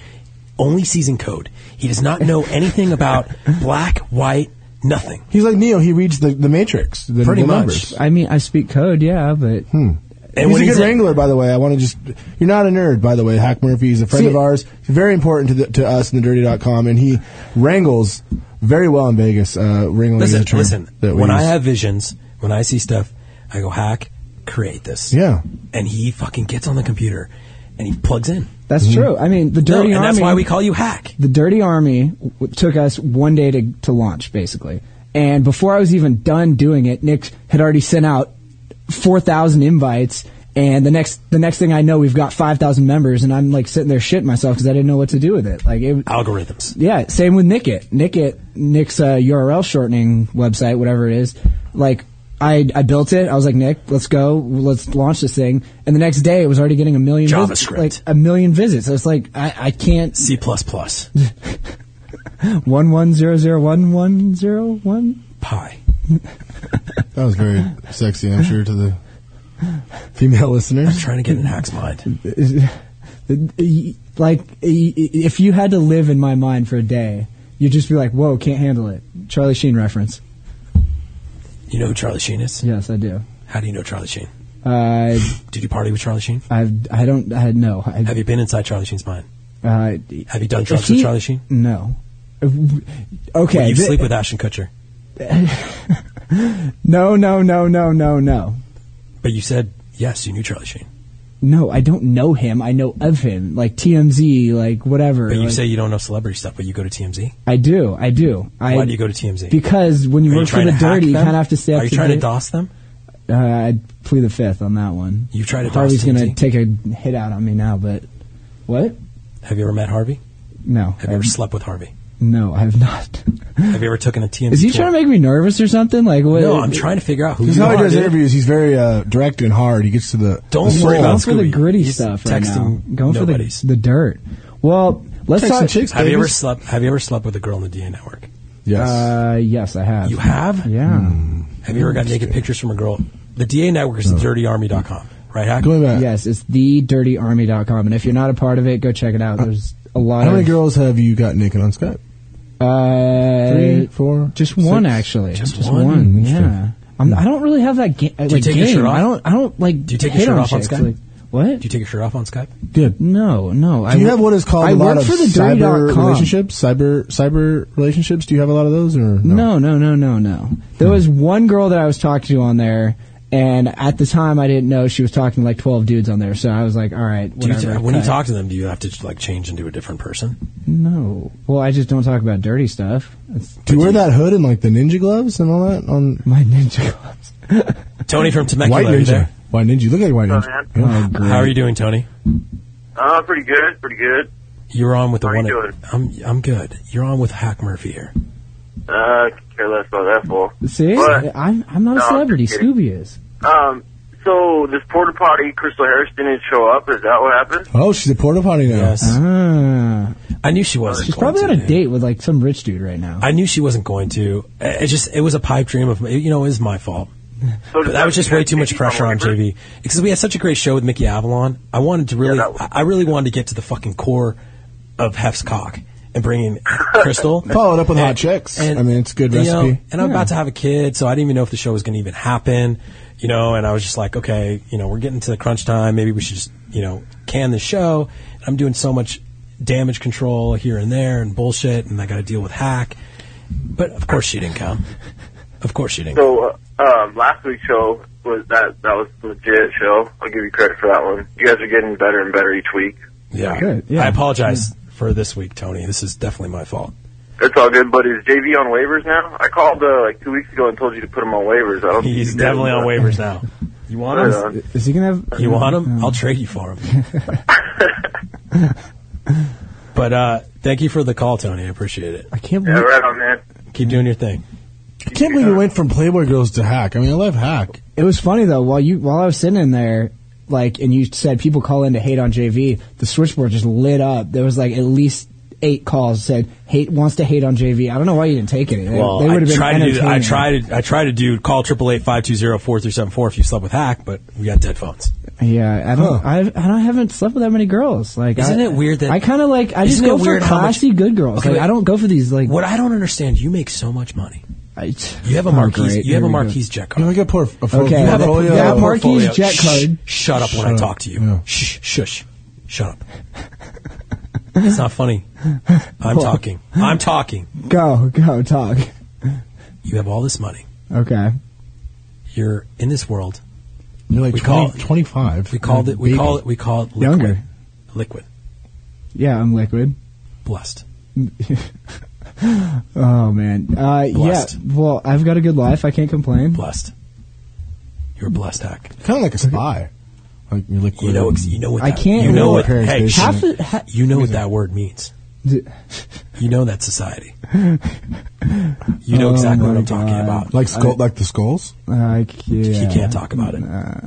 Speaker 3: only sees in code. He does not know anything
Speaker 19: *laughs*
Speaker 3: about black, white, nothing.
Speaker 4: He's like Neo. He reads the, the Matrix. The,
Speaker 3: Pretty
Speaker 4: the
Speaker 3: much.
Speaker 4: Numbers. Hmm.
Speaker 19: I mean, I speak code, yeah, but
Speaker 3: And
Speaker 4: he's
Speaker 3: when
Speaker 4: a
Speaker 3: he's
Speaker 4: good
Speaker 3: in-
Speaker 4: wrangler, by the way. I want to just. You're not a nerd, by the way. Hack Murphy is a friend
Speaker 19: See-
Speaker 4: of ours. He's very important to, the, to us in the dirty.com, and he wrangles very well in Vegas. Uh, wrangling is
Speaker 3: Listen,
Speaker 4: a term
Speaker 3: listen.
Speaker 4: that we
Speaker 3: When I
Speaker 4: use.
Speaker 3: have visions, when I see stuff, I go hack, create this.
Speaker 4: Yeah.
Speaker 3: And he fucking gets on the computer and he plugs in. Mm-hmm.
Speaker 19: That's true. I mean, the
Speaker 3: No,
Speaker 19: Dirty
Speaker 3: and
Speaker 19: Army.
Speaker 3: that's why we call you Hack.
Speaker 19: The Dirty Army w- took us one day to, to launch, basically. And before I was even done doing it, Nick had already sent out 4,000 invites. And the next, the next thing I know, we've got 5,000 members, and I'm like sitting there shitting myself because I didn't know what to do with it. Like it,
Speaker 3: algorithms.
Speaker 19: Yeah, same with Nickit. Nickit, Nick's uh, URL shortening website, whatever it is. Like, I, I built it. I was like, Nick, let's go, let's launch this thing. And the next day, it was already getting a million visits,
Speaker 3: JavaScript.
Speaker 19: like a million visits. I was like, I, I can't.
Speaker 3: C plus plus.
Speaker 19: One one zero zero one one zero one.
Speaker 3: Pi.
Speaker 4: *laughs* That was very sexy, I'm sure, to the female listeners. I'm
Speaker 3: trying to get in Hack's mind.
Speaker 19: Like, i- i- if you had to live in my mind for a day, you'd just be like, whoa, can't handle it. Charlie Sheen reference.
Speaker 3: You know who Charlie Sheen is?
Speaker 19: Yes, I do.
Speaker 3: How do you know Charlie Sheen?
Speaker 19: Uh,
Speaker 3: Did you party with Charlie Sheen?
Speaker 19: I've, I don't, I no. I,
Speaker 3: Have you been inside Charlie Sheen's mind?
Speaker 19: Uh,
Speaker 3: Have you done
Speaker 19: if
Speaker 3: drugs
Speaker 19: he-
Speaker 3: with Charlie Sheen?
Speaker 19: No. Uh, Okay.
Speaker 3: Will you
Speaker 19: thi-
Speaker 3: sleep with Ashton Kutcher?
Speaker 19: *laughs* no, no, no, no, no, no.
Speaker 3: But you said yes. You knew Charlie Sheen.
Speaker 19: No, I don't know him. I know of him. Like TMZ, like whatever.
Speaker 3: But you
Speaker 19: like-
Speaker 3: say you don't know celebrity stuff, but you go to TMZ.
Speaker 19: I do, I do. I,
Speaker 3: Why do you go to TMZ?
Speaker 19: Because when you
Speaker 3: Are
Speaker 19: work for
Speaker 3: trying
Speaker 19: the
Speaker 3: to hack
Speaker 19: dirty, you
Speaker 3: them?
Speaker 19: kind of have to stay up
Speaker 3: Are you
Speaker 19: to
Speaker 3: trying to
Speaker 19: date.
Speaker 3: DOS them?
Speaker 19: Uh, I'd plead the fifth on that one.
Speaker 3: You've tried to DOS
Speaker 19: Harvey's gonna
Speaker 3: TMZ?
Speaker 19: take a hit out on me now, but what?
Speaker 3: Have you ever met Harvey?
Speaker 19: No.
Speaker 3: Have you ever slept with Harvey?
Speaker 19: No, I have not.
Speaker 3: Have you ever taken a TMZ?
Speaker 19: Is he
Speaker 3: tour?
Speaker 19: trying to make me nervous or something? Like what?
Speaker 3: No, I'm trying to figure out who.
Speaker 4: He's
Speaker 3: you
Speaker 4: how he
Speaker 3: are,
Speaker 4: does
Speaker 3: dude.
Speaker 4: interviews. He's very uh, direct and hard. He gets to the
Speaker 3: Don't
Speaker 4: the soul.
Speaker 3: worry about
Speaker 19: Going for the gritty stuff right now.
Speaker 3: texting
Speaker 19: Going
Speaker 3: nobodies.
Speaker 19: for the, the dirt. Well, let's
Speaker 4: Text some
Speaker 19: talk.
Speaker 4: chicks,
Speaker 3: Have you ever slept? Have you ever slept with a girl on the DNA network?
Speaker 4: Yes.
Speaker 19: Uh, yes, I have.
Speaker 3: You have? Hmm.
Speaker 19: Yeah.
Speaker 3: Have you ever got naked pictures from a girl? The DA network is dirtyarmy.com, right? Hack?
Speaker 4: Going back.
Speaker 19: Yes, it's thedirtyarmy.com, and if you're not a part of it, go check it out. There's a lot.
Speaker 4: Uh, How
Speaker 19: of,
Speaker 4: many girls have you got naked on Skype?
Speaker 19: Uh,
Speaker 4: Three, four,
Speaker 19: just one
Speaker 4: six?
Speaker 19: actually.
Speaker 4: Just
Speaker 19: one.
Speaker 4: one? Interesting.
Speaker 19: Yeah. I'm, I don't really have that game.
Speaker 3: Do you
Speaker 19: like,
Speaker 3: take
Speaker 19: game.
Speaker 3: your shirt off?
Speaker 19: I don't. I don't like.
Speaker 3: Do you take your
Speaker 19: hit
Speaker 3: shirt
Speaker 19: on
Speaker 3: off on
Speaker 19: chicks,
Speaker 3: Skype?
Speaker 19: like- what?
Speaker 3: Do you take your shirt off on Skype?
Speaker 4: Good.
Speaker 19: no, no. I
Speaker 4: Do you
Speaker 19: wo-
Speaker 4: have what is called
Speaker 19: I
Speaker 4: a lot
Speaker 19: work
Speaker 4: of
Speaker 19: for the
Speaker 4: cyber
Speaker 19: dirty.com.
Speaker 4: relationships? Cyber cyber relationships. Do you have a lot of those, or no?
Speaker 19: No, no, no, no, no. There was one girl that I was talking to on there, and at the time I didn't know she was talking to like twelve dudes on there. So I was like, all right,
Speaker 3: Do you
Speaker 19: whatever.
Speaker 3: when you
Speaker 19: cut.
Speaker 3: talk to them, do you have to like change into a different person?
Speaker 19: no. Well, I just don't talk about dirty stuff. It's
Speaker 4: Do you wear that hood and like the ninja gloves and all that on
Speaker 19: *laughs* my ninja gloves?
Speaker 3: Tony from Temecula,
Speaker 4: White Oh,
Speaker 3: are you
Speaker 4: ninja.
Speaker 3: there?
Speaker 4: White ninja. You Look like white
Speaker 15: What's
Speaker 4: ninja.
Speaker 15: up,
Speaker 19: Oh,
Speaker 4: Yeah.
Speaker 3: How are you doing, Tony?
Speaker 15: Uh, pretty good, pretty good.
Speaker 3: You're on with the
Speaker 15: How
Speaker 3: one.
Speaker 15: you
Speaker 3: at- I'm I'm good. You're on with Hack Murphy here.
Speaker 15: Uh, could care less about that fool.
Speaker 19: See,
Speaker 15: But,
Speaker 19: I'm I'm not
Speaker 15: No,
Speaker 19: a
Speaker 15: I'm
Speaker 19: celebrity.
Speaker 15: just kidding.
Speaker 19: Scooby is.
Speaker 15: um, so this porta potty, Crystal Harris didn't show up. Is that what happened?
Speaker 4: Oh, she's a porta potty now.
Speaker 19: Ah,
Speaker 3: I knew she wasn't.
Speaker 19: she's
Speaker 3: going
Speaker 19: probably
Speaker 3: to,
Speaker 19: on a
Speaker 3: dude.
Speaker 19: date with like some rich dude right now.
Speaker 3: I knew she wasn't going to. It it just it was a pipe dream of you know it was my fault. But that was just way too much pressure on JV because we had such a great show with Mickey Avalon. I wanted to really, I I really wanted to get to the fucking core of Hef's cock and bring *laughs* in Crystal.
Speaker 4: Follow it up with hot
Speaker 3: And-
Speaker 4: chicks.
Speaker 3: and-
Speaker 4: I mean, it's a good
Speaker 3: you know,
Speaker 4: recipe.
Speaker 3: and I'm
Speaker 4: Yeah.
Speaker 3: about to have a kid, so I didn't even know if the show was going to even happen. You know, and I was just like, okay, you know, we're getting to the crunch time. Maybe we should just, you know, can the show. I'm doing so much damage control here and there and bullshit, and I got to deal with hack. But of course she didn't come. Of course she didn't.
Speaker 15: So, uh, um, last week's show was that that was legit show. I'll give you credit for that one. You guys are getting better and better each week.
Speaker 3: Yeah.
Speaker 19: Good, yeah.
Speaker 3: I apologize for this week, Tony. This is definitely my fault.
Speaker 15: That's all good. But is JV on waivers now? I called uh, like two weeks ago and told you to put him on waivers. I don't. think
Speaker 3: He's
Speaker 15: Oh, you did,
Speaker 3: definitely on
Speaker 15: but-
Speaker 3: waivers now. You want him?
Speaker 19: Is, is he gonna have?
Speaker 3: You want him? I'll trade you for him.
Speaker 19: *laughs*
Speaker 3: but uh, thank you for the call, Tony. I appreciate it.
Speaker 19: I can't
Speaker 15: Yeah, right on, man.
Speaker 3: Keep doing your thing.
Speaker 4: I can't believe we went from Playboy girls to hack. I mean, I love hack.
Speaker 19: It was funny though. While you while I was sitting in there, like, and you said people call in to hate on JV, the switchboard just lit up. There was like at least eight calls said hate wants to hate on JV. I don't know why you didn't take it. They,
Speaker 3: Well,
Speaker 19: they would have
Speaker 3: I tried to
Speaker 19: been
Speaker 3: do. I
Speaker 19: entertaining.
Speaker 3: tried to. I tried to do call triple eight five two zero four three seven four if you slept with Hack, but we got dead phones.
Speaker 19: Yeah, I don't. I've, I don't. I haven't slept with that many girls. Like,
Speaker 3: Isn't
Speaker 19: I,
Speaker 3: it weird that-
Speaker 19: I kind of like? I just
Speaker 3: Isn't
Speaker 19: go
Speaker 3: it weird
Speaker 19: for
Speaker 3: how much-
Speaker 19: classy good girls.
Speaker 3: Okay,
Speaker 19: like,
Speaker 3: but-
Speaker 19: I don't go for these like.
Speaker 3: What I don't understand, you make so much money.
Speaker 19: I,
Speaker 3: You have a
Speaker 19: Oh,
Speaker 3: Marquise.
Speaker 19: great.
Speaker 3: you have
Speaker 19: Here
Speaker 3: a
Speaker 19: we go.
Speaker 3: Marquise jet card. No, I got port-
Speaker 19: Okay,
Speaker 3: You have a,
Speaker 19: portfolio.
Speaker 3: you have a
Speaker 19: Yeah, Marquise
Speaker 3: portfolio.
Speaker 19: jet
Speaker 3: Shh,
Speaker 19: card.
Speaker 3: shut up when I
Speaker 19: Shut
Speaker 3: talk
Speaker 19: up.
Speaker 3: to you. Shh, shush. Shut up. It's not funny. I'm
Speaker 19: Well-
Speaker 3: talking. I'm talking.
Speaker 19: Go, go, talk.
Speaker 3: You have all this money.
Speaker 19: Okay.
Speaker 3: You're in this world.
Speaker 4: You're like
Speaker 3: We
Speaker 4: 20,
Speaker 3: call it-
Speaker 4: 25.
Speaker 3: We called it. We
Speaker 4: Baby.
Speaker 3: call it. We call it liquid.
Speaker 19: Younger.
Speaker 3: Liquid.
Speaker 19: Yeah, I'm liquid.
Speaker 3: Blessed.
Speaker 19: *laughs* oh man. Uh, yeah.
Speaker 3: Blessed.
Speaker 19: Well, I've got a good life. I can't complain.
Speaker 3: Blessed. You're a blessed hack.
Speaker 4: Kind of like a spy. Like you're liquid.
Speaker 3: You know. ex- You know what.
Speaker 4: I
Speaker 3: That,
Speaker 4: can't
Speaker 3: You know
Speaker 4: really
Speaker 3: what.
Speaker 4: compare
Speaker 3: Hey,
Speaker 4: it to
Speaker 3: half
Speaker 4: something.
Speaker 3: you know what that word means. You know that society. You know
Speaker 4: Oh
Speaker 3: exactly what
Speaker 4: my
Speaker 3: I'm talking
Speaker 4: God.
Speaker 3: about.
Speaker 4: Like skull, like the skulls.
Speaker 19: I can't.
Speaker 3: He can't talk about it.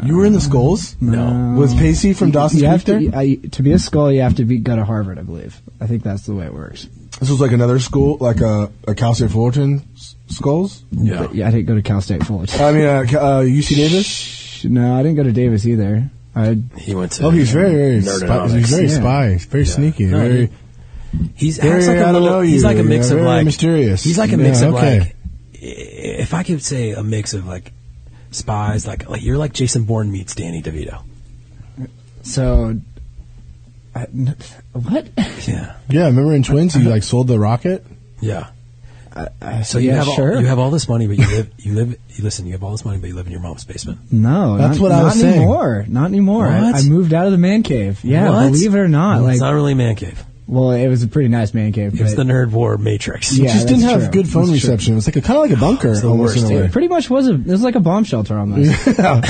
Speaker 4: You were in the skulls.
Speaker 19: Uh, No.
Speaker 4: Was Pacey from Dawson's
Speaker 19: you have
Speaker 4: Creek there?
Speaker 19: to, I, to be a skull, you have to be go to Harvard, I believe. I think that's the way it works.
Speaker 4: This was like another school, like a, a Cal State Fullerton s- skulls.
Speaker 3: Yeah.
Speaker 19: yeah, I didn't go to Cal State Fullerton.
Speaker 4: I mean, uh, Ca- uh, UC Davis.
Speaker 19: Shh, no, I didn't go to Davis either. I
Speaker 3: He went to.
Speaker 4: Oh, he's very, very,
Speaker 3: Nerdonomics.
Speaker 4: spy, he's very spy,
Speaker 19: Yeah.
Speaker 4: very sneaky,
Speaker 3: No,
Speaker 4: very.
Speaker 3: he- He's
Speaker 4: Very,
Speaker 3: acts like
Speaker 4: I
Speaker 3: a
Speaker 4: don't
Speaker 3: little,
Speaker 4: know
Speaker 3: he's
Speaker 4: you.
Speaker 3: like a mix
Speaker 4: Yeah,
Speaker 3: of
Speaker 4: very
Speaker 3: like
Speaker 4: mysterious.
Speaker 3: He's like a mix
Speaker 4: Yeah,
Speaker 3: of
Speaker 4: okay.
Speaker 3: like if I could say a mix of like spies, like like you're like Jason Bourne meets Danny DeVito.
Speaker 19: so. I, n- what?
Speaker 3: Yeah.
Speaker 4: Yeah, remember in Twins, he like sold the rocket.
Speaker 3: Yeah.
Speaker 19: I-
Speaker 3: So you
Speaker 19: Uh, yeah,
Speaker 3: have all-
Speaker 19: sure.
Speaker 3: you have all this money, but you
Speaker 19: *laughs*
Speaker 3: live you live you listen. You have all this money, but you live in your mom's basement.
Speaker 19: No,
Speaker 3: That's
Speaker 19: not,
Speaker 3: what I
Speaker 19: not
Speaker 3: was saying.
Speaker 19: anymore. Not anymore. I,
Speaker 3: What?
Speaker 19: I moved out of the man cave. Yeah,
Speaker 3: What?
Speaker 19: believe it or not, like
Speaker 3: it's not really a man cave.
Speaker 19: well, it was a pretty nice man cave.
Speaker 3: It was the
Speaker 19: but
Speaker 3: nerd war matrix.
Speaker 19: Yeah,
Speaker 4: It just didn't
Speaker 19: that's
Speaker 4: have
Speaker 19: true.
Speaker 4: good phone
Speaker 19: That's true.
Speaker 4: reception. It was like a, kind
Speaker 19: *sighs*
Speaker 4: of like a bunker
Speaker 3: It's the
Speaker 4: almost
Speaker 3: worst,
Speaker 4: in a way.
Speaker 3: dude.
Speaker 19: pretty much was a it was like a bomb shelter almost.
Speaker 4: *laughs* Yeah.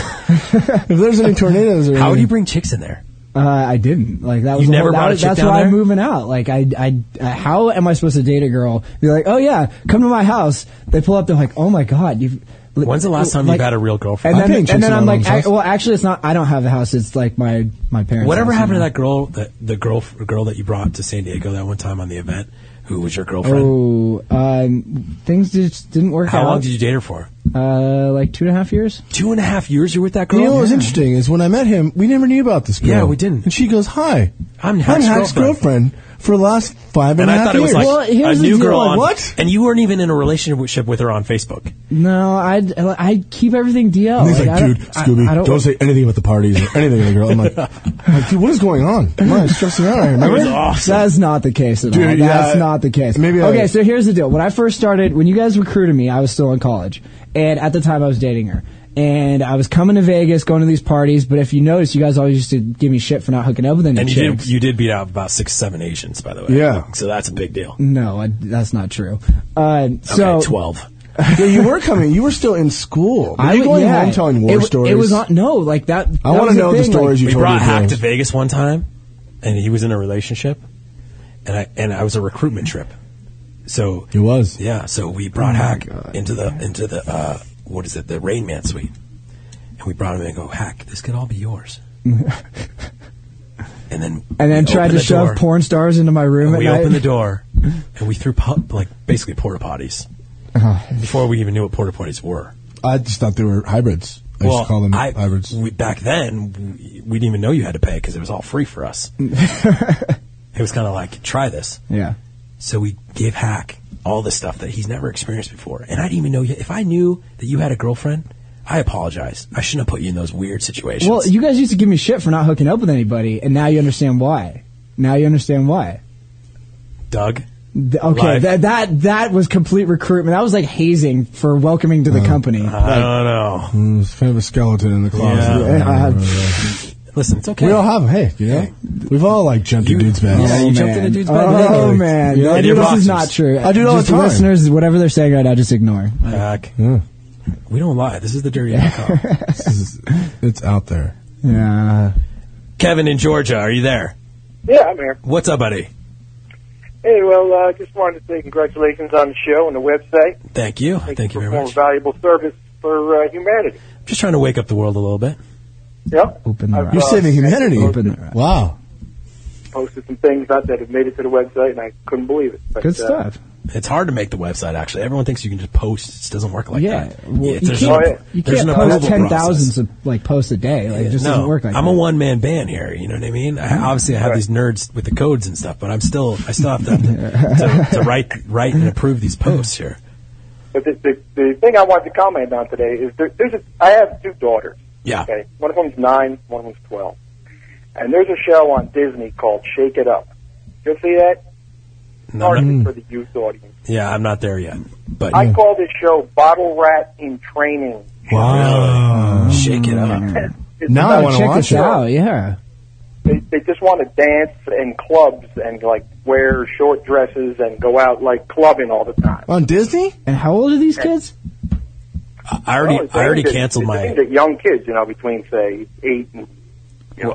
Speaker 4: if there's any tornadoes or
Speaker 3: How would you
Speaker 4: anything-
Speaker 3: bring chicks in there?
Speaker 19: Uh, I didn't like that. Was
Speaker 3: You
Speaker 19: the
Speaker 3: never
Speaker 19: whole, that
Speaker 3: brought a
Speaker 19: was-
Speaker 3: chick
Speaker 19: That's
Speaker 3: down
Speaker 19: why I'm
Speaker 3: there?
Speaker 19: moving out. Like I, I, uh, how am I supposed to date a girl? Be like, oh yeah, come to my house. They pull up. They're like, oh my god, you've. li-
Speaker 3: When's the last time
Speaker 19: like-
Speaker 3: you've had a real girlfriend?
Speaker 19: And then,
Speaker 3: I'm paying
Speaker 19: and
Speaker 3: chicks
Speaker 19: then
Speaker 3: in
Speaker 19: I'm
Speaker 3: my
Speaker 19: like,
Speaker 3: mom's house.
Speaker 19: I, well, actually, it's not. I don't have the house. It's like my my parents.
Speaker 3: Whatever
Speaker 19: house,
Speaker 3: happened to
Speaker 19: you know?
Speaker 3: that girl that the girl girl that you brought to San Diego that one time on the event? Who was your girlfriend?
Speaker 19: Oh, um, things just didn't work
Speaker 3: How
Speaker 19: out.
Speaker 3: long did you date her for?
Speaker 19: Uh, like two and a half years.
Speaker 3: Two and a half years you're with that girl?
Speaker 4: You know what was
Speaker 3: Yeah.
Speaker 4: interesting is when I met him, we never knew about this girl.
Speaker 3: Yeah, we didn't.
Speaker 4: And she goes, "Hi,
Speaker 3: I'm Hack's
Speaker 4: girlfriend.
Speaker 3: girlfriend."
Speaker 4: for the last five and
Speaker 3: And
Speaker 4: a
Speaker 3: I
Speaker 4: half
Speaker 3: thought it was
Speaker 4: years."
Speaker 3: like
Speaker 19: Well,
Speaker 3: a
Speaker 19: here's the
Speaker 3: new
Speaker 19: deal,
Speaker 3: girl.
Speaker 19: like,
Speaker 3: on,
Speaker 4: what?
Speaker 3: And you weren't even in a relationship with her on Facebook.
Speaker 19: No, I I keep everything DL.
Speaker 3: Oh,
Speaker 4: and he's
Speaker 19: I
Speaker 4: like,
Speaker 19: don't-
Speaker 4: "Dude, Scooby,
Speaker 19: I, I
Speaker 4: don't,
Speaker 19: *laughs*
Speaker 4: say anything about the parties or anything." to the girl, I'm
Speaker 3: *laughs*
Speaker 4: like, I'm like, "Dude, what is going on? Come on, it's stressing out. I remember."
Speaker 19: That's not the case at all.
Speaker 4: Dude,
Speaker 19: That's
Speaker 4: yeah.
Speaker 19: not the case.
Speaker 4: Maybe I-
Speaker 19: okay, so here's the deal. When I first started, when you guys recruited me, I was still in college, and at the time I was dating her, and I was coming to Vegas, going to these parties. But if you notice, you guys always used to give me shit for not hooking up with any
Speaker 3: And you
Speaker 19: chicks.
Speaker 3: did, you did beat out about six, seven Asians, by the way.
Speaker 4: Yeah.
Speaker 3: So that's a big deal.
Speaker 19: no, I, that's not true. Uh, so
Speaker 3: okay,
Speaker 19: *laughs*
Speaker 3: 12.
Speaker 4: yeah, you were coming. You were still in school. Were
Speaker 19: I
Speaker 4: you
Speaker 19: would-
Speaker 4: going
Speaker 19: yeah.
Speaker 4: home telling war
Speaker 19: it, w-
Speaker 4: stories?
Speaker 19: It was on no, like that.
Speaker 4: I
Speaker 19: that
Speaker 4: wanna
Speaker 19: was
Speaker 4: know the
Speaker 19: thing, like-
Speaker 4: stories you
Speaker 3: We
Speaker 4: told
Speaker 3: brought
Speaker 4: your
Speaker 3: Hack
Speaker 4: friends.
Speaker 3: to Vegas one time, and he was in a relationship, and I and I was a recruitment trip. So
Speaker 4: It was.
Speaker 3: Yeah, so we brought Hack into the into the uh, what is it, the Rain Man suite, and we brought him in and go, Hack, this could all be
Speaker 19: *laughs*
Speaker 3: yours. and then
Speaker 19: and then
Speaker 3: we
Speaker 19: tried
Speaker 3: opened
Speaker 19: to
Speaker 3: the
Speaker 19: shove
Speaker 3: door,
Speaker 19: porn stars into my room.
Speaker 3: and
Speaker 19: at
Speaker 3: we
Speaker 19: night.
Speaker 3: opened the door, and we threw po- like basically porta potties before we even knew what porta potties were.
Speaker 4: I just thought they were hybrids. I used
Speaker 3: well,
Speaker 4: to call them
Speaker 3: I-
Speaker 4: hybrids.
Speaker 3: we- back then, we, we didn't even know you had to pay because it was all free for us. it was kind of like, try this.
Speaker 19: *laughs* Yeah.
Speaker 3: So we give Hack all the stuff that he's never experienced before. And I didn't even know you. If I knew that you had a girlfriend, I apologize. I shouldn't have put you in those weird situations.
Speaker 19: Well, you guys used to give me shit for not hooking up with anybody, and now you understand why. Now you understand why.
Speaker 3: Doug.
Speaker 19: Th- Okay,
Speaker 3: Live.
Speaker 19: that that that was complete recruitment. That was like hazing for welcoming
Speaker 3: Uh-huh.
Speaker 19: to the company.
Speaker 3: I don't know.
Speaker 4: Mm, it's kind of a skeleton in the closet.
Speaker 3: Yeah.
Speaker 19: Yeah.
Speaker 3: Listen, it's okay.
Speaker 4: We all have them. Hey, you know, we've all like Uh, jumped in dudes' beds.
Speaker 3: Yeah, you jumped in
Speaker 19: man.
Speaker 3: a dude's bed.
Speaker 19: Oh
Speaker 3: naked.
Speaker 19: man,
Speaker 4: Yeah.
Speaker 19: Like,
Speaker 3: And
Speaker 19: this
Speaker 3: your
Speaker 19: is
Speaker 3: boxers.
Speaker 19: not true.
Speaker 4: I do it all
Speaker 19: Just
Speaker 4: the time.
Speaker 19: Listeners, whatever they're saying right now, just ignore.
Speaker 3: Hack.
Speaker 4: Yeah.
Speaker 3: We don't lie. This is the dirty com.
Speaker 4: This is-
Speaker 19: *laughs*
Speaker 4: it's out there.
Speaker 19: Yeah.
Speaker 3: Kevin in Georgia, are you there?
Speaker 20: Yeah, I'm here.
Speaker 3: What's up, buddy?
Speaker 20: Hey, well, uh, just wanted to say congratulations on the show and the website.
Speaker 3: Thank you. Thank, you very
Speaker 20: Perform
Speaker 3: much.
Speaker 20: valuable service for uh, humanity.
Speaker 3: Just trying to wake up the world a little bit.
Speaker 20: Yep.
Speaker 19: Open the
Speaker 20: I've,
Speaker 19: right.
Speaker 4: You're saving humanity.
Speaker 19: Open the right.
Speaker 4: Wow.
Speaker 20: posted some things up that have made it to the website, and I couldn't believe it. But,
Speaker 3: Good
Speaker 20: uh,
Speaker 3: stuff. It's hard to make the website actually. Everyone thinks you can just post. It doesn't work like
Speaker 19: yeah,
Speaker 3: that.
Speaker 19: well,
Speaker 3: Yeah,
Speaker 19: you
Speaker 3: there's
Speaker 20: Oh,
Speaker 19: can't,
Speaker 3: an-
Speaker 19: you
Speaker 3: there's
Speaker 19: can't
Speaker 3: an
Speaker 19: post
Speaker 3: approval
Speaker 19: ten
Speaker 3: process.
Speaker 19: thousands of like posts a day. Like it just
Speaker 3: no,
Speaker 19: doesn't work like
Speaker 3: I'm
Speaker 19: that. Mm-hmm.
Speaker 3: a one man band here. You know what I mean? I, obviously, I have these nerds with the codes and stuff, but I'm still I still
Speaker 19: *laughs*
Speaker 3: have to to, to write write and approve these posts here.
Speaker 20: But the, the, the thing I wanted to comment on today is there, there's a, I have two daughters.
Speaker 3: Yeah.
Speaker 20: Okay. One of them's nine, one of them's 12. And there's a show on Disney called Shake It Up. You'll see that?
Speaker 3: No, I'm
Speaker 20: Targeted
Speaker 3: not-
Speaker 20: for the youth audience.
Speaker 3: yeah, I'm not there yet. But
Speaker 20: I call this show Bottle Rat in Training.
Speaker 4: Oh.
Speaker 3: wow, shake it up.
Speaker 20: *laughs* It's
Speaker 3: Hmm. Now I
Speaker 20: about-
Speaker 3: wanna Check watch this it. out,
Speaker 19: Yeah.
Speaker 20: They, they just want to dance in clubs and like wear short dresses and go out like clubbing all the time.
Speaker 4: On Disney?
Speaker 19: And how old are these kids?
Speaker 3: I already
Speaker 20: No, it's
Speaker 3: I already
Speaker 20: aimed at-
Speaker 3: canceled
Speaker 20: it's
Speaker 3: my
Speaker 20: aimed at young kids, you know, between say eight and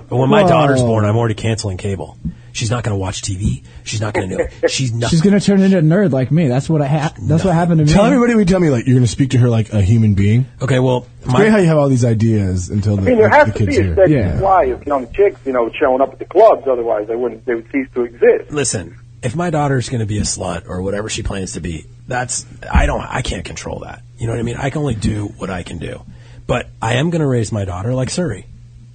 Speaker 3: when my
Speaker 19: Whoa.
Speaker 3: daughter's born. I'm already canceling cable. She's not going to watch TV. She's not going to know. She's not.
Speaker 19: She's gonna turn into a nerd like me. That's what I ha- That's what happened to me.
Speaker 4: Tell everybody we tell me like you're going to speak to her like a human being.
Speaker 3: Okay, well,
Speaker 4: it's great how you have all these ideas until the,
Speaker 20: I mean, there
Speaker 4: the
Speaker 20: has to
Speaker 4: kids
Speaker 20: be a
Speaker 4: here.
Speaker 20: steady
Speaker 4: yeah.
Speaker 20: supply of young chicks, you know, showing up at the clubs. Otherwise, they wouldn't. They would cease to exist.
Speaker 3: Listen, if my daughter's going to be a slut or whatever she plans to be, that's I don't I can't control that. You know what I mean? I can only do what I can do. But I am going to raise my daughter like Suri.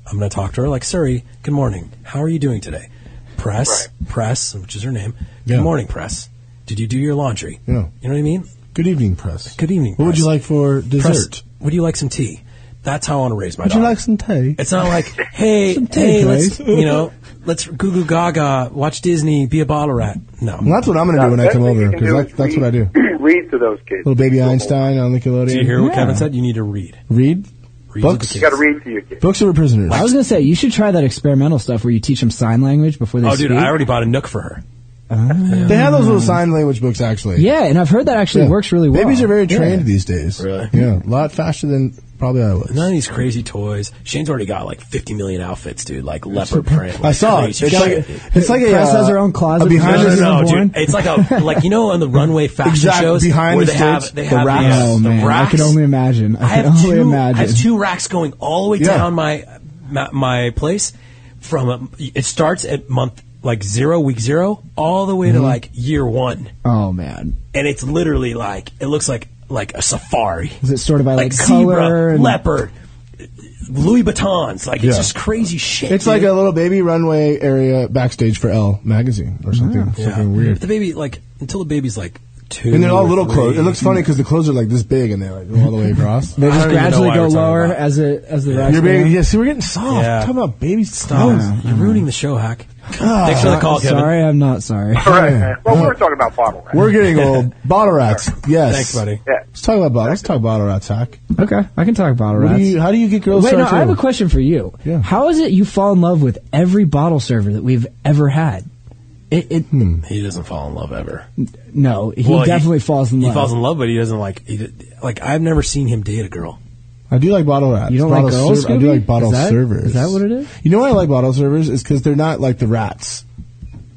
Speaker 3: I'm going to talk to her like Suri. Good morning. How are you doing today? Press, press, which is her name.
Speaker 4: Yeah.
Speaker 3: Good morning, press. Did you do your laundry?
Speaker 4: Yeah.
Speaker 3: You know what I mean?
Speaker 4: Good evening, press.
Speaker 3: Good evening.
Speaker 4: What would
Speaker 3: press.
Speaker 4: you like for
Speaker 3: Press,
Speaker 4: dessert?
Speaker 3: would you like some tea? That's how I want to raise my
Speaker 4: Would
Speaker 3: daughter.
Speaker 4: you like some tea?
Speaker 3: It's not like, hey,
Speaker 4: *laughs* Some tea,
Speaker 3: hey, let's
Speaker 4: please.
Speaker 3: you know, let's goo goo gaga, watch Disney, be a bottle rat. No,
Speaker 4: And that's what I'm going to do when I come over because that, that's what I do.
Speaker 20: *clears throat* read to those kids.
Speaker 4: Little baby Einstein on Nickelodeon.
Speaker 3: Do you hear what
Speaker 4: Yeah.
Speaker 3: Kevin said? You need to read.
Speaker 4: Read.
Speaker 3: Read
Speaker 4: Books.
Speaker 20: You got to read to your kids.
Speaker 4: Books over prisoners.
Speaker 19: I was gonna say you should try that experimental stuff where you teach them sign language before they
Speaker 3: Oh,
Speaker 19: speak.
Speaker 3: dude, I already bought a Nook for her.
Speaker 4: They have those little sign language books actually.
Speaker 19: Ah. Yeah, and I've heard that actually
Speaker 4: Yeah.
Speaker 19: works really well.
Speaker 4: Babies are very
Speaker 19: Yeah.
Speaker 4: trained these days.
Speaker 3: Really?
Speaker 4: Yeah, a lot faster than probably I was.
Speaker 3: None of these crazy toys. Shane's already got like 50 million outfits, dude. Like leopard print.
Speaker 4: I saw it.
Speaker 3: crazy
Speaker 4: It's
Speaker 3: shit.
Speaker 4: like a- it's like a,
Speaker 19: Press
Speaker 4: uh,
Speaker 19: has her own closet.
Speaker 4: a behind
Speaker 3: no,
Speaker 4: us
Speaker 3: no, no,
Speaker 4: isn't born.
Speaker 3: dude. It's like a like you know on the runway fashion
Speaker 4: Exact-
Speaker 3: shows
Speaker 4: behind
Speaker 3: where
Speaker 4: the
Speaker 3: they have
Speaker 4: stage,
Speaker 3: they
Speaker 4: the
Speaker 3: have
Speaker 4: racks.
Speaker 3: the, uh,
Speaker 19: Oh
Speaker 3: the
Speaker 19: man,
Speaker 3: racks.
Speaker 19: I can only imagine. I,
Speaker 4: *laughs*
Speaker 3: I
Speaker 19: can
Speaker 3: have
Speaker 19: only
Speaker 3: two. I
Speaker 19: imagine.
Speaker 3: have two racks going all the way
Speaker 19: Yeah.
Speaker 3: down my my, my place. From um it starts at month like zero, week zero, all the way to
Speaker 4: Mm-hmm.
Speaker 19: Mhm.
Speaker 3: like year one,
Speaker 19: Oh man,
Speaker 3: and it's literally like it looks like like a safari,
Speaker 19: is it sorted by like,
Speaker 3: like,
Speaker 19: color?
Speaker 3: zebra,
Speaker 19: and-
Speaker 3: leopard, Louis Vuittons, like
Speaker 4: Yeah.
Speaker 3: it's just crazy shit.
Speaker 4: It's
Speaker 3: dude.
Speaker 4: like a little baby runway area backstage for Elle magazine or something. Something weird.
Speaker 3: The baby like until the baby's like two,
Speaker 4: And they're all
Speaker 3: or
Speaker 4: little clothes. It
Speaker 3: three.
Speaker 4: looks funny because the clothes are like this big and they like go all the way across.
Speaker 19: *laughs* They
Speaker 3: I
Speaker 19: just
Speaker 3: don't even know
Speaker 19: gradually
Speaker 3: why
Speaker 19: go
Speaker 3: we're talking
Speaker 19: lower
Speaker 3: about it.
Speaker 19: as it as the racks
Speaker 4: Your
Speaker 19: go
Speaker 4: baby,
Speaker 19: down.
Speaker 4: yeah, see, we're getting soft.
Speaker 3: Yeah.
Speaker 4: Talking about baby
Speaker 3: Stop.
Speaker 4: clothes.
Speaker 3: You're ruining the show, Hack. Thanks for the call, Kevin.
Speaker 19: Sorry, I'm not sorry.
Speaker 20: All right. man. Well, we were talking about bottle rats.
Speaker 4: We're
Speaker 3: *laughs*
Speaker 4: getting old. Bottle rats. Yes.
Speaker 3: Thanks, buddy.
Speaker 20: Yeah.
Speaker 4: Let's talk about bottle. Let's talk bottle rats, Hack.
Speaker 19: Okay, I can talk bottle
Speaker 4: What
Speaker 19: rats.
Speaker 4: do you, how do you get girls?
Speaker 19: Wait,
Speaker 4: to
Speaker 19: no,
Speaker 4: our
Speaker 19: I have
Speaker 4: table?
Speaker 19: a question for you.
Speaker 4: Yeah.
Speaker 19: How is it you fall in love with every bottle server that we've ever had? It, it
Speaker 4: Hmm.
Speaker 3: He doesn't fall in love ever.
Speaker 19: no, he
Speaker 3: Well,
Speaker 19: definitely falls in love.
Speaker 3: He falls in love, but he doesn't like. He, like I've never seen him date a girl.
Speaker 4: I do like bottle rats.
Speaker 19: You don't
Speaker 4: bottle
Speaker 19: like girls,
Speaker 4: serv- I do
Speaker 19: Scooby?
Speaker 4: like bottle
Speaker 19: Is that-
Speaker 4: servers.
Speaker 19: is that what it is?
Speaker 4: You know why I like bottle servers is because they're not like the rats.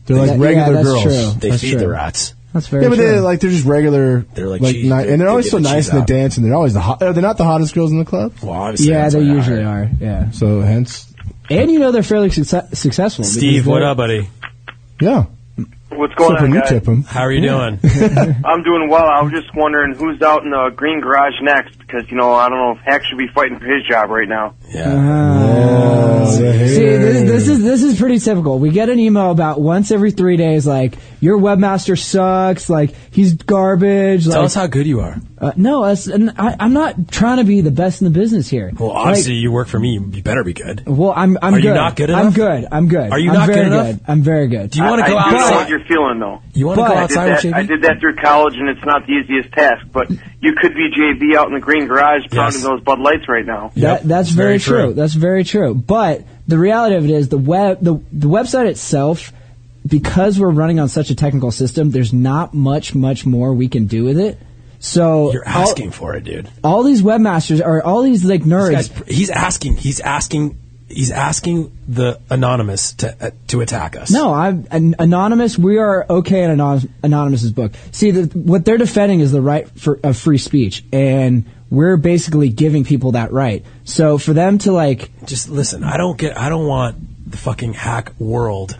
Speaker 4: They're like
Speaker 19: Yeah,
Speaker 4: regular
Speaker 19: that's
Speaker 4: girls.
Speaker 19: true.
Speaker 3: They
Speaker 19: That's
Speaker 3: feed
Speaker 19: true.
Speaker 3: the rats.
Speaker 19: That's very
Speaker 4: yeah, but
Speaker 19: true.
Speaker 4: they're like they're just regular.
Speaker 3: They're like,
Speaker 4: like
Speaker 3: cheese-
Speaker 4: ni- and
Speaker 3: they
Speaker 4: they're always
Speaker 3: get
Speaker 4: so
Speaker 3: the
Speaker 4: nice
Speaker 3: cheese
Speaker 4: in the
Speaker 3: out.
Speaker 4: dance, and they're always the hot. Are they not the hottest girls in the club?
Speaker 3: Well, obviously,
Speaker 19: yeah,
Speaker 3: that's
Speaker 19: they
Speaker 3: why I
Speaker 19: usually
Speaker 3: hired him.
Speaker 19: are. Yeah,
Speaker 4: So hence,
Speaker 19: and you know they're fairly succe- successful. because
Speaker 3: Steve, what
Speaker 19: they're-
Speaker 3: up, buddy?
Speaker 4: yeah.
Speaker 21: What's going on,
Speaker 4: Except when you
Speaker 21: guys?
Speaker 4: tip them.
Speaker 3: How are you doing?
Speaker 4: *laughs*
Speaker 21: I'm doing well. I was just wondering who's out in the green garage next because you know I don't know if Hack should be fighting for his job right now.
Speaker 19: Ah. See, this, this is this is pretty typical. We get an email about once every three days, like your webmaster sucks, like he's garbage.
Speaker 3: Tell
Speaker 19: like,
Speaker 3: us how good you are.
Speaker 19: Uh, no, that's, and I, I'm not trying to be the best in the business here.
Speaker 3: Well,
Speaker 19: Like,
Speaker 3: obviously, you work for me. You you better be good.
Speaker 19: well, I'm. I'm
Speaker 3: Are
Speaker 19: good.
Speaker 3: you not good
Speaker 19: I'm
Speaker 3: enough?
Speaker 19: good. I'm good.
Speaker 3: Are you
Speaker 19: I'm
Speaker 3: not
Speaker 19: very
Speaker 3: good enough?
Speaker 19: I'm very good.
Speaker 3: Do you want to
Speaker 21: I-
Speaker 3: go
Speaker 21: I do know
Speaker 3: outside?
Speaker 21: what you're feeling though.
Speaker 3: You wanna go
Speaker 21: But-
Speaker 3: outside
Speaker 21: I did,
Speaker 3: with
Speaker 21: that,
Speaker 3: JV?
Speaker 21: I did that through college, and it's not the easiest task. But you could be JV out in the green garage pounding
Speaker 3: Yes.
Speaker 21: those Bud Lights right now.
Speaker 19: That, that's
Speaker 3: it's very
Speaker 19: very, true.
Speaker 3: true.
Speaker 19: That's very true. But the reality of it is the web the the website itself because we're running on such a technical system, there's not much much more we can do with it. So
Speaker 3: You're asking for it, dude.
Speaker 19: all, all these webmasters are all these like
Speaker 3: This
Speaker 19: nerds.
Speaker 3: guy's, pr- he's asking. He's asking. He's asking the anonymous to uh, to attack us.
Speaker 19: No, I'm an, anonymous. We are okay in Anon- anonymous's book. See, the, what they're defending is the right for, of free speech, and we're basically giving people that right. So for them to like
Speaker 3: just listen. I don't get. I don't want the fucking hack world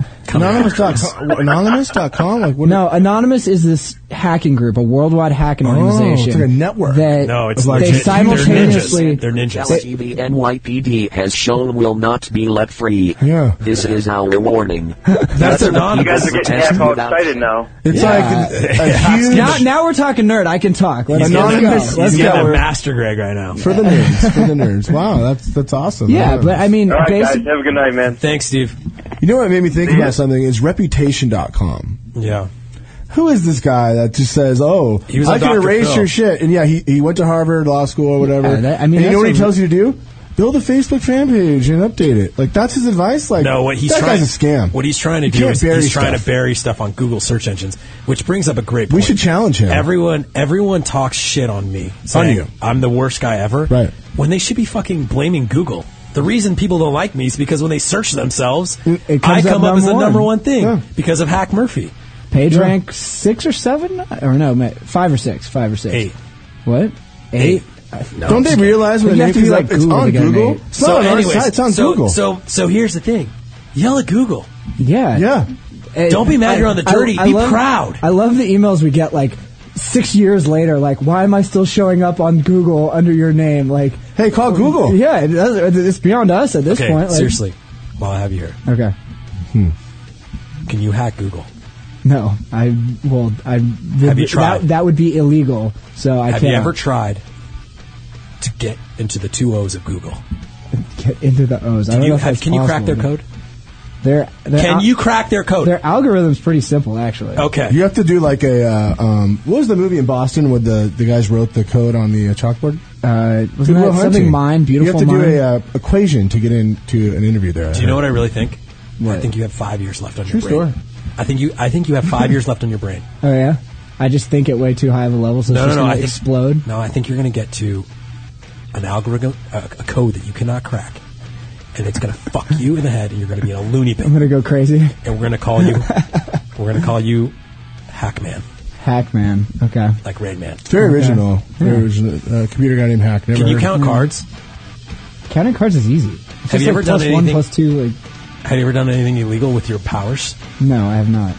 Speaker 4: *laughs*
Speaker 3: coming.
Speaker 4: Anonymous.com. Anonymous.com? Like, what
Speaker 19: no, Anonymous is this hacking group, a worldwide hacking
Speaker 4: Oh, it's
Speaker 19: organization.
Speaker 4: like a network.
Speaker 19: That
Speaker 4: No, it's
Speaker 19: they
Speaker 4: legit. They're ninjas.
Speaker 19: simultaneously.
Speaker 3: They're ninjas.
Speaker 6: LCB NYPD has shown will not be let free.
Speaker 4: Yeah.
Speaker 6: This is our warning.
Speaker 4: That's
Speaker 6: anonymous.
Speaker 4: You guys are
Speaker 11: getting half all excited now.
Speaker 4: It's like *laughs* a, a huge.
Speaker 19: now, now we're talking nerd. I can talk. Let's
Speaker 4: He's
Speaker 19: go.
Speaker 4: getting
Speaker 19: Let's
Speaker 4: the-
Speaker 19: go.
Speaker 4: he's
Speaker 19: Let's
Speaker 4: getting
Speaker 19: go.
Speaker 4: the
Speaker 3: master Greg right now.
Speaker 4: For the
Speaker 3: *laughs*
Speaker 4: nerds.
Speaker 19: *laughs*
Speaker 4: For the nerds. Wow, that's that's awesome.
Speaker 19: Yeah, but I mean,
Speaker 4: All right, guys,
Speaker 19: basic-
Speaker 21: Have a good night, man.
Speaker 3: Thanks, Steve.
Speaker 4: You know what made me think about something is reputation.com.
Speaker 3: Yeah.
Speaker 4: Who is this guy that just says, "Oh,
Speaker 3: He was
Speaker 4: I
Speaker 3: on
Speaker 4: can
Speaker 3: Dr.
Speaker 4: erase
Speaker 3: Phil.
Speaker 4: your shit"? And yeah, he, he went to Harvard Law School or whatever.
Speaker 3: Yeah, that- I mean,
Speaker 4: and you know
Speaker 3: that's
Speaker 4: what he
Speaker 3: a-
Speaker 4: tells you to do? Build a Facebook fan page and update it. Like that's his advice. Like
Speaker 3: no, what he's
Speaker 4: that
Speaker 3: trying
Speaker 4: guy's a scam.
Speaker 3: What he's trying to
Speaker 4: You
Speaker 3: do
Speaker 4: can't
Speaker 3: is
Speaker 4: bury
Speaker 3: he's trying to
Speaker 4: stuff.
Speaker 3: bury stuff on Google search engines, which brings up a great point.
Speaker 4: We should challenge him.
Speaker 3: Everyone, everyone talks shit on me. saying
Speaker 4: On you.
Speaker 3: I'm the worst guy ever. Right. When they should be fucking blaming Google. The reason people don't like me is because when they search themselves,
Speaker 19: it
Speaker 3: I
Speaker 19: comes up
Speaker 3: come up, as the
Speaker 19: number
Speaker 3: number one
Speaker 19: one.
Speaker 3: thing
Speaker 19: Yeah.
Speaker 3: because of Hack Murphy.
Speaker 19: Page rank six or seven, or no, ma- five or six, five or six. Eight. What? Eight. No,
Speaker 4: Don't they
Speaker 19: I'm just kidding.
Speaker 4: realize when
Speaker 19: You
Speaker 4: they
Speaker 19: have to
Speaker 4: pick
Speaker 19: be
Speaker 4: it
Speaker 19: like
Speaker 4: up, it's
Speaker 19: Google
Speaker 4: on
Speaker 19: to get an
Speaker 4: Google?
Speaker 19: eight.
Speaker 4: It's not on our site, it's on
Speaker 3: so,
Speaker 4: Google.
Speaker 3: So, so here's the thing: yell at Google.
Speaker 19: Yeah.
Speaker 4: Yeah.
Speaker 3: Don't be mad you're on the dirty. Be proud.
Speaker 19: I love the emails we get like six years later. Like, why am I still showing up on Google under your name? Like,
Speaker 4: hey, call Google.
Speaker 19: Yeah, it does, it's beyond us at this
Speaker 3: okay,
Speaker 19: point. Like,
Speaker 3: seriously, while I have you here,
Speaker 19: Okay.
Speaker 3: can you hack Google?
Speaker 19: No, I well, I
Speaker 3: Have you tried?
Speaker 19: That, that would be illegal. So I
Speaker 3: have
Speaker 19: can't
Speaker 3: you ever tried to get into the two O's of Google?
Speaker 19: get into the O's. I
Speaker 3: Can
Speaker 19: don't
Speaker 3: you-
Speaker 19: know if
Speaker 3: have-
Speaker 19: that's
Speaker 3: can you crack
Speaker 19: possible.
Speaker 3: their code?
Speaker 19: Their, their
Speaker 3: Can
Speaker 19: al-
Speaker 3: you crack their code?
Speaker 19: Their algorithm's pretty simple, actually.
Speaker 3: Okay.
Speaker 4: You have to do like a uh, um, what was the movie in Boston where the, the guys wrote the code on the uh, chalkboard?
Speaker 19: Uh, wasn't
Speaker 4: Good
Speaker 19: that
Speaker 4: Will
Speaker 19: something mine,
Speaker 4: You
Speaker 19: Beautiful
Speaker 4: have to
Speaker 19: Mine?
Speaker 4: do a uh, equation to get into an interview there.
Speaker 3: Do you know what I really think? I think you have five years left on
Speaker 19: True
Speaker 3: your brain.
Speaker 19: story.
Speaker 3: I think you. I think you have five years left on your brain.
Speaker 19: Oh yeah, I just think at way too high of a level, *laughs* so
Speaker 3: No, no,
Speaker 19: it's just
Speaker 3: no.
Speaker 19: gonna
Speaker 3: I think,
Speaker 19: explode.
Speaker 3: No, I think you're going to get to an algorithm, a, a code that you cannot crack, and it's going to fuck you in the head, and you're going to be in a loony
Speaker 19: I'm
Speaker 3: bin,
Speaker 19: gonna go crazy.
Speaker 3: and we're going to call
Speaker 19: *laughs*
Speaker 3: you. we're going to call you Hackman,
Speaker 19: Hack man. Okay.
Speaker 3: like Rain Man.
Speaker 4: Very
Speaker 19: Okay.
Speaker 4: original. Very
Speaker 19: Yeah.
Speaker 4: original. Uh, computer guy named Hack. Never
Speaker 3: Can you
Speaker 4: heard of
Speaker 3: count
Speaker 4: him.
Speaker 3: cards?
Speaker 19: Counting cards is easy. It's
Speaker 3: Have
Speaker 19: just
Speaker 3: you
Speaker 19: like
Speaker 3: ever done
Speaker 19: plus one
Speaker 3: anything-
Speaker 19: plus two? Like
Speaker 3: Have you ever done anything illegal with your powers?
Speaker 19: no, I have not.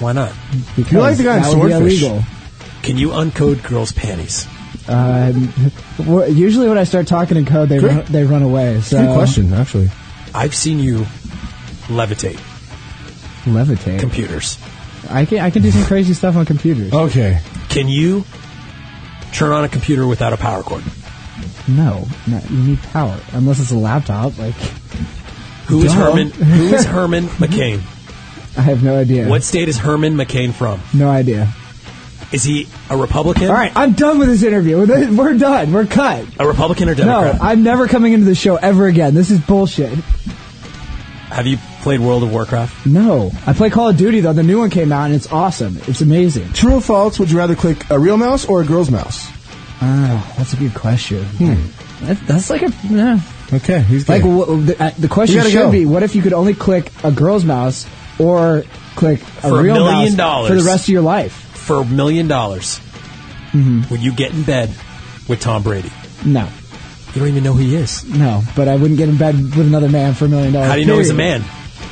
Speaker 3: Why not?
Speaker 19: Because that would be illegal.
Speaker 3: Can you uncode girls' panties?
Speaker 19: Um, well, usually when I start talking in code, they
Speaker 3: Good.
Speaker 19: run, they run away. So
Speaker 4: Good question, actually.
Speaker 3: I've seen you levitate
Speaker 19: Levitate.
Speaker 3: computers.
Speaker 19: I can I can do some crazy stuff on computers.
Speaker 4: Okay.
Speaker 3: Can you turn on a computer without a power cord?
Speaker 19: No, no, you need power unless it's a laptop. Like
Speaker 3: Who is
Speaker 19: Duh.
Speaker 3: Herman? Who
Speaker 19: *laughs*
Speaker 3: is Herman McCain?
Speaker 19: I have no idea.
Speaker 3: What state is Herman McCain from?
Speaker 19: No idea.
Speaker 3: Is he a Republican?
Speaker 19: All right, I'm done with this interview. *laughs* We're we're done. We're cut.
Speaker 3: A Republican or
Speaker 19: No,
Speaker 3: Democrat?
Speaker 19: I'm never coming into the show ever again. This is bullshit.
Speaker 3: Have you played World of Warcraft?
Speaker 19: No, I play Call of Duty though. The new one came out and it's awesome. It's amazing.
Speaker 4: True or false? Would you rather click a real mouse or a girl's mouse? Hmm.
Speaker 19: Ah, that's a good question. That, that's like a yeah.
Speaker 4: Okay, he's
Speaker 19: Like
Speaker 4: gay.
Speaker 19: wh- the, uh, the
Speaker 4: You
Speaker 19: question
Speaker 4: gotta
Speaker 19: should
Speaker 4: go.
Speaker 19: be: What if you could only click a girl's mouse or click
Speaker 3: For a
Speaker 19: real
Speaker 3: million
Speaker 19: mouse
Speaker 3: dollars.
Speaker 19: for the rest of your life?
Speaker 3: For a million dollars,
Speaker 19: hmm
Speaker 3: would you get in bed with Tom Brady?
Speaker 19: No,
Speaker 3: You don't even know who he is.
Speaker 19: no. But I wouldn't get in bed with another man for a million dollars.
Speaker 3: How do you know he's a man?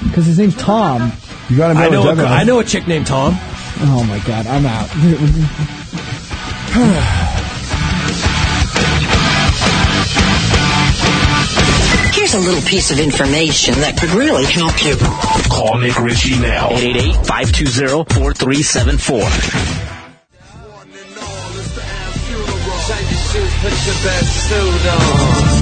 Speaker 19: Because his name's Tom.
Speaker 4: You got
Speaker 3: I know. A, I know a chick named Tom.
Speaker 19: Oh my god, I'm out. *laughs*
Speaker 22: Here's a little piece of information that could really help you.
Speaker 1: Call Nick Ritchie now. 888-520-4374.
Speaker 23: suit, put your best suit on.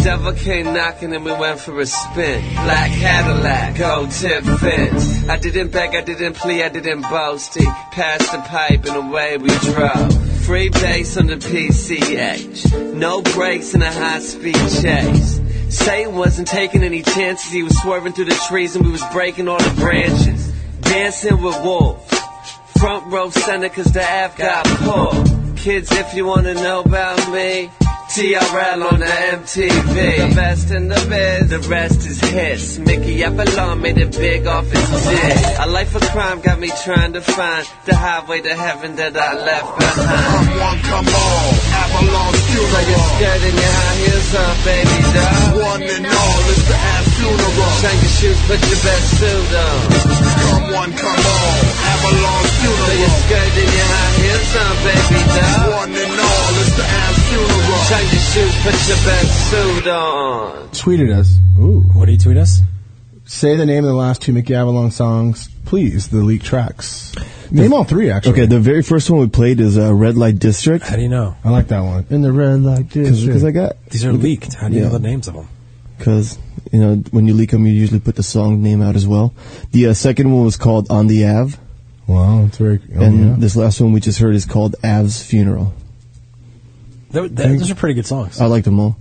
Speaker 23: Devil came knocking and we went for a spin. Black Cadillac, gold tip fins. I didn't beg, I didn't plea, I didn't boast. He passed the pipe and away we drove. Free base on the PCH. No brakes in a high speed chase. Satan wasn't taking any chances. He was swerving through the trees and we was breaking all the branches. Dancing with wolves. Front row center cause the F got pulled. Kids, if you wanna know about me, TRL on the MTV. The best in the biz, the rest is his. Mickey Apollon made it big off his dick. A life of crime got me trying to find the highway to heaven that I left behind. Come on, come on, Avalon funeral. Like your skirt and your high heels on, baby doll. One and all, it's the ass funeral. Shine your shoes, put your best suit on. Come on, come on, Avalon funeral. Like your skirt and your high heels on, baby doll. One and all, it's the ass funeral. Shine your shoes, put your best suit on.
Speaker 4: Tweeted us. Ooh.
Speaker 3: What do you tweet us?
Speaker 4: Say the name of the last two Mickey Avalon songs, please. The leaked tracks. Name all three, actually.
Speaker 5: Okay, the very first one we played is uh, Red Light District.
Speaker 3: How do you know?
Speaker 4: I like that one. In the red light district.
Speaker 5: Because I got
Speaker 3: These are leaked. How do you
Speaker 5: Yeah.
Speaker 3: know the names of them?
Speaker 5: because you know when you leak them, you usually put the song name out as well. The uh, second one was called On the Ave.
Speaker 4: Wow, that's very. on
Speaker 5: and
Speaker 4: the Ave.
Speaker 5: this last one we just heard is called Ave's Funeral.
Speaker 3: Those,
Speaker 4: Thank-
Speaker 3: those are pretty good songs.
Speaker 5: I liked them all.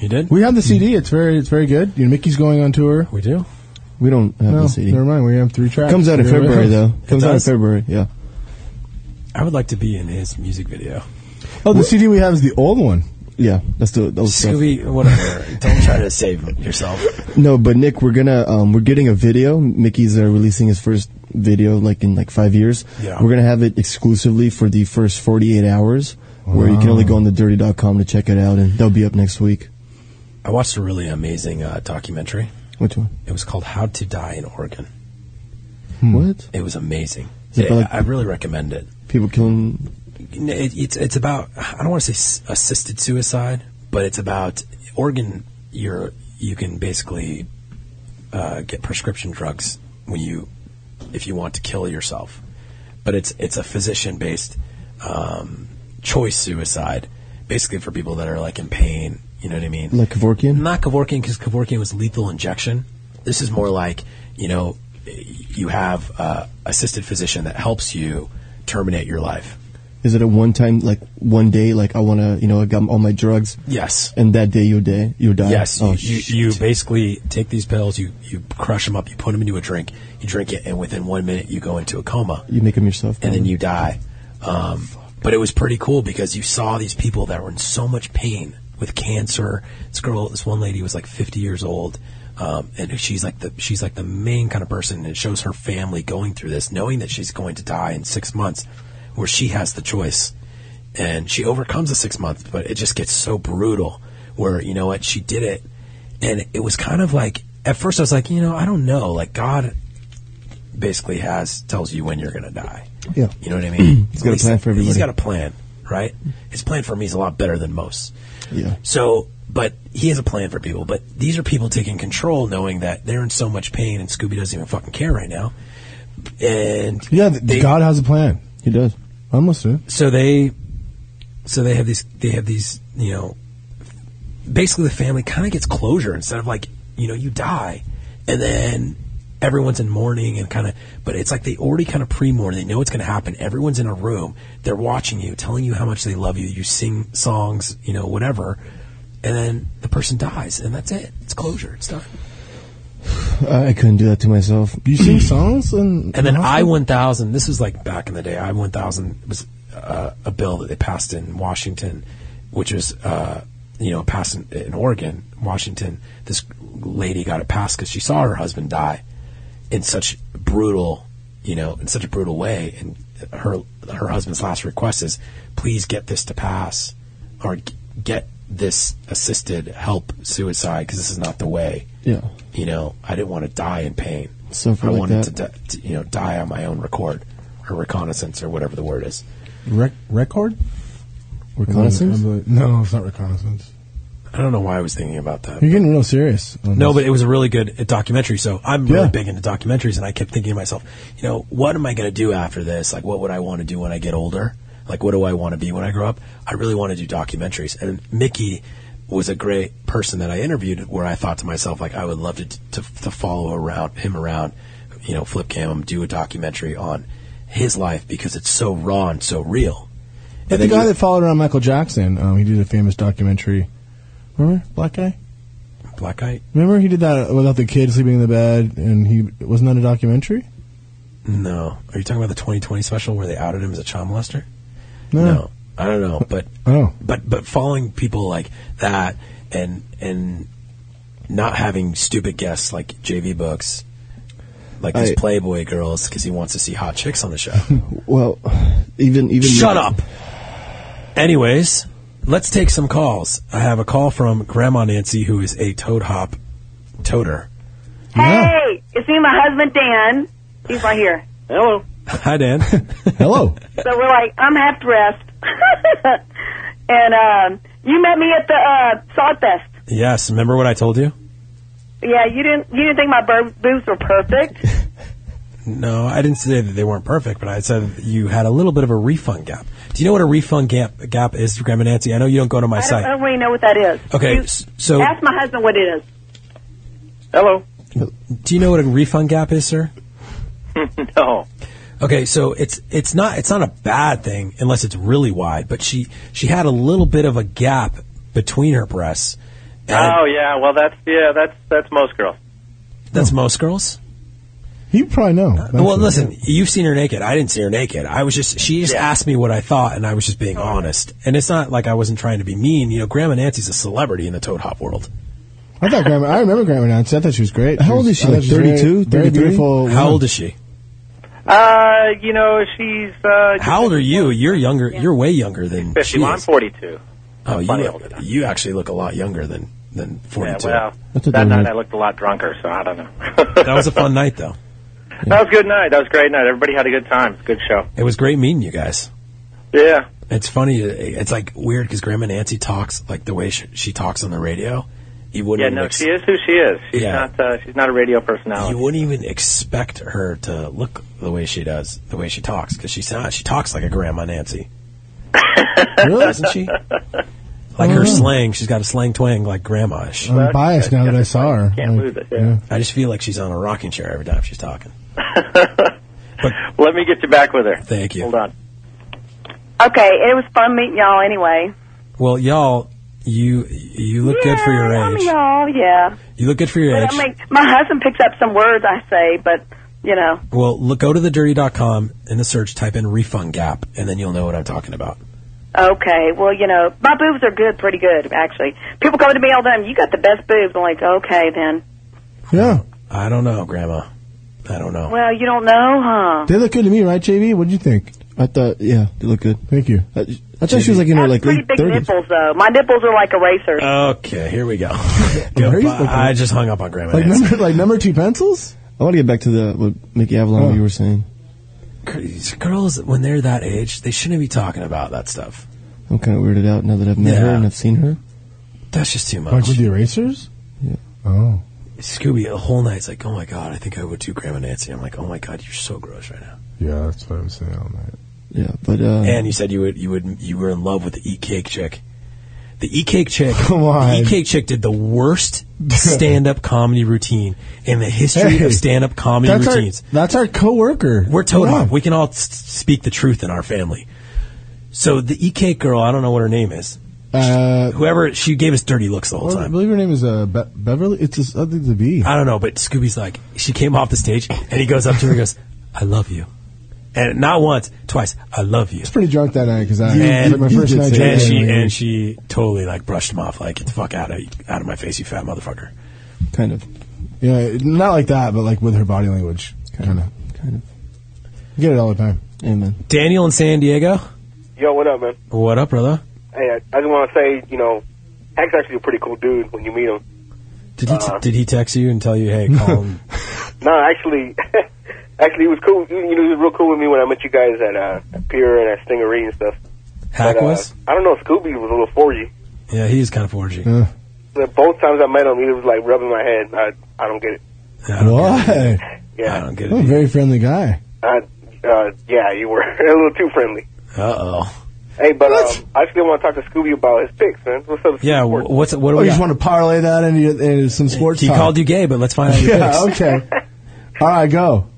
Speaker 3: You did?
Speaker 4: We have the CD. It's very, it's very good. You know, Mickey's going on tour.
Speaker 3: We do.
Speaker 5: We don't have
Speaker 4: no,
Speaker 5: the CD.
Speaker 4: Never mind. We have three tracks.
Speaker 5: Comes out in
Speaker 4: Here it
Speaker 5: February
Speaker 4: is.
Speaker 5: though. Comes out in
Speaker 4: does?
Speaker 5: February. Yeah.
Speaker 3: I would like to be in his music video.
Speaker 4: Oh, the CD we have is the old one.
Speaker 5: Yeah, that's the that was stuff.
Speaker 3: Scooby, whatever. *laughs* Don't try to save yourself.
Speaker 5: No, but Nick, we're gonna um, we're getting a video. Mickey's uh, releasing his first video like in like five years.
Speaker 3: Yeah.
Speaker 5: We're gonna have it exclusively for the first forty eight hours, where you can only go on the dirty.com to check it out, and they'll be up next week.
Speaker 3: I watched a really amazing uh, documentary.
Speaker 5: Which one?
Speaker 3: It was called How to Die in Oregon.
Speaker 5: What?
Speaker 3: It was amazing.
Speaker 5: Is it
Speaker 3: Yeah,
Speaker 5: like-
Speaker 3: I really recommend it.
Speaker 5: People killing.
Speaker 3: It, it's it's about I don't want to say s- assisted suicide, but it's about Oregon. You're you can basically uh, get prescription drugs when you if you want to kill yourself, but it's it's a physician based um, choice suicide, basically for people that are like in pain. You know what I mean?
Speaker 5: Like Kevorkian?
Speaker 3: Not Kevorkian because Kevorkian was lethal injection. This is more like you know you have uh, assisted physician that helps you terminate your life.
Speaker 5: Is it a one time like one day like I wanna you know I got all my drugs.
Speaker 3: Yes.
Speaker 5: And that day you day you die.
Speaker 3: Yes,
Speaker 5: Oh,
Speaker 3: you,
Speaker 5: sh-
Speaker 3: you, you basically take these pills, you, you crush them up, you put them into a drink, you drink it, and within one minute you go into a coma,
Speaker 5: you make them yourself.
Speaker 3: and then you die. Um, but it was pretty cool because you saw these people that were in so much pain with cancer. This girl, this one lady was like 50 years old, um, and she's like the she's like the main kind of person. And it shows her family going through this, knowing that she's going to die in six months, where she has the choice and she overcomes the six months, but it just gets so brutal where, you know what, she did it. And it was kind of like, at first I was like, you know, I don't know. Like, God basically has, tells you when you're going to die.
Speaker 5: Yeah.
Speaker 3: You know what I mean?
Speaker 5: He's got a
Speaker 3: At least
Speaker 5: plan for
Speaker 3: He's
Speaker 5: everybody.
Speaker 3: got a plan, right? His plan for me is a lot better than most.
Speaker 5: Yeah.
Speaker 3: So, but he has a plan for people. But these are people taking control, knowing that they're in so much pain, and Scooby doesn't even fucking care right now. And
Speaker 4: Yeah, th-
Speaker 3: They-
Speaker 4: God has a plan.
Speaker 5: He does.
Speaker 4: I'm listening.
Speaker 3: so they so they have these they have these you know basically the family kind of gets closure instead of like you know you die and then everyone's in mourning and kind of but it's like they already kind of pre-mourn they know what's going to happen everyone's in a room they're watching you telling you how much they love you you sing songs you know whatever and then the person dies and that's it it's closure it's done
Speaker 5: I I couldn't do that to myself. *clears throat*
Speaker 4: You sing songs
Speaker 5: Mm-hmm.
Speaker 4: and
Speaker 3: And then I one thousand. This was like back in the day. I one thousand was uh, a bill that they passed in Washington, which was uh, you know passed in, in Oregon, Washington. This lady got it passed because she saw her husband die in such brutal, you know, in such a brutal way. And her her husband's last request is, please get this to pass, or g- get this assisted help suicide because this is not the way.
Speaker 5: Yeah.
Speaker 3: You know, I didn't want to die in pain.
Speaker 5: Suffer
Speaker 3: I
Speaker 5: like that.
Speaker 3: wanted to di- to, you know, die on my own record or reconnaissance or whatever the word is.
Speaker 4: Rec- record.
Speaker 5: Reconnaissance?
Speaker 4: No, it's not reconnaissance.
Speaker 3: I don't know why I was thinking about that.
Speaker 4: You're getting real serious. on
Speaker 5: Mm-hmm.
Speaker 3: No,
Speaker 4: this.
Speaker 3: but it was a really good uh, documentary. So I'm really
Speaker 4: Yeah.
Speaker 3: big into documentaries, and I kept thinking to myself, you know, what am I going to do after this? Like, what would I want to do when I get older? Like, what do I want to be when I grow up? I really want to do documentaries. And Mickey was a great person that I interviewed, where I thought to myself, like, I would love to to, to follow around him around, you know, flip cam him, do a documentary on his life because it's so raw and so real.
Speaker 4: Yeah,
Speaker 3: And
Speaker 4: the
Speaker 3: then
Speaker 4: guy
Speaker 3: you-
Speaker 4: that followed around Michael Jackson, um, he did a famous documentary. Remember, black guy.
Speaker 3: Black guy?
Speaker 4: Remember, he did that without the kid sleeping in the bed, and he wasn't that a documentary?
Speaker 3: No. Are you talking about the 2020 special where they outed him as a child molester?
Speaker 4: No.
Speaker 3: I don't know, but
Speaker 4: Oh.
Speaker 3: but but following people like that and and not having stupid guests like JV Books, like his
Speaker 5: I-
Speaker 3: Playboy girls, because he wants to see hot chicks on the show.
Speaker 5: *clears throat* Well, even even
Speaker 3: Shut up. Anyways, let's take some calls. I have a call from Grandma Nancy, who is a toad hop toter.
Speaker 7: Hey, it's me, and my husband Dan. He's right here. Hello.
Speaker 3: Hi, Dan. Hello.
Speaker 7: So we're like, I'm half dressed, *laughs* and um, you met me at the uh, Sawfest.
Speaker 3: *laughs* Yes, remember what I told you?
Speaker 7: Yeah, you didn't you didn't think my bur- boobs were perfect.
Speaker 3: No, I didn't say that they weren't perfect, but I said you had a little bit of a refund gap. Do you know what a refund gap gap is, Grandma Nancy? I know you don't go to my
Speaker 7: I don't,
Speaker 3: site.
Speaker 7: I don't really know what that is.
Speaker 3: Okay,
Speaker 7: You-
Speaker 3: s- so-
Speaker 7: ask my husband what it is. Hello.
Speaker 3: Do you know what a refund gap is, sir?
Speaker 21: *laughs* no.
Speaker 3: Okay, so it's it's not it's not a bad thing unless it's really wide. But she she had a little bit of a gap between her breasts.
Speaker 8: Oh yeah, well that's yeah that's that's most girls.
Speaker 3: That's most girls. Uh,
Speaker 4: You probably know.
Speaker 3: well, listen, you've seen her naked. I didn't see her naked. I was just she just asked me what I thought, and I was just being
Speaker 8: Oh.
Speaker 3: honest. And it's not like I wasn't trying to be mean. You know, Grandma Nancy's a celebrity in the Toad Hop world.
Speaker 4: I thought Grandma. I remember Grandma Nancy. I thought she was great.
Speaker 3: How old is she,
Speaker 4: I thought
Speaker 3: like
Speaker 4: was very-
Speaker 3: 32,
Speaker 4: Very,
Speaker 3: 33?
Speaker 4: beautiful.
Speaker 3: How old is she?
Speaker 8: Uh, you know she's uh.
Speaker 3: How old are you? You're younger. You're way younger than she
Speaker 8: Fifty-one,
Speaker 3: is.
Speaker 8: forty-two.
Speaker 3: Oh, you,
Speaker 8: Plenty
Speaker 3: look- you actually look a lot younger than than
Speaker 8: Yeah,
Speaker 3: 42.
Speaker 8: well,
Speaker 3: they
Speaker 8: that
Speaker 3: were
Speaker 8: night
Speaker 3: like-
Speaker 8: I looked a lot drunker, so I don't know.
Speaker 3: that was a fun *laughs* night, though.
Speaker 8: That was a good night. That was a great night. Everybody had a good time. Good show.
Speaker 3: It was great meeting you guys.
Speaker 8: Yeah.
Speaker 3: It's funny. It's like weird because Grandma Nancy talks like the way she, she talks on the radio. You wouldn't.
Speaker 8: Yeah,
Speaker 3: even
Speaker 8: no,
Speaker 3: ex-
Speaker 8: she is who she is. She's
Speaker 3: Yeah.
Speaker 8: not. Uh, she's not a radio personality.
Speaker 3: You wouldn't even expect her to look the way she does, the way she talks, because she's not. She talks like a Grandma
Speaker 8: *laughs*
Speaker 3: Nancy. really? Doesn't she? Like her slang, she's got a slang twang like grandma-ish.
Speaker 4: Oh. I'm biased now that I saw her. Can't
Speaker 8: lose it,
Speaker 3: I just feel like she's on a rocking chair every time she's
Speaker 8: *laughs*
Speaker 3: talking.
Speaker 8: Let me get you back with her.
Speaker 3: Thank you.
Speaker 8: Hold on.
Speaker 7: Okay, it was fun meeting y'all anyway.
Speaker 3: Well, y'all, you you look good for your
Speaker 7: I'm
Speaker 3: age.
Speaker 7: y'all, yeah.
Speaker 3: You look good for your
Speaker 7: But
Speaker 3: age.
Speaker 7: I mean, my husband picks up some words I say, but you know,
Speaker 3: Well, look, go to thedirty.com in the search, type in refund gap, and then you'll know what I'm talking about.
Speaker 7: okay. Well, you know, my boobs are good, pretty good actually. People come to me all the time. You got the best boobs. I'm like, okay then.
Speaker 4: Yeah.
Speaker 3: I don't know, Grandma. I don't know.
Speaker 7: Well, you don't know, huh?
Speaker 4: They look good to me, right, JV? What do you think?
Speaker 5: I thought, yeah, they look good.
Speaker 4: Thank you.
Speaker 5: I, I thought she was like in her like
Speaker 7: Pretty
Speaker 5: late
Speaker 7: big
Speaker 5: thirties.
Speaker 7: nipples though. Uh, My nipples are like erasers.
Speaker 3: Okay, here
Speaker 5: *laughs*
Speaker 3: we go.
Speaker 5: Very
Speaker 3: Goodbye. I just hung up on Grandma.
Speaker 5: Like
Speaker 3: Nancy.
Speaker 5: number-
Speaker 4: like number two pencils.
Speaker 5: I want to get back to the what Mickey Avalon you were saying.
Speaker 3: These girls, when they're that age, they shouldn't be talking about that stuff.
Speaker 5: I'm kind of weirded out now that I've met her
Speaker 3: Yeah.
Speaker 5: and I've seen her.
Speaker 3: That's just too
Speaker 4: Like
Speaker 3: much.
Speaker 4: with the erasers? Yeah. Oh.
Speaker 3: Scooby, a whole night's like, oh my god, I think I would too, Grandma Nancy. I'm like, oh my god, you're so gross right now.
Speaker 4: Yeah, that's what I was saying all night.
Speaker 5: Yeah, but uh,
Speaker 3: and you said you would, you would, you were in love with the eat cake chick. The eat
Speaker 4: *laughs*
Speaker 3: cake chick,
Speaker 4: Why?
Speaker 3: the eat cake chick did the worst
Speaker 4: *laughs*
Speaker 3: stand-up comedy routine in the history
Speaker 4: Hey,
Speaker 3: of stand-up comedy
Speaker 4: that's
Speaker 3: routines.
Speaker 4: Our, that's our coworker.
Speaker 3: We're toad
Speaker 4: Yeah.
Speaker 3: hop. We can all s- speak the truth in our family. So the eat cake girl, I don't know what her name is.
Speaker 4: Uh,
Speaker 3: Whoever she gave us dirty looks the whole
Speaker 4: well, I
Speaker 3: time.
Speaker 4: believe her name is uh, Be- Beverly. It's just, I think the B.
Speaker 3: I don't know, but Scooby's like, she came off the stage and he goes up to her and goes, I love you. And not once, twice, I love you.
Speaker 4: was pretty drunk that night because I
Speaker 3: and
Speaker 4: it was like my first night. drinking.
Speaker 3: and she and she totally like brushed him off, like get the fuck out of out of my face, you fat motherfucker.
Speaker 5: kind of.
Speaker 4: Yeah, not like that, but like with her body language, kind of. Kind of. You get it all the time.
Speaker 5: Amen.
Speaker 3: Daniel in San Diego,
Speaker 9: Yo, what up, man?
Speaker 3: what up, brother?
Speaker 9: Hey, I, I just want to say, you know, Hack's actually a pretty cool dude when you meet him.
Speaker 3: Did he
Speaker 4: Um,
Speaker 9: Uh.
Speaker 3: did he text you and tell you, hey, call him?
Speaker 9: No, actually, *laughs* actually, he was cool. You know, he was real cool with me when I met you guys at uh, at Pier and at Stingaree and stuff.
Speaker 3: Hack
Speaker 9: But, uh,
Speaker 3: was?
Speaker 9: I don't know. Scooby was a little forgy.
Speaker 3: Yeah, he is kind of forgy.
Speaker 9: But both times I met him, he was like rubbing my head. I I don't get it.
Speaker 4: Why?
Speaker 9: Yeah.
Speaker 3: I don't get
Speaker 4: I'm a very friendly guy.
Speaker 9: Uh, uh, yeah, you were *laughs* a little too friendly.
Speaker 3: Uh oh.
Speaker 9: Hey, but um, I still want to talk to Scooby about his picks, man. What's up?
Speaker 3: Yeah, wh- what's what do
Speaker 4: oh,
Speaker 3: we
Speaker 4: you just
Speaker 3: got?
Speaker 4: want to parlay that into, your, into some sports
Speaker 3: He
Speaker 4: talk.
Speaker 3: called you gay, but
Speaker 4: *laughs*
Speaker 3: let's find out. Your
Speaker 4: Yeah,
Speaker 3: picks.
Speaker 4: okay. All right, go.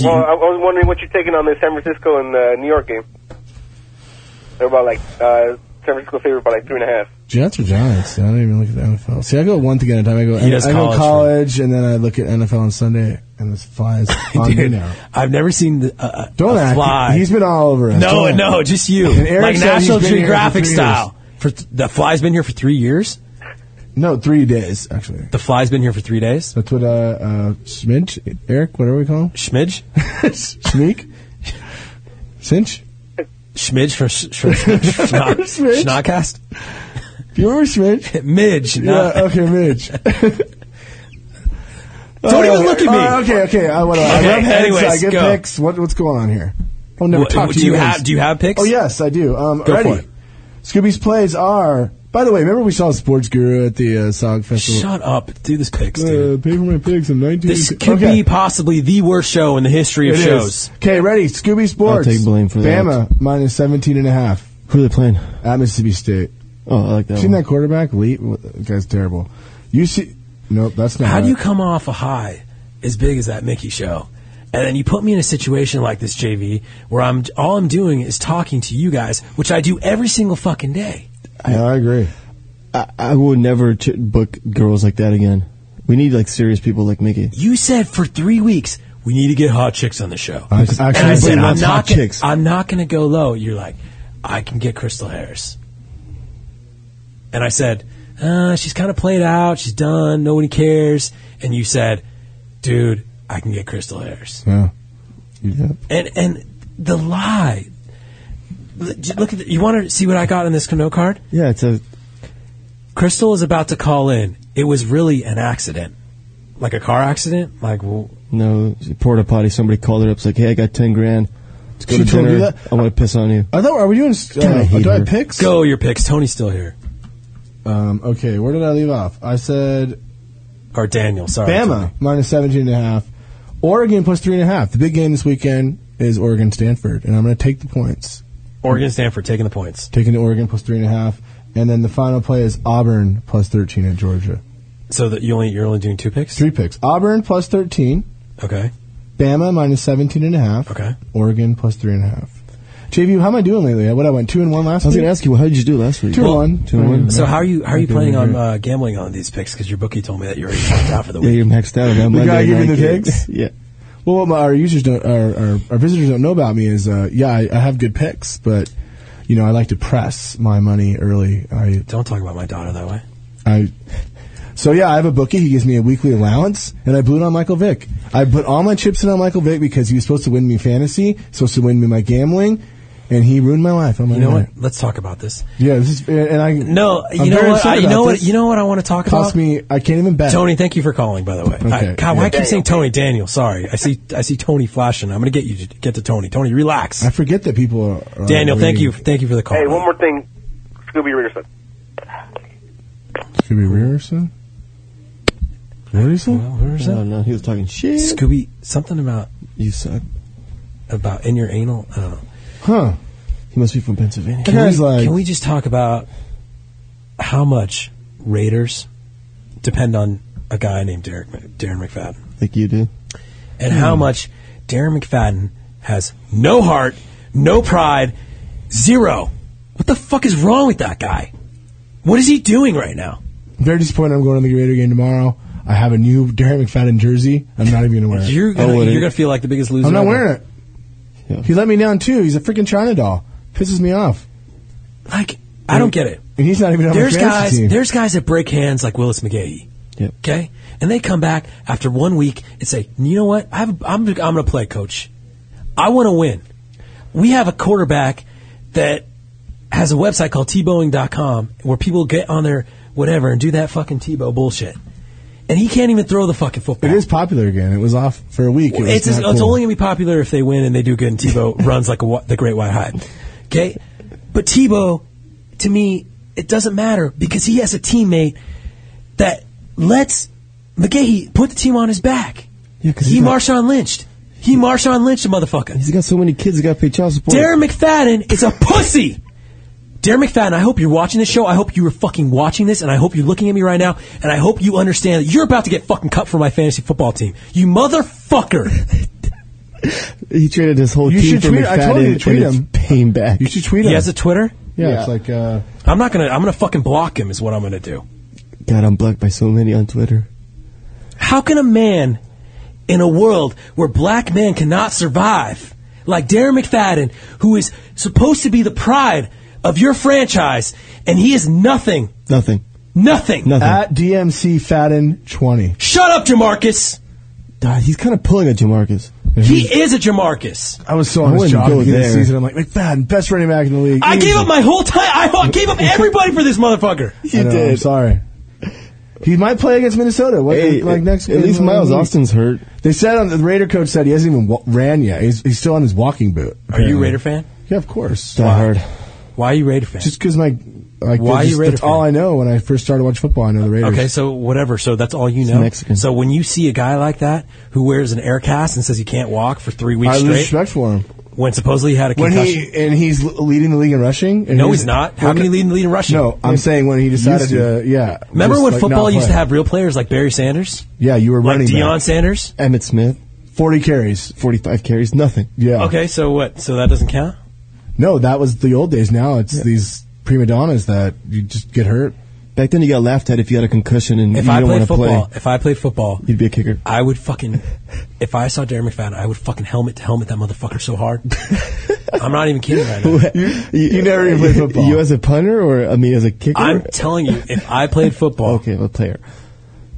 Speaker 9: Well, I, I was wondering what you're taking on this San Francisco and uh, New York game. They're about like uh, San Francisco favorite by like three and a half.
Speaker 4: Jets or Giants? I don't even look at the NFL. See, I go one thing at a time. I go,
Speaker 3: He
Speaker 4: I
Speaker 3: does
Speaker 4: go
Speaker 3: college,
Speaker 4: college, and then I look at NFL on Sunday, and this flies on me
Speaker 3: *laughs* Dude,
Speaker 4: now.
Speaker 3: I've never seen the, uh,
Speaker 4: Don't
Speaker 3: a
Speaker 4: act.
Speaker 3: fly.
Speaker 4: He's been all over us.
Speaker 3: No,
Speaker 4: Don't
Speaker 3: no,
Speaker 4: act.
Speaker 3: just you.
Speaker 4: And Eric
Speaker 3: Like
Speaker 4: said
Speaker 3: National
Speaker 4: he's been here for
Speaker 3: Geographic
Speaker 4: three
Speaker 3: style. For th- the fly's been here for three years.
Speaker 4: No, three days actually.
Speaker 3: The fly's been here for three days.
Speaker 4: That's what uh, uh, Schmidge, Eric, whatever we call him,
Speaker 3: Schmidge,
Speaker 4: *laughs* Schmeek, Cinch.
Speaker 3: Schmidge from Sch-
Speaker 4: *laughs*
Speaker 3: from Schnock-
Speaker 4: Schmidge.
Speaker 3: Schnockcast.
Speaker 4: Do you remember Schmidge?
Speaker 3: Midge.
Speaker 4: Yeah.
Speaker 3: not-
Speaker 4: Okay,
Speaker 3: *laughs*
Speaker 4: Midge.
Speaker 3: Don't even
Speaker 4: Uh,
Speaker 3: look at me.
Speaker 4: uh, okay, okay. I, what, I
Speaker 3: Okay,
Speaker 4: rub heads.
Speaker 3: anyways,
Speaker 4: I get
Speaker 3: go.
Speaker 4: picks. What, what's going on here? I'll never
Speaker 3: Wha-
Speaker 4: talk to
Speaker 3: do you
Speaker 4: guys.
Speaker 3: have- do you have picks?
Speaker 4: Oh yes, I do. Um,
Speaker 3: Go
Speaker 4: ready.
Speaker 3: for it.
Speaker 4: Scooby's plays are. By the way, remember we saw Sports Guru at the uh, SOG Festival.
Speaker 3: Shut up. Do this picks, dude.
Speaker 4: Uh, pay for my picks. I'm 19.
Speaker 3: This could be possibly the worst show in the history of shows.
Speaker 4: Okay, ready. Scooby Sports.
Speaker 5: I'll take blame for that.
Speaker 4: Bama minus 17 and a half
Speaker 5: Who are they playing?
Speaker 4: at Mississippi State.
Speaker 5: Oh, I like that
Speaker 4: Seen
Speaker 5: one.
Speaker 4: that quarterback? Lee, that guy's terrible. You see? Nope, that's not. it.
Speaker 3: How do
Speaker 5: Uh-huh.
Speaker 3: you come off a high as big as that Mickey show? And then you put me in a situation like this, JV, where I'm all I'm doing is talking to you guys, which I do every single fucking day.
Speaker 4: Yeah, I agree.
Speaker 5: I, I would never ch- book girls like that again. We need like serious people like Mickey.
Speaker 3: You said for three weeks we need to get hot chicks on the show.
Speaker 5: I actually
Speaker 3: and I said
Speaker 5: believe
Speaker 3: I'm
Speaker 5: that's hot
Speaker 3: not gonna,
Speaker 5: chicks."
Speaker 3: I'm not going to go low. You're like, I can get Crystal Harris. And I said, uh, she's kind of played out. She's done. Nobody cares. And you said, dude, I can get Crystal Harris.
Speaker 4: Yeah. Yeah.
Speaker 3: And and the lie. L- j- Look at the, you want to see what I got on this note card?
Speaker 5: Yeah, it's a
Speaker 3: Crystal is about to call in. It was really an accident, like a car accident. Like well,
Speaker 5: no porta potty. Somebody called her up. It's like, hey, I got ten grand. Let's go
Speaker 4: She
Speaker 5: to
Speaker 4: told
Speaker 5: dinner.
Speaker 4: you that?
Speaker 5: I want to piss on you.
Speaker 4: I thought, are we doing?
Speaker 5: Damn, I
Speaker 4: Uh,
Speaker 5: hate
Speaker 4: do I
Speaker 5: her.
Speaker 4: picks?
Speaker 3: go your picks. Tony's still here,
Speaker 4: Um, okay, where did I leave off? I said
Speaker 3: or Daniel? Sorry,
Speaker 4: Bama minus 17 and a half. Oregon plus three and a half. The big game this weekend is Oregon Stanford, and I'm going to take the points.
Speaker 3: Oregon Stanford taking the points.
Speaker 4: Taking the Oregon plus three and a half, and then the final play is Auburn plus 13 at Georgia.
Speaker 3: So that you only you're only doing two picks.
Speaker 4: Three picks: Auburn plus 13,
Speaker 3: Okay,
Speaker 4: Bama minus 17 and a half,
Speaker 3: okay.
Speaker 4: Oregon plus three and a half. JV, how am I doing lately? What I went two and one last
Speaker 5: I was
Speaker 4: week.
Speaker 5: gonna ask you, well, how did you do last week?
Speaker 4: Two and one.
Speaker 5: Two and one.
Speaker 3: So how are you how are you
Speaker 4: Okay,
Speaker 3: planning on
Speaker 4: okay.
Speaker 3: uh, gambling on these picks? Because your bookie told me that you already tapped out for the
Speaker 5: Yeah,
Speaker 3: week.
Speaker 5: you're maxed out. That
Speaker 4: The
Speaker 5: Monday
Speaker 4: guy giving
Speaker 5: night
Speaker 4: the
Speaker 5: gig. *laughs*
Speaker 4: picks?
Speaker 5: yeah.
Speaker 4: Well, what my, our users don't, our, our, our visitors don't know about me is, uh, yeah, I, I have good picks, but you know, I like to press my money early. I,
Speaker 3: *laughs* Don't talk about my daughter that way.
Speaker 4: I, so yeah, I have a bookie. He gives me a weekly allowance, and I blew it on Michael Vick. I put all my chips in on Michael Vick because he was supposed to win me fantasy, supposed to win me my gambling, and he ruined my life. I'm
Speaker 3: You know what? Let's talk about this.
Speaker 4: Yeah, this is, and I
Speaker 3: No, you
Speaker 4: I'm
Speaker 3: know
Speaker 4: very
Speaker 3: what?
Speaker 4: upset
Speaker 3: I, you
Speaker 4: about
Speaker 3: know what?
Speaker 4: this.
Speaker 3: You know what I want to talk about.
Speaker 4: cost me. I can't even bet.
Speaker 3: Tony, thank you for calling. By the way, I,
Speaker 4: Okay,
Speaker 3: God, why
Speaker 4: yeah.
Speaker 3: I keep saying Tony Daniel. Sorry, I see I see Tony flashing. I'm going to get you to get to Tony. Tony, relax.
Speaker 4: I forget that people.
Speaker 3: uh,
Speaker 4: Are, are
Speaker 3: Daniel, thank
Speaker 4: reading.
Speaker 3: you, thank you for the call.
Speaker 9: Hey, one more thing, Scooby Readerson.
Speaker 4: Should we Rearson? Rearson?
Speaker 3: Well, where is
Speaker 5: I
Speaker 3: that?
Speaker 5: don't know. He was talking shit.
Speaker 3: Scooby, something about
Speaker 5: You suck.
Speaker 3: about in your anal. I don't know.
Speaker 4: Huh?
Speaker 5: He must be from Pennsylvania.
Speaker 4: That guy's
Speaker 3: we,
Speaker 4: like.
Speaker 3: can we just talk about how much Raiders depend on a guy named Derek Mc- Darren McFadden,
Speaker 5: Like you do.
Speaker 3: and how much Darren McFadden has no heart, no pride, zero. What the fuck is wrong with that guy? What is he doing right now?
Speaker 4: Very disappointed. I'm going to the Raider game tomorrow. I have a new Darren McFadden jersey. I'm not even gonna wear Oh, it.
Speaker 3: You're gonna,
Speaker 5: Oh, what
Speaker 3: you're
Speaker 5: it-
Speaker 3: gonna feel like the biggest loser.
Speaker 4: I'm not
Speaker 3: ever.
Speaker 4: wearing it.
Speaker 5: Yeah.
Speaker 4: He let me down too. He's a freaking China doll. Pisses me off.
Speaker 3: Like I don't get it.
Speaker 4: And he's not even on
Speaker 3: There's
Speaker 4: my fantasy
Speaker 3: guys.
Speaker 4: team.
Speaker 3: There's guys that break hands like Willis McGahee.
Speaker 5: Yep.
Speaker 3: Okay, and they come back after one week and say, "You know what? I have, I'm I'm gonna play, coach. I want to win. We have a quarterback that has a website called tbowing.com where people get on their whatever and do that fucking Tebow bullshit, and he can't even throw the fucking football.
Speaker 4: It is popular again. It was off for a week. It was
Speaker 3: It's, it's,
Speaker 4: not cool.
Speaker 3: only going to be popular if they win and they do good
Speaker 5: *laughs*
Speaker 3: and Tebow runs like a, wa- the Great White Hyde. Okay? But Tebow, to me, it doesn't matter because he has a teammate that lets McGahee put the team on his back.
Speaker 5: Yeah, 'cause
Speaker 3: he
Speaker 5: he's not-
Speaker 3: Marshawn Lynched. He Marshawn Lynched a motherfucker.
Speaker 5: He's got so many kids. He got to pay child support.
Speaker 3: Darren McFadden is a pussy. Darren McFadden, I hope you're watching this show. I hope you are fucking watching this, and I hope you're looking at me right now, and I hope you understand that you're about to get fucking cut from my fantasy football team. You motherfucker.
Speaker 5: He traded his whole
Speaker 4: You
Speaker 5: team
Speaker 4: should
Speaker 5: for
Speaker 4: tweet-
Speaker 5: McFadden
Speaker 4: I told you to tweet
Speaker 5: and
Speaker 4: him.
Speaker 5: it's paying back.
Speaker 4: You should tweet
Speaker 3: he
Speaker 4: him.
Speaker 3: has a Twitter?
Speaker 4: yeah,
Speaker 5: Yeah.
Speaker 4: it's like uh,
Speaker 3: I'm not gonna. I'm gonna fucking block him. Is what I'm gonna do.
Speaker 5: God, I'm blocked by so many on Twitter.
Speaker 3: How can a man in a world where black men cannot survive, like Darren McFadden, who is supposed to be the pride of your franchise, and he is nothing,
Speaker 5: Nothing.
Speaker 3: nothing.
Speaker 4: At DMC Fadden twenty.
Speaker 3: Shut up, Jamarcus.
Speaker 5: God, he's kind of pulling at Jamarcus.
Speaker 3: He is a Jamarcus.
Speaker 4: I was so on
Speaker 5: I
Speaker 4: his
Speaker 5: wouldn't
Speaker 4: job
Speaker 5: go
Speaker 4: at the end of the
Speaker 5: there.
Speaker 4: season. I'm like McFadden, best running back in the league.
Speaker 3: I gave up my whole time. I I
Speaker 4: *laughs*
Speaker 3: gave up everything everybody for this motherfucker.
Speaker 4: I know, I'm sorry. He might play against Minnesota. What,
Speaker 5: Hey,
Speaker 4: like next?
Speaker 5: at least Miles Austin's hurt.
Speaker 4: They said on the Raider coach said he hasn't even wa- ran yet. He's, he's still on his walking boot.
Speaker 3: Are you a Raider fan?
Speaker 4: Yeah, of course.
Speaker 5: Die hard.
Speaker 3: Why are you Raider fan?
Speaker 4: Just because my like
Speaker 3: Why
Speaker 4: that's
Speaker 3: are you
Speaker 4: just-
Speaker 3: Raider
Speaker 4: That's all I know. When I first started watching football, I know the Raiders.
Speaker 3: Okay, so whatever. So that's all you know. So when you see a guy like that who wears an air cast and says he can't walk for three weeks
Speaker 4: I
Speaker 3: straight,
Speaker 4: lose respect for him.
Speaker 3: when supposedly he had a
Speaker 4: When
Speaker 3: concussion,
Speaker 4: he and he's l- leading the league in rushing. And
Speaker 3: No, he's not. How can he lead in the league in rushing?
Speaker 4: No, I'm saying when he decided
Speaker 3: Used to.
Speaker 4: to. Yeah.
Speaker 3: remember
Speaker 4: just,
Speaker 3: when
Speaker 4: like,
Speaker 3: football
Speaker 4: not
Speaker 3: used to
Speaker 4: play.
Speaker 3: have real players like Barry Sanders?
Speaker 4: Yeah, you were
Speaker 3: Like
Speaker 4: running
Speaker 3: Deion
Speaker 4: back.
Speaker 3: Sanders,
Speaker 5: Emmett Smith,
Speaker 4: forty carries,
Speaker 5: forty-five carries, nothing.
Speaker 4: Yeah.
Speaker 3: Okay, so what? So that doesn't count.
Speaker 4: No, that was the old days. Now it's these prima donnas that you just get hurt.
Speaker 5: Back then, you got laughed at if you had a concussion and
Speaker 3: If
Speaker 5: you
Speaker 3: I
Speaker 5: didn't
Speaker 3: played
Speaker 5: want to
Speaker 3: football,
Speaker 5: play.
Speaker 3: if I played football,
Speaker 5: You'd be a kicker.
Speaker 3: I would fucking. If I saw Darren McFadden, I would fucking helmet to helmet that motherfucker
Speaker 4: *laughs*
Speaker 3: so hard. I'm not even kidding right now.
Speaker 5: you, never even played football. You as a punter, or I mean, as a kicker.
Speaker 3: I'm telling you, if I played football,
Speaker 5: okay, I'm a player.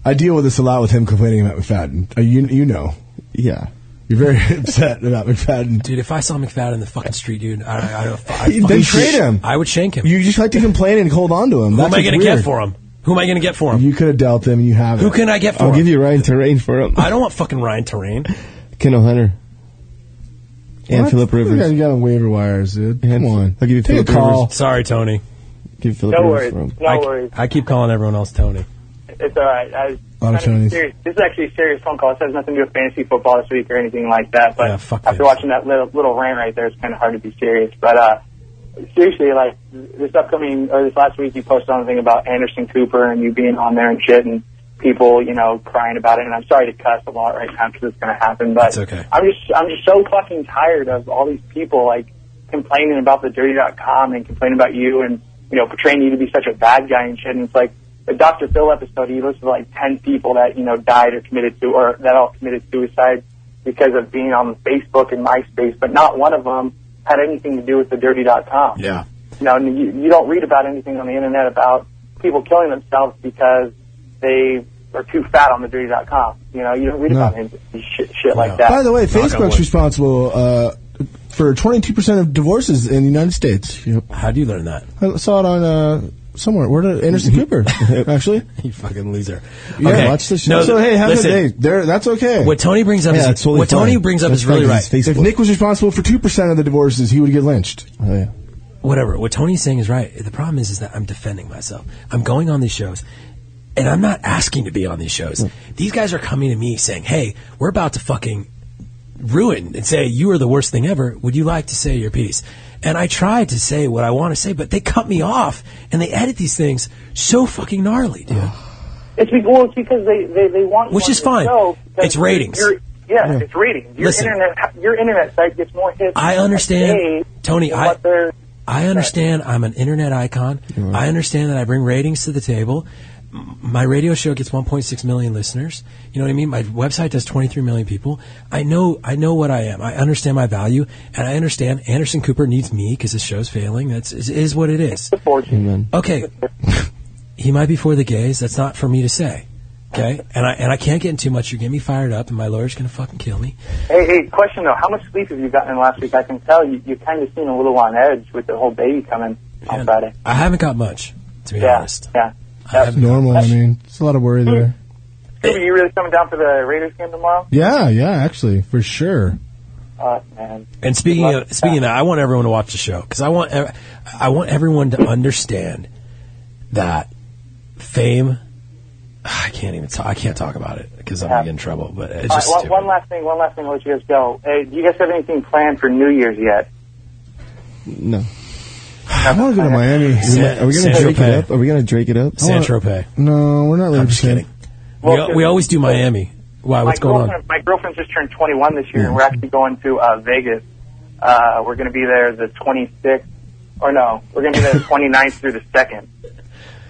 Speaker 4: I deal with this a lot with him complaining about McFadden. Uh, you you know.
Speaker 5: Yeah.
Speaker 4: You're very *laughs* upset about McFadden.
Speaker 3: Dude, if I saw McFadden in the fucking street, dude, I, I don't. I fucking-
Speaker 4: Then trade him.
Speaker 3: I would shank him.
Speaker 4: You just like to complain and hold on to him.
Speaker 3: Who
Speaker 4: That's
Speaker 3: am I
Speaker 4: what's
Speaker 3: going to
Speaker 4: weird.
Speaker 3: get for him? Who am I going to get for him?
Speaker 4: You could have dealt them, and you haven't.
Speaker 3: Who can I get for
Speaker 5: I'll
Speaker 3: him?
Speaker 5: give you Ryan Terrain for him.
Speaker 3: I don't want fucking Ryan Terrain.
Speaker 5: Kendall Hunter. And
Speaker 4: What?
Speaker 5: Philip
Speaker 4: You got,
Speaker 5: Rivers.
Speaker 4: you got on waiver wires, dude. Come on.
Speaker 5: I'll give you
Speaker 4: Take
Speaker 5: Philip
Speaker 4: a call.
Speaker 5: Rivers.
Speaker 3: Sorry, Tony.
Speaker 5: Give Philip
Speaker 9: No
Speaker 5: Rivers
Speaker 9: worries.
Speaker 5: for him.
Speaker 9: No
Speaker 3: I,
Speaker 9: worries.
Speaker 3: I keep calling everyone else Tony.
Speaker 9: It's all right. I was
Speaker 4: A lot of
Speaker 9: kinda
Speaker 4: Tonys.
Speaker 9: serious. This is actually a serious phone call. This has nothing to do with fantasy football this week or anything like that. But
Speaker 3: Yeah, fuck
Speaker 9: after watching that little, little rant right there, it's kind of hard to be serious. But uh, seriously, like this upcoming or this last week, you posted something about Anderson Cooper and you being on there and shit, and people, you know, crying about it. And I'm sorry to cuss a lot right now because it's going to happen. But
Speaker 3: It's okay.
Speaker 9: I'm just I'm just so fucking tired of all these people like complaining about the dirty.com and complaining about you and you know portraying you to be such a bad guy and shit. And it's like the Dr. Phil episode. He listed like ten people that you know died or committed to or that all committed suicide because of being on Facebook and MySpace, but not one of them had anything to do with the dirty.com.
Speaker 4: Yeah.
Speaker 9: You know, and you, you don't read about anything on the internet about people killing themselves because they are too fat on the dirty.com. You know, you don't read
Speaker 4: No.
Speaker 9: about any shit, shit like that.
Speaker 4: By the way,
Speaker 3: Knock on
Speaker 4: Facebook's
Speaker 3: wood.
Speaker 4: responsible uh, for 22% of divorces in the United States. Yep.
Speaker 3: How do you learn that?
Speaker 4: I saw it on uh, somewhere. Where did Anderson
Speaker 5: Mm-hmm. *laughs*
Speaker 4: Cooper actually?
Speaker 3: *laughs* You fucking loser.
Speaker 4: Yeah,
Speaker 3: okay.
Speaker 4: watch the show.
Speaker 3: No,
Speaker 4: so hey, have
Speaker 3: listen,
Speaker 4: a day. There, that's okay.
Speaker 3: What Tony brings up
Speaker 5: Yeah,
Speaker 3: is
Speaker 5: it's totally
Speaker 3: what Tony
Speaker 5: fine.
Speaker 3: brings up
Speaker 5: That's
Speaker 3: is really
Speaker 5: fine,
Speaker 3: right.
Speaker 5: 'cause it's
Speaker 4: if Nick was responsible for two percent of the divorces, he would get lynched.
Speaker 5: Oh, yeah.
Speaker 3: whatever. What Tony's saying is right. The problem is, is that I'm defending myself. I'm going on these shows, and I'm not asking to be on these shows. These guys are coming to me saying, "Hey, we're about to fucking ruin and say you are the worst thing ever. Would you like to say your piece?" And I try to say what I want to say, but they cut me off and they edit these things so fucking gnarly, dude.
Speaker 9: It's because, well, it's because they, they, they want
Speaker 3: Which
Speaker 9: you on
Speaker 3: is
Speaker 9: your
Speaker 3: fine.
Speaker 9: show because
Speaker 3: It's ratings.
Speaker 9: you're- Yeah, it's ratings. Your
Speaker 3: Listen.
Speaker 9: internet your internet site gets more hits.
Speaker 3: I understand,
Speaker 9: today
Speaker 3: Tony,
Speaker 9: than
Speaker 3: I-
Speaker 9: what they're-
Speaker 3: I understand I'm an internet icon. I understand that I bring ratings to the table. M- My radio show gets 1.6 million listeners. You know what I mean? My website does 23 million people. I know I know what I am. I understand my value, and I understand Anderson Cooper needs me because this show's failing. That's is, is what it is.
Speaker 5: Amen.
Speaker 3: Okay, he might be for the gays. That's not for me to say. Okay, and I and I can't get in too much. You're getting me fired up, and my lawyer's gonna fucking kill me.
Speaker 9: Hey, hey, question though. How much sleep have you gotten in last week? I can tell you, you kind of seem a little on edge with the whole baby coming on Friday.
Speaker 3: I haven't got much, to be
Speaker 9: Yeah,
Speaker 3: honest.
Speaker 9: yeah.
Speaker 3: I haven't got
Speaker 4: Normal. I mean, it's a lot of worry there.
Speaker 9: Are you really coming down for the Raiders game tomorrow?
Speaker 4: Yeah, yeah, actually, for sure.
Speaker 9: Uh, man.
Speaker 3: And speaking of speaking of that, I want everyone to watch the show because I want ev- I want everyone to understand that fame. *sighs* I can't even talk. I can't talk about it because I'm gonna get in trouble. But it's
Speaker 9: All right,
Speaker 3: just
Speaker 9: one,
Speaker 3: stupid.
Speaker 9: one last thing. One last thing. I'll let you guys go. Hey, do you guys have anything planned for New Year's yet?
Speaker 5: No.
Speaker 4: I want to go to Miami.
Speaker 5: Are we going
Speaker 3: San
Speaker 5: to Drake
Speaker 3: Tropez.
Speaker 5: it up? Are we going to Drake it up?
Speaker 3: San Tropez.
Speaker 4: No, we're not.
Speaker 3: I'm just kidding. We, al- we always do Miami. Why? Uh, What's
Speaker 9: my
Speaker 3: going on?
Speaker 9: girlfriend, My girlfriend just turned 21 this year, and we're actually going to uh, Vegas. Uh, we're going to be there the 26th or no, we're going to
Speaker 3: *laughs*
Speaker 9: be there the 29th through the 2nd.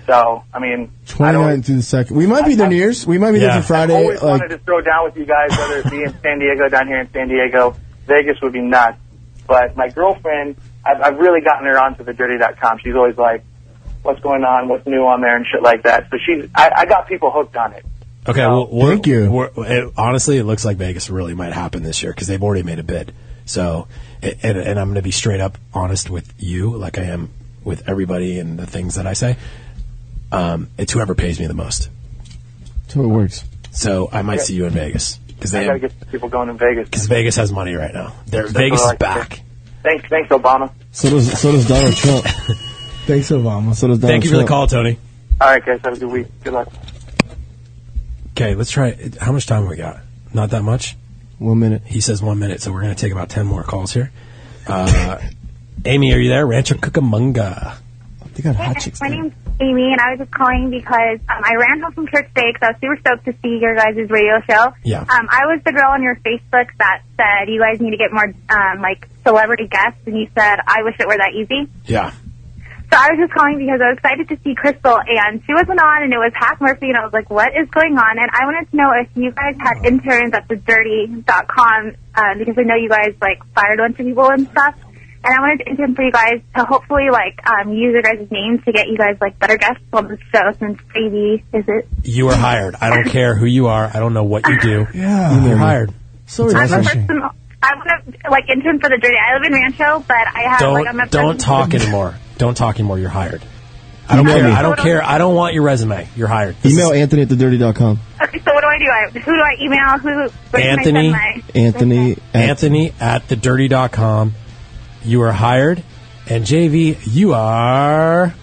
Speaker 9: So, I mean,
Speaker 4: 29th through the second. We might be there New Year's. We might be there for
Speaker 9: I
Speaker 4: Friday.
Speaker 9: always
Speaker 4: Like
Speaker 9: wanted to throw down with you guys, whether it be in San Diego, down here in San Diego. Vegas would be nuts. But my girlfriend, I've, I've really gotten her onto the dirty.com. She's always like, what's going on? What's new on there and shit like that. So she's, I, I got people hooked on it.
Speaker 3: Okay, well, we're, thank you. We're, it, honestly, it looks like Vegas really might happen this year because they've already made a bid. So, a- and, and I'm going to be straight up honest with you, like I am with everybody and the things that I say. Um, it's whoever pays me the most.
Speaker 5: So it works.
Speaker 3: So I might see you in Vegas because
Speaker 9: I
Speaker 3: they
Speaker 9: got to get people going in Vegas.
Speaker 3: because Vegas has money right now. They're,
Speaker 9: That's
Speaker 3: Vegas
Speaker 9: what I
Speaker 3: is
Speaker 9: like to
Speaker 3: back.
Speaker 9: hear. Thanks, thanks, Obama.
Speaker 5: So does so does Donald Trump.
Speaker 4: Thanks, Obama.
Speaker 5: So does Donald
Speaker 3: Thank you for the
Speaker 5: Trump.
Speaker 3: call, Tony.
Speaker 9: All right, guys, have a good week. Good luck.
Speaker 3: Okay, let's try. it. How much time we got? Not that much.
Speaker 5: One minute.
Speaker 3: He says one minute, so we're going to take about ten more calls here. Uh, Amy, are you there? Rancho Cucamonga.
Speaker 5: They got
Speaker 7: Hey, my name's Amy, and I was just calling because um, I ran home from church today because I was super stoked to see your guys' radio show.
Speaker 3: Yeah.
Speaker 7: Um, I was the girl on your Facebook that said you guys need to get more um, like celebrity guests, and you said I wish it were that easy.
Speaker 3: Yeah.
Speaker 7: So I was just calling because I was excited to see Crystal, and she wasn't on, and it was Hack Murphy, and I was like, what is going on? And I wanted to know if you guys had interns at the dirty.com, uh, because I know you guys, like, fired a bunch of people and stuff. And I wanted to intern for you guys to hopefully, like, um, use your guys' names to get you guys, like, better guests on the show since Davey is it.
Speaker 3: You are hired. I don't care who you are. I don't know what you do.
Speaker 4: Yeah.
Speaker 3: You're hired.
Speaker 4: So
Speaker 7: I'm a person, I want to, like, intern for the dirty. I live in Rancho, but I have, like, I'm a
Speaker 3: Don't don't
Speaker 7: person-
Speaker 3: talk anymore. Don't talk anymore. You're hired. I don't
Speaker 5: Email
Speaker 3: care.
Speaker 5: me.
Speaker 3: I don't care. I don't want your resume. You're hired.
Speaker 5: Email Anthony at thedirty.com.
Speaker 7: Okay, *laughs* so what do I do? I, who do I email? Who? where can I send
Speaker 3: Anthony.
Speaker 7: my-
Speaker 5: Anthony.
Speaker 3: Anthony at thedirty.com. You are hired. And JV, you are.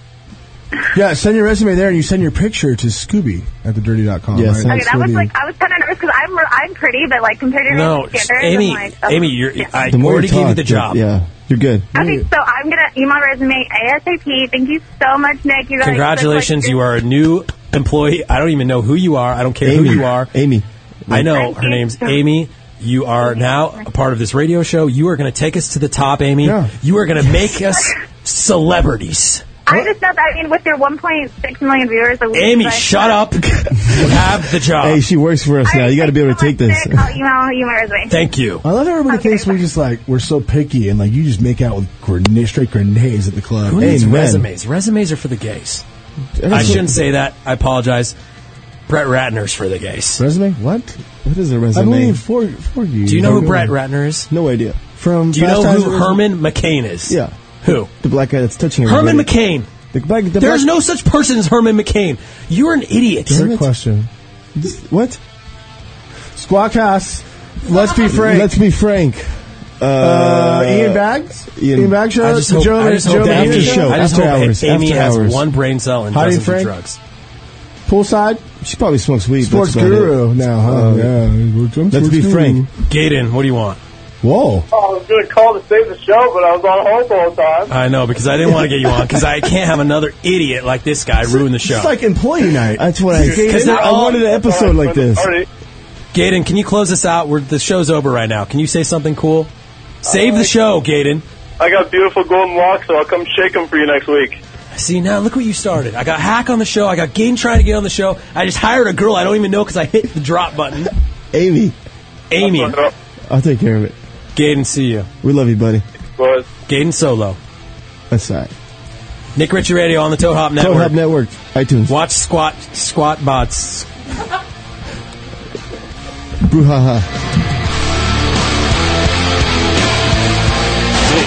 Speaker 4: yeah, send your resume there and you send your picture to Scooby at thedirty.com.
Speaker 5: Yeah,
Speaker 4: right?
Speaker 5: send
Speaker 7: Okay, that was like I was kind of nervous because I'm I'm pretty, but like compared to
Speaker 3: No,
Speaker 7: your standards,
Speaker 3: Amy.
Speaker 7: I'm like, oh.
Speaker 3: Amy, you're. I
Speaker 5: The more
Speaker 3: already gave you
Speaker 5: talk,
Speaker 3: the job.
Speaker 5: Yeah, you're good.
Speaker 7: Okay, so I'm gonna email resume ASAP. Thank you so much, Nick. You guys
Speaker 3: Congratulations, you are a new employee. I don't even know who you are. I don't care
Speaker 5: Amy.
Speaker 3: who you are.
Speaker 5: Amy.
Speaker 3: I know her name's Amy. You are now a part of this radio show. You are going to take us to the top, Amy. You are going to make *laughs* us celebrities.
Speaker 7: I just know that I mean, with your 1.6 million viewers a week,
Speaker 3: Amy,
Speaker 7: but
Speaker 3: shut up. *laughs* you have the job.
Speaker 5: Hey, she works for us now. You got to be able to take this.
Speaker 7: I'll email you my resume.
Speaker 3: Thank you.
Speaker 4: I love everybody thinks we just like we're so picky and like you just make out with grenade, straight grenades at the club.
Speaker 3: Who needs
Speaker 4: Amen.
Speaker 3: resumes? Resumes are for the gays. I shouldn't say that. I apologize. Brett Ratner's for the gays.
Speaker 4: Resume? What?
Speaker 5: What is a
Speaker 4: I
Speaker 5: resume?
Speaker 4: believe for for you.
Speaker 3: Do you know who Brett Ratner is?
Speaker 5: No idea.
Speaker 4: From
Speaker 3: Do you know
Speaker 4: Fast Times
Speaker 3: who
Speaker 4: at Ridgemont-
Speaker 3: Herman McCain is?
Speaker 5: Yeah.
Speaker 3: Who?
Speaker 5: The black guy that's touching
Speaker 3: Herman
Speaker 5: everybody.
Speaker 3: McCain.
Speaker 5: The black, the
Speaker 3: There's
Speaker 5: black-
Speaker 3: no such person as Herman McCain. You're an idiot.
Speaker 5: Damn it.
Speaker 4: question.
Speaker 5: What?
Speaker 4: Squawk House. Let's be frank.
Speaker 5: Let's be frank. Uh,
Speaker 4: uh, Ian Bags.
Speaker 5: Ian-
Speaker 4: Ian, Bags show.
Speaker 3: I just hope,
Speaker 4: Joe,
Speaker 3: I just
Speaker 4: Joe
Speaker 3: hope
Speaker 4: Manganiello
Speaker 3: Amy,
Speaker 4: show.
Speaker 3: I just
Speaker 5: After
Speaker 3: hope
Speaker 5: hours,
Speaker 3: Amy
Speaker 5: after
Speaker 3: has
Speaker 5: hours.
Speaker 3: one brain cell and
Speaker 4: Howdy,
Speaker 3: doesn't do
Speaker 4: Frank.
Speaker 3: drugs.
Speaker 4: Poolside.
Speaker 5: She probably smokes weed.
Speaker 4: Sports
Speaker 5: that's about
Speaker 4: guru
Speaker 5: it.
Speaker 4: now, huh?
Speaker 5: Uh,
Speaker 4: yeah.
Speaker 5: Let's be frank.
Speaker 3: Gaten, what do you want?
Speaker 4: Whoa.
Speaker 9: Oh, I was going to call to save the show, but I was on hold the whole time.
Speaker 3: I know because I didn't want to get you on because I can't have another idiot like this guy ruin the show.
Speaker 4: It's like employee night.
Speaker 5: That's what I.
Speaker 3: 'Cause they're
Speaker 5: I
Speaker 3: all-
Speaker 5: wanted an episode like this.
Speaker 3: Gaten, can you close us out? We're, the show's over right now. Can you say something cool? Save the show, Gaten.
Speaker 15: I got beautiful golden locks, so I'll come shake them for you next week.
Speaker 3: See now, look what you started. I got hack on the show. I got Gaten trying to get on the show. I just hired a girl I don't even know because I hit the drop button.
Speaker 5: *laughs* Amy,
Speaker 3: Amy,
Speaker 5: I'll take care of it.
Speaker 3: Gaten, see you.
Speaker 5: We love you, buddy.
Speaker 15: Boys.
Speaker 3: Gaten solo.
Speaker 5: That's all right.
Speaker 3: Nick Ritchie Radio on the Toad Hop Network.
Speaker 5: Code Hub Network, iTunes,
Speaker 3: Watch squat squat bots.
Speaker 5: brouhaha.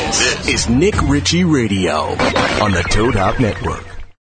Speaker 1: This is Nick Ritchie Radio on the Toad Hop Network.